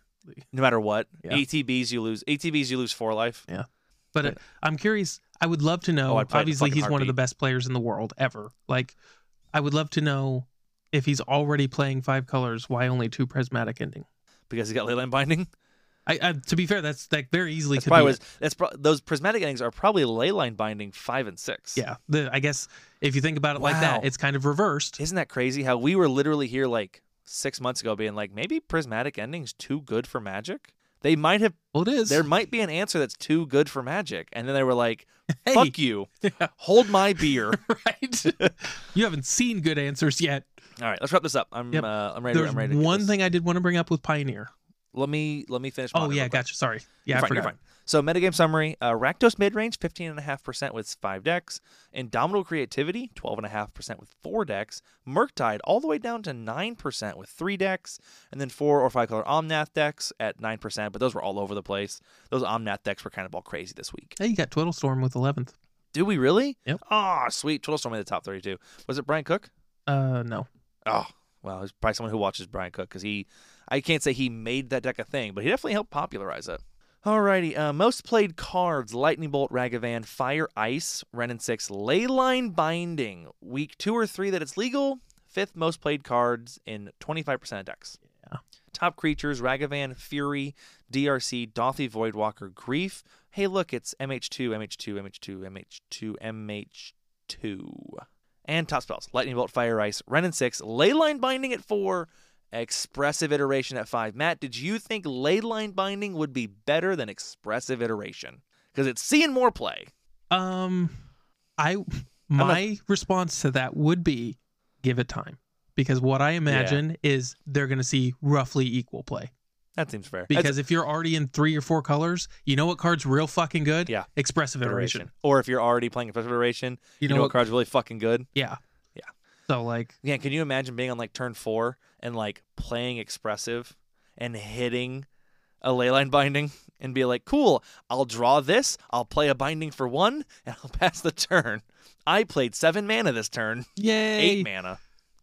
Speaker 3: No matter what,
Speaker 1: Yeah.
Speaker 3: ATBs you lose. ATBs you lose four life.
Speaker 1: But uh, I'm curious. I would love to know.
Speaker 3: Oh, I'd play it in a
Speaker 1: obviously,
Speaker 3: fucking
Speaker 1: he's one of the
Speaker 3: heartbeat.
Speaker 1: best players in the world ever. Like, I would love to know if he's already playing five colors. Why only two prismatic ending?
Speaker 3: because he got leyline binding.
Speaker 1: I, I to be fair, that's that very easily
Speaker 3: That's
Speaker 1: could
Speaker 3: probably
Speaker 1: be.
Speaker 3: was, that's pro- those prismatic endings are probably leyline binding five and six.
Speaker 1: yeah, the, I guess if you think about it like
Speaker 3: Wow.
Speaker 1: that, it's kind of reversed.
Speaker 3: isn't that crazy? How we were literally here like six months ago, being like, maybe prismatic endings too good for magic. They might have.
Speaker 1: Well, it is.
Speaker 3: There might be an answer that's too good for magic, and then they were like,
Speaker 1: Hey,
Speaker 3: "Fuck you,
Speaker 1: <laughs> Yeah.
Speaker 3: hold my beer." <laughs> All
Speaker 1: <laughs> right? you haven't seen good answers
Speaker 3: <laughs>
Speaker 1: yet.
Speaker 3: right, let's wrap this up. I'm
Speaker 1: Yep.
Speaker 3: uh, I'm ready. to-
Speaker 1: There's
Speaker 3: I'm ready. To get
Speaker 1: one
Speaker 3: this.
Speaker 1: thing I did want to bring up with Pioneer.
Speaker 3: Let me let me finish.
Speaker 1: Oh
Speaker 3: mine real
Speaker 1: yeah,
Speaker 3: quick.
Speaker 1: gotcha. Sorry. Yeah,
Speaker 3: You're
Speaker 1: I
Speaker 3: fine, you're
Speaker 1: forgot.
Speaker 3: fine. So metagame summary: uh, Rakdos midrange, fifteen and a half percent with five decks. Indomitable creativity, twelve and a half percent with four decks. Murktide all the way down to nine percent with three decks, and then four or five color Omnath decks at nine percent. But those were all over the place. Those Omnath decks were kind of all crazy this week.
Speaker 1: Hey, you got Twiddle Storm with 11th.
Speaker 3: Do we really?
Speaker 1: Yep.
Speaker 3: Ah, sweet. Total Storm in the top thirty-two. Was it Brian Cook?
Speaker 1: Uh, no.
Speaker 3: Oh, well, he's probably someone who watches Brian Cook because he, I can't say he made that deck a thing, but he definitely helped popularize it. Alrighty, uh, most played cards: Lightning Bolt, Ragavan, Fire, Ice, Renin Six, Leyline Binding. Week two or three that it's legal. Fifth most played cards in 25% of decks.
Speaker 1: Yeah.
Speaker 3: Top creatures, Ragavan, Fury, DRC, Dothy Voidwalker, Grief. Hey, look, it's MH2, MH2, MH2, MH2, MH2. And top spells Lightning Bolt, Fire Ice, Ren and 6, Leyline Binding at 4, Expressive Iteration at 5. Matt, did you think Leyline Binding would be better than Expressive Iteration? Because it's seeing more play.
Speaker 1: Um, I my response to that would be give it time because what I imagine is they're going to see roughly equal play.
Speaker 3: That seems fair. That's
Speaker 1: Because if you're already in three or four colors, you know what card's real fucking good?
Speaker 3: Yeah.
Speaker 1: Expressive iteration.
Speaker 3: Or if you're already playing Expressive Iteration,
Speaker 1: You,
Speaker 3: you know, what card's really fucking good?
Speaker 1: Yeah.
Speaker 3: Yeah.
Speaker 1: So like,
Speaker 3: Yeah, can you imagine being on like turn four and like playing expressive and hitting a leyline binding and be like, cool, I'll draw this, I'll play a binding for one, and I'll <laughs> pass the turn. I played seven mana this turn,
Speaker 1: yay.
Speaker 3: eight mana.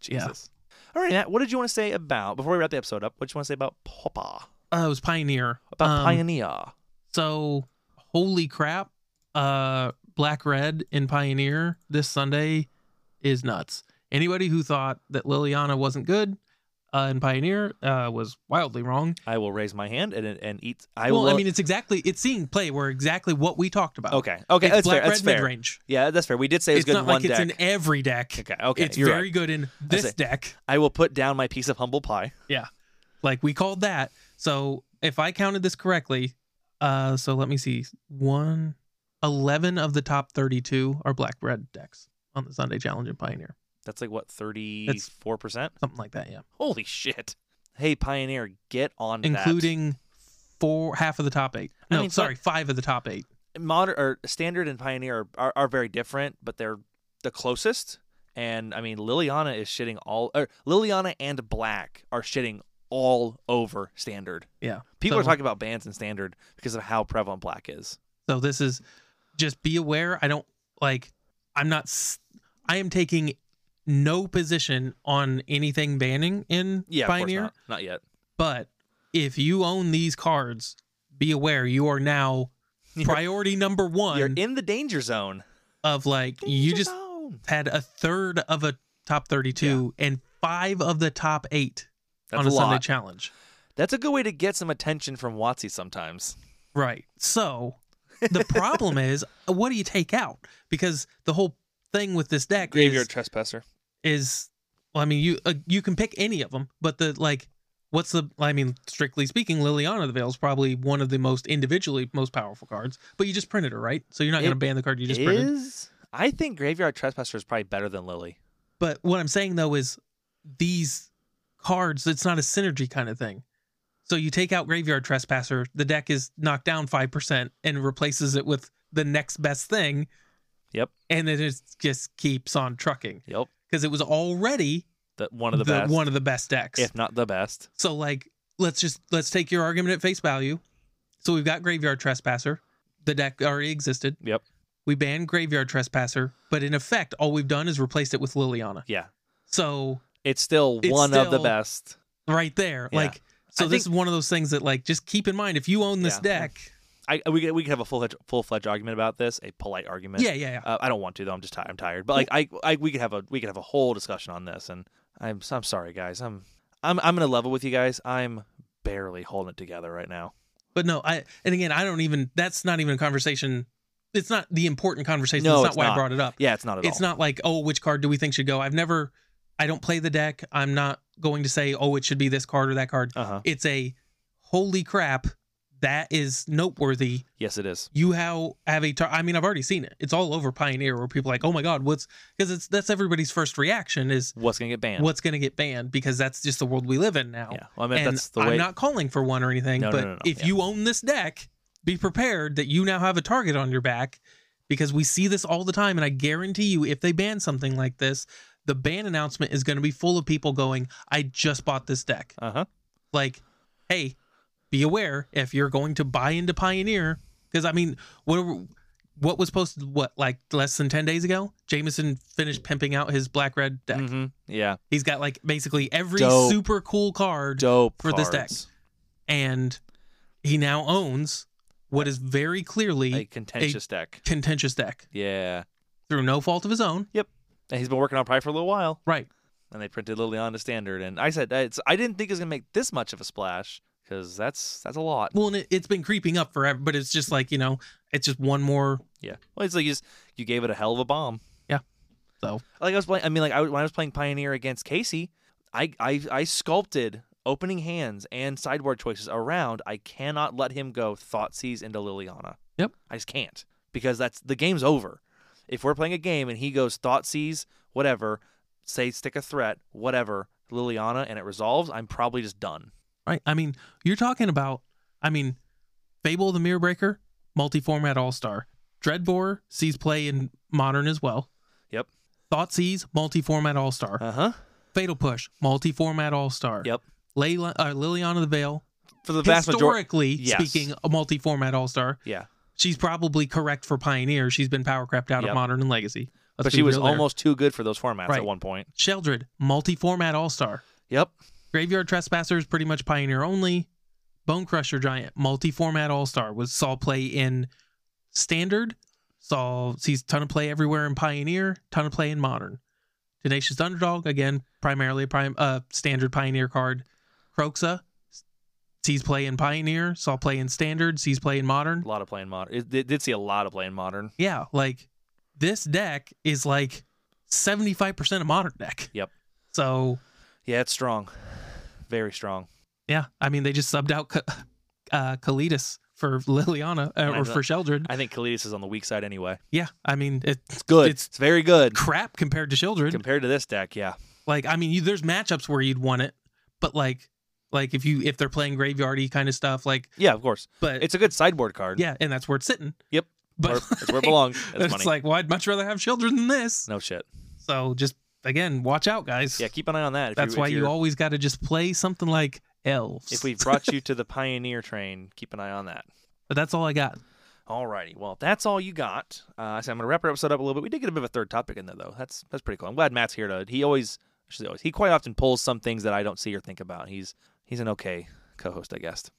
Speaker 1: Yeah.
Speaker 3: Jesus. All right, Matt, what did you want to say about, before we wrap the episode up, what did you want to say about Popa?
Speaker 1: Uh, it was Pioneer.
Speaker 3: About
Speaker 1: Um,
Speaker 3: Pioneer?
Speaker 1: So holy crap. Uh, Black Red in Pioneer this Sunday is nuts. Anybody who thought that Liliana wasn't good uh, in Pioneer uh, was wildly wrong.
Speaker 3: I will raise my hand and, and eat. I
Speaker 1: well,
Speaker 3: will.
Speaker 1: I mean, it's exactly it's seeing play where exactly what we talked about.
Speaker 3: okay, okay,
Speaker 1: it's
Speaker 3: that's
Speaker 1: Black
Speaker 3: fair. That's
Speaker 1: Red
Speaker 3: fair.
Speaker 1: mid range.
Speaker 3: Yeah, that's fair. We did say it was
Speaker 1: It's
Speaker 3: good
Speaker 1: not
Speaker 3: in one
Speaker 1: like
Speaker 3: deck.
Speaker 1: it's in every deck.
Speaker 3: okay, okay,
Speaker 1: it's
Speaker 3: you're right.
Speaker 1: very good in this
Speaker 3: it.
Speaker 1: deck.
Speaker 3: I will put down my piece of humble pie.
Speaker 1: Like we called that. So if I counted this correctly, uh, so let me see. One, 11 of the top 32 are black red decks on the Sunday Challenge and Pioneer.
Speaker 3: That's like what thirty four percent.
Speaker 1: Something like that, yeah.
Speaker 3: Holy shit! Hey, Pioneer, get on
Speaker 1: Including four, half of the top eight.
Speaker 3: I
Speaker 1: No,
Speaker 3: mean,
Speaker 1: sorry, five of the top eight.
Speaker 3: that. Modern or standard and Pioneer are, are, are very different, but they're the closest. And I mean, Liliana is shitting all. Or Liliana and Black are shitting all over standard.
Speaker 1: Yeah.
Speaker 3: People are
Speaker 1: So-
Speaker 3: talking about bans in standard because of how prevalent Black is.
Speaker 1: So this is just be aware. I don't like. I'm not. s- I am taking no position on anything banning in
Speaker 3: Yeah,
Speaker 1: Pioneer.
Speaker 3: Of course not. not yet.
Speaker 1: But if you own these cards, be aware you are now
Speaker 3: <laughs> You're-
Speaker 1: priority number
Speaker 3: You're
Speaker 1: one
Speaker 3: in the danger zone.
Speaker 1: of like you
Speaker 3: Danger
Speaker 1: just
Speaker 3: zone.
Speaker 1: had a third of a top 32 and five of the top eight
Speaker 3: That's
Speaker 1: on
Speaker 3: a
Speaker 1: a Sunday
Speaker 3: lot.
Speaker 1: challenge.
Speaker 3: That's a good way to get some attention from Watsy sometimes.
Speaker 1: Right.
Speaker 3: <laughs>
Speaker 1: So the problem is, what do you take out? Because the whole thing with this deck is
Speaker 3: trespasser.
Speaker 1: is well, I mean you uh, you can pick any of them, but the like what's the I mean strictly speaking Liliana the Veil is probably one of the most individually most powerful cards, but you just printed her, right? So you're not going to
Speaker 3: It
Speaker 1: ban the card you just printed.
Speaker 3: Is I think Graveyard Trespasser is probably better than Lily.
Speaker 1: But what I'm saying though is these cards it's not a synergy kind of thing. So you take out Graveyard Trespasser, the deck is knocked down 5% and replaces it with the next best thing.
Speaker 3: Yep.
Speaker 1: And then it just keeps on trucking
Speaker 3: Yep.
Speaker 1: because it was already
Speaker 3: The, one of the, best.
Speaker 1: one of the best decks.
Speaker 3: if not the best.
Speaker 1: So like let's just let's take your argument at face value. So we've got graveyard trespasser. The deck already existed.
Speaker 3: Yep.
Speaker 1: We banned graveyard trespasser, but in effect all we've done is replaced it with Liliana.
Speaker 3: Yeah.
Speaker 1: So
Speaker 3: It's still
Speaker 1: It's
Speaker 3: one of the
Speaker 1: still-
Speaker 3: best.
Speaker 1: right there,
Speaker 3: Yeah.
Speaker 1: like so
Speaker 3: I
Speaker 1: this
Speaker 3: think-
Speaker 1: is one of those things that like just keep in mind if you own this
Speaker 3: Yeah.
Speaker 1: deck.
Speaker 3: I we could, we could have a full full fledged argument about this, a polite argument.
Speaker 1: Yeah, yeah, yeah.
Speaker 3: Uh, I don't want to though. I'm just tired. I'm tired. But like I, I we could have a we could have a whole discussion on this. And I'm I'm sorry guys. I'm I'm I'm gonna level with you guys. I'm barely holding it together right now.
Speaker 1: But no, I and again I don't even that's not even a conversation. It's not the important conversation.
Speaker 3: No,
Speaker 1: that's
Speaker 3: it's
Speaker 1: not why I
Speaker 3: not.
Speaker 1: brought it up.
Speaker 3: Yeah, it's not at
Speaker 1: it's
Speaker 3: all.
Speaker 1: not like oh which card do we think should go i've never i don't play the deck i'm not going to say oh it should be this card or that card
Speaker 3: Uh huh.
Speaker 1: it's a holy crap that is noteworthy
Speaker 3: Yes, it is.
Speaker 1: you how have a tar- i mean i've already seen it it's all over pioneer where people are like oh my god what's because it's that's everybody's first reaction is
Speaker 3: What's gonna get banned?
Speaker 1: what's going to get banned because that's just the world we live in now
Speaker 3: Yeah. Well, I mean
Speaker 1: and
Speaker 3: that's the
Speaker 1: i'm
Speaker 3: way.
Speaker 1: not calling for one or anything
Speaker 3: No, no,
Speaker 1: but
Speaker 3: no, no,
Speaker 1: if
Speaker 3: yeah.
Speaker 1: you own this deck be prepared that you now have a target on your back because we see this all the time and i guarantee you if they ban something like this the ban announcement is going to be full of people going i just bought this deck
Speaker 3: Uh huh.
Speaker 1: like hey be aware if you're going to buy into pioneer because i mean what were- what was posted what like less than 10 days ago jameson finished pimping out his black red deck
Speaker 3: hmm Yeah.
Speaker 1: he's got like basically every
Speaker 3: Dope.
Speaker 1: super cool card
Speaker 3: Dope
Speaker 1: For this deck.
Speaker 3: cards.
Speaker 1: and he now owns what is very clearly
Speaker 3: A contentious deck.
Speaker 1: contentious deck
Speaker 3: Yeah.
Speaker 1: through no fault of his own
Speaker 3: And he's been working on Pride for a little while.
Speaker 1: right
Speaker 3: and they printed Lily on the standard. And I said, it's, I didn't think it was gonna make this much of a splash because that's that's a lot.
Speaker 1: Well, and it, it's been creeping up forever, but it's just like you know, it's just one more.
Speaker 3: Yeah. Well, it's like you, just, you gave it a hell of a bomb.
Speaker 1: Yeah. So.
Speaker 3: like I was playing. I mean, like I, when I was playing Pioneer against Casey, I I I sculpted opening hands and sideboard choices around. I cannot let him go thought seize into Liliana.
Speaker 1: Yep.
Speaker 3: I just can't because that's the game's over. If we're playing a game and he goes thought seize whatever, say stick a threat whatever Liliana and it resolves, I'm probably just done.
Speaker 1: Right. I mean, you're talking about. I mean, Fable the Mirror Breaker, multi-format all-star. Dreadbore sees play in modern as well.
Speaker 3: Yep.
Speaker 1: Thought sees multi-format all-star.
Speaker 3: Uh huh.
Speaker 1: Fatal Push multi-format all-star.
Speaker 3: Yep.
Speaker 1: Layla, uh, Liliana the Veil.
Speaker 3: For the vast majority.
Speaker 1: Historically
Speaker 3: Yes.
Speaker 1: speaking, a multi-format all-star.
Speaker 3: Yeah.
Speaker 1: She's probably correct for Pioneer. She's been power crapped out
Speaker 3: Yep.
Speaker 1: of Modern and Legacy. Let's
Speaker 3: but
Speaker 1: be
Speaker 3: she was
Speaker 1: real there.
Speaker 3: almost too good for those formats
Speaker 1: Right.
Speaker 3: at one point.
Speaker 1: Sheldred, multi-format all-star.
Speaker 3: Yep.
Speaker 1: Graveyard Trespasser is pretty much Pioneer only. Bone Crusher Giant, multi-format all-star, was saw play in Standard. Saw sees ton of play everywhere in Pioneer, ton of play in Modern. Tenacious Underdog again, primarily a prime uh Standard Pioneer card. Croxa sees play in Pioneer, saw play in Standard, sees play in Modern.
Speaker 3: A lot of playing modern. It, it did see a lot of playing modern.
Speaker 1: Yeah, like this deck is like seventy five percent of Modern deck.
Speaker 3: Yep.
Speaker 1: So
Speaker 3: Yeah, it's strong. Very strong.
Speaker 1: Yeah, I mean they just subbed out K- <sighs> uh, Kalidas for <laughs> Liliana uh,
Speaker 3: I
Speaker 1: or
Speaker 3: know.
Speaker 1: for Sheldred.
Speaker 3: I Mm. think Kalidas is on the weak side anyway.
Speaker 1: Yeah, I mean it's
Speaker 3: It's good. It's,
Speaker 1: It's
Speaker 3: very good
Speaker 1: crap compared to Sheldred.
Speaker 3: compared to this deck. Yeah.
Speaker 1: like I mean, you, there's matchups where you'd want it, but like like if you if they're playing graveyardy kind of stuff, like
Speaker 3: Yeah, of course.
Speaker 1: but
Speaker 3: It's a good sideboard card.
Speaker 1: yeah, and that's where it's sitting.
Speaker 3: Yep.
Speaker 1: but <laughs>
Speaker 3: Where- it's <laughs> where it belongs. That's
Speaker 1: it's
Speaker 3: money.
Speaker 1: like well, I'd much rather have Sheldred than this.
Speaker 3: no shit.
Speaker 1: So just again, watch out, guys.
Speaker 3: Yeah, keep an eye on that. If
Speaker 1: that's
Speaker 3: you, if
Speaker 1: why you
Speaker 3: you're-
Speaker 1: always got to just play something like elves.
Speaker 3: If we've brought you to the <laughs> pioneer train, keep an eye on that.
Speaker 1: but that's all I got.
Speaker 3: Alrighty, well, if that's all you got. Uh, I said I'm gonna wrap our episode up a little bit. We did get a bit of a third topic in there, though. That's that's pretty cool. I'm glad Matt's here to. He always, I should say always, he quite often pulls some things that I don't see or think about. He's he's an okay co-host, I guess.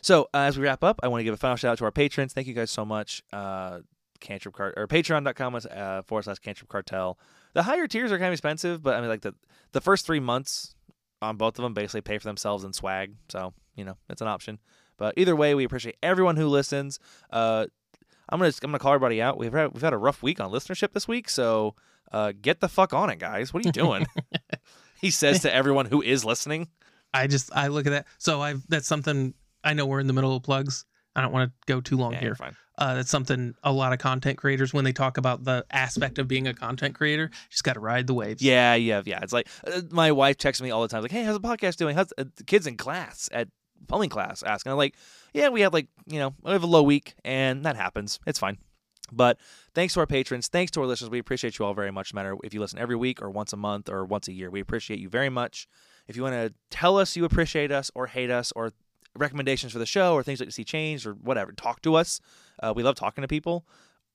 Speaker 3: So uh, as we wrap up, I want to give a final shout out to our patrons. Thank you guys so much. Uh, Cantrip Cart or Patreon.com is uh, forward slash Cantrip Cartel. The higher tiers are kind of expensive, but I mean, like the the first three months on both of them basically pay for themselves in swag. So you know, it's an option. But either way, we appreciate everyone who listens. Uh, I'm gonna I'm gonna call everybody out. We've had, we've had a rough week on listenership this week, so uh, get the fuck on it, guys. What are you doing? he says to everyone who is listening.
Speaker 1: I just I look at that. So I've that's something I know we're in the middle of plugs. I don't want to go too long
Speaker 3: Yeah, you're
Speaker 1: here.
Speaker 3: fine.
Speaker 1: Uh, that's something a lot of content creators when they talk about the aspect of being a content creator, just got to ride the waves.
Speaker 3: Yeah, yeah, yeah. It's like uh, my wife texts me all the time, like, "Hey, how's the podcast doing? How's uh, the kids in class at plumbing class?" Asking, I'm like, "Yeah, we had like you know we have a low week, and that happens. It's fine." But thanks to our patrons, thanks to our listeners, we appreciate you all very much. No matter if you listen every week or once a month or once a year, we appreciate you very much. If you want to tell us you appreciate us or hate us or recommendations for the show or things that you see changed or whatever, talk to us. Uh, we love talking to people.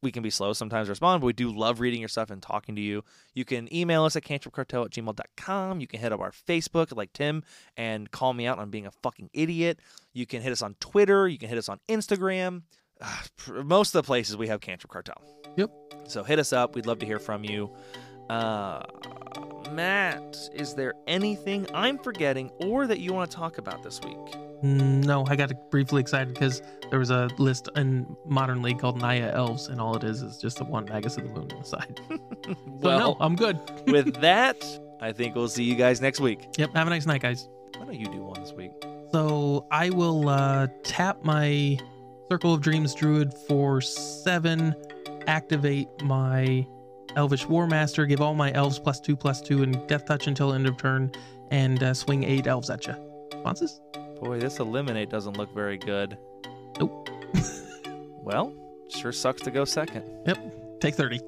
Speaker 3: We can be slow sometimes to respond, but we do love reading your stuff and talking to you. You can email us at cantripcartel at gmail.com. You can hit up our Facebook, like Tim, and call me out on being a fucking idiot. You can hit us on Twitter. You can hit us on Instagram. Ah, pr- Most of the places we have Cantrip Cartel.
Speaker 1: Yep.
Speaker 3: So hit us up. We'd love to hear from you. Uh, Matt, is there anything I'm forgetting or that you want to talk about this week?
Speaker 1: Mm, No, I got briefly excited because there was a list in Modern League called Naya Elves, and all it is is just the one Magus of the Moon on the side. So no, I'm good.
Speaker 3: with <laughs> that, I think we'll see you guys next week.
Speaker 1: Yep. Have a nice night, guys.
Speaker 3: Why don't you do one this week?
Speaker 1: So I will uh, tap my Circle of Dreams Druid for seven, activate my Elvish War Master, give all my elves plus two plus two and Death Touch until end of turn, and uh, swing eight elves at you. Responses?
Speaker 3: Boy, this eliminate doesn't look very good.
Speaker 1: Nope.
Speaker 3: <laughs> well, sure sucks to go second.
Speaker 1: Take 30.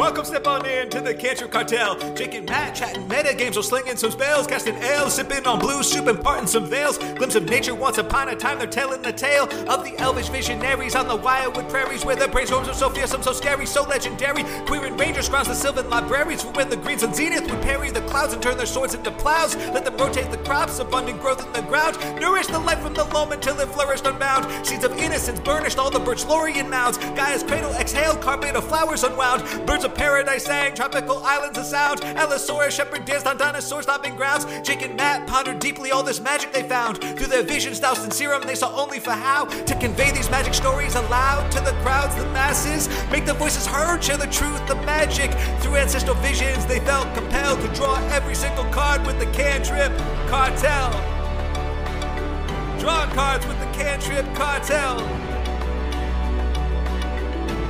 Speaker 4: Welcome, step on in to the Cantrip Cartel. Jake and Matt chatting meta games while slinging some spells, casting ale, sipping on blue soup and parting some veils. Glimpse of nature once upon a time, they're telling the tale of the elvish visionaries on the wildwood prairies where the brainstorms are so fearsome, so scary, so legendary. Queer and rangers grounds the sylvan libraries for when the greens and zenith would parry the clouds and turn their swords into plows. Let them rotate the crops, abundant growth in the ground. Nourish the life from the loam until it flourished unbound. Seeds of innocence burnished all the birch laurian mounds. Gaia's cradle exhaled, carpet of flowers unwound. Birds of of paradise sang, tropical islands of sound. Allosaurus shepherd danced on dinosaur stomping grounds. Jake and Matt pondered deeply all this magic they found. Through their visions doused in serum, they saw only for how to convey these magic stories aloud to the crowds, the masses. Make the voices heard, share the truth, the magic. Through ancestral visions, they felt compelled to draw every single card with the cantrip cartel. Draw cards with the cantrip cartel.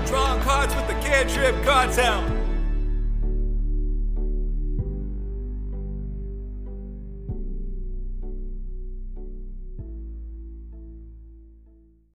Speaker 4: Drawing cards with the cantrip cartel.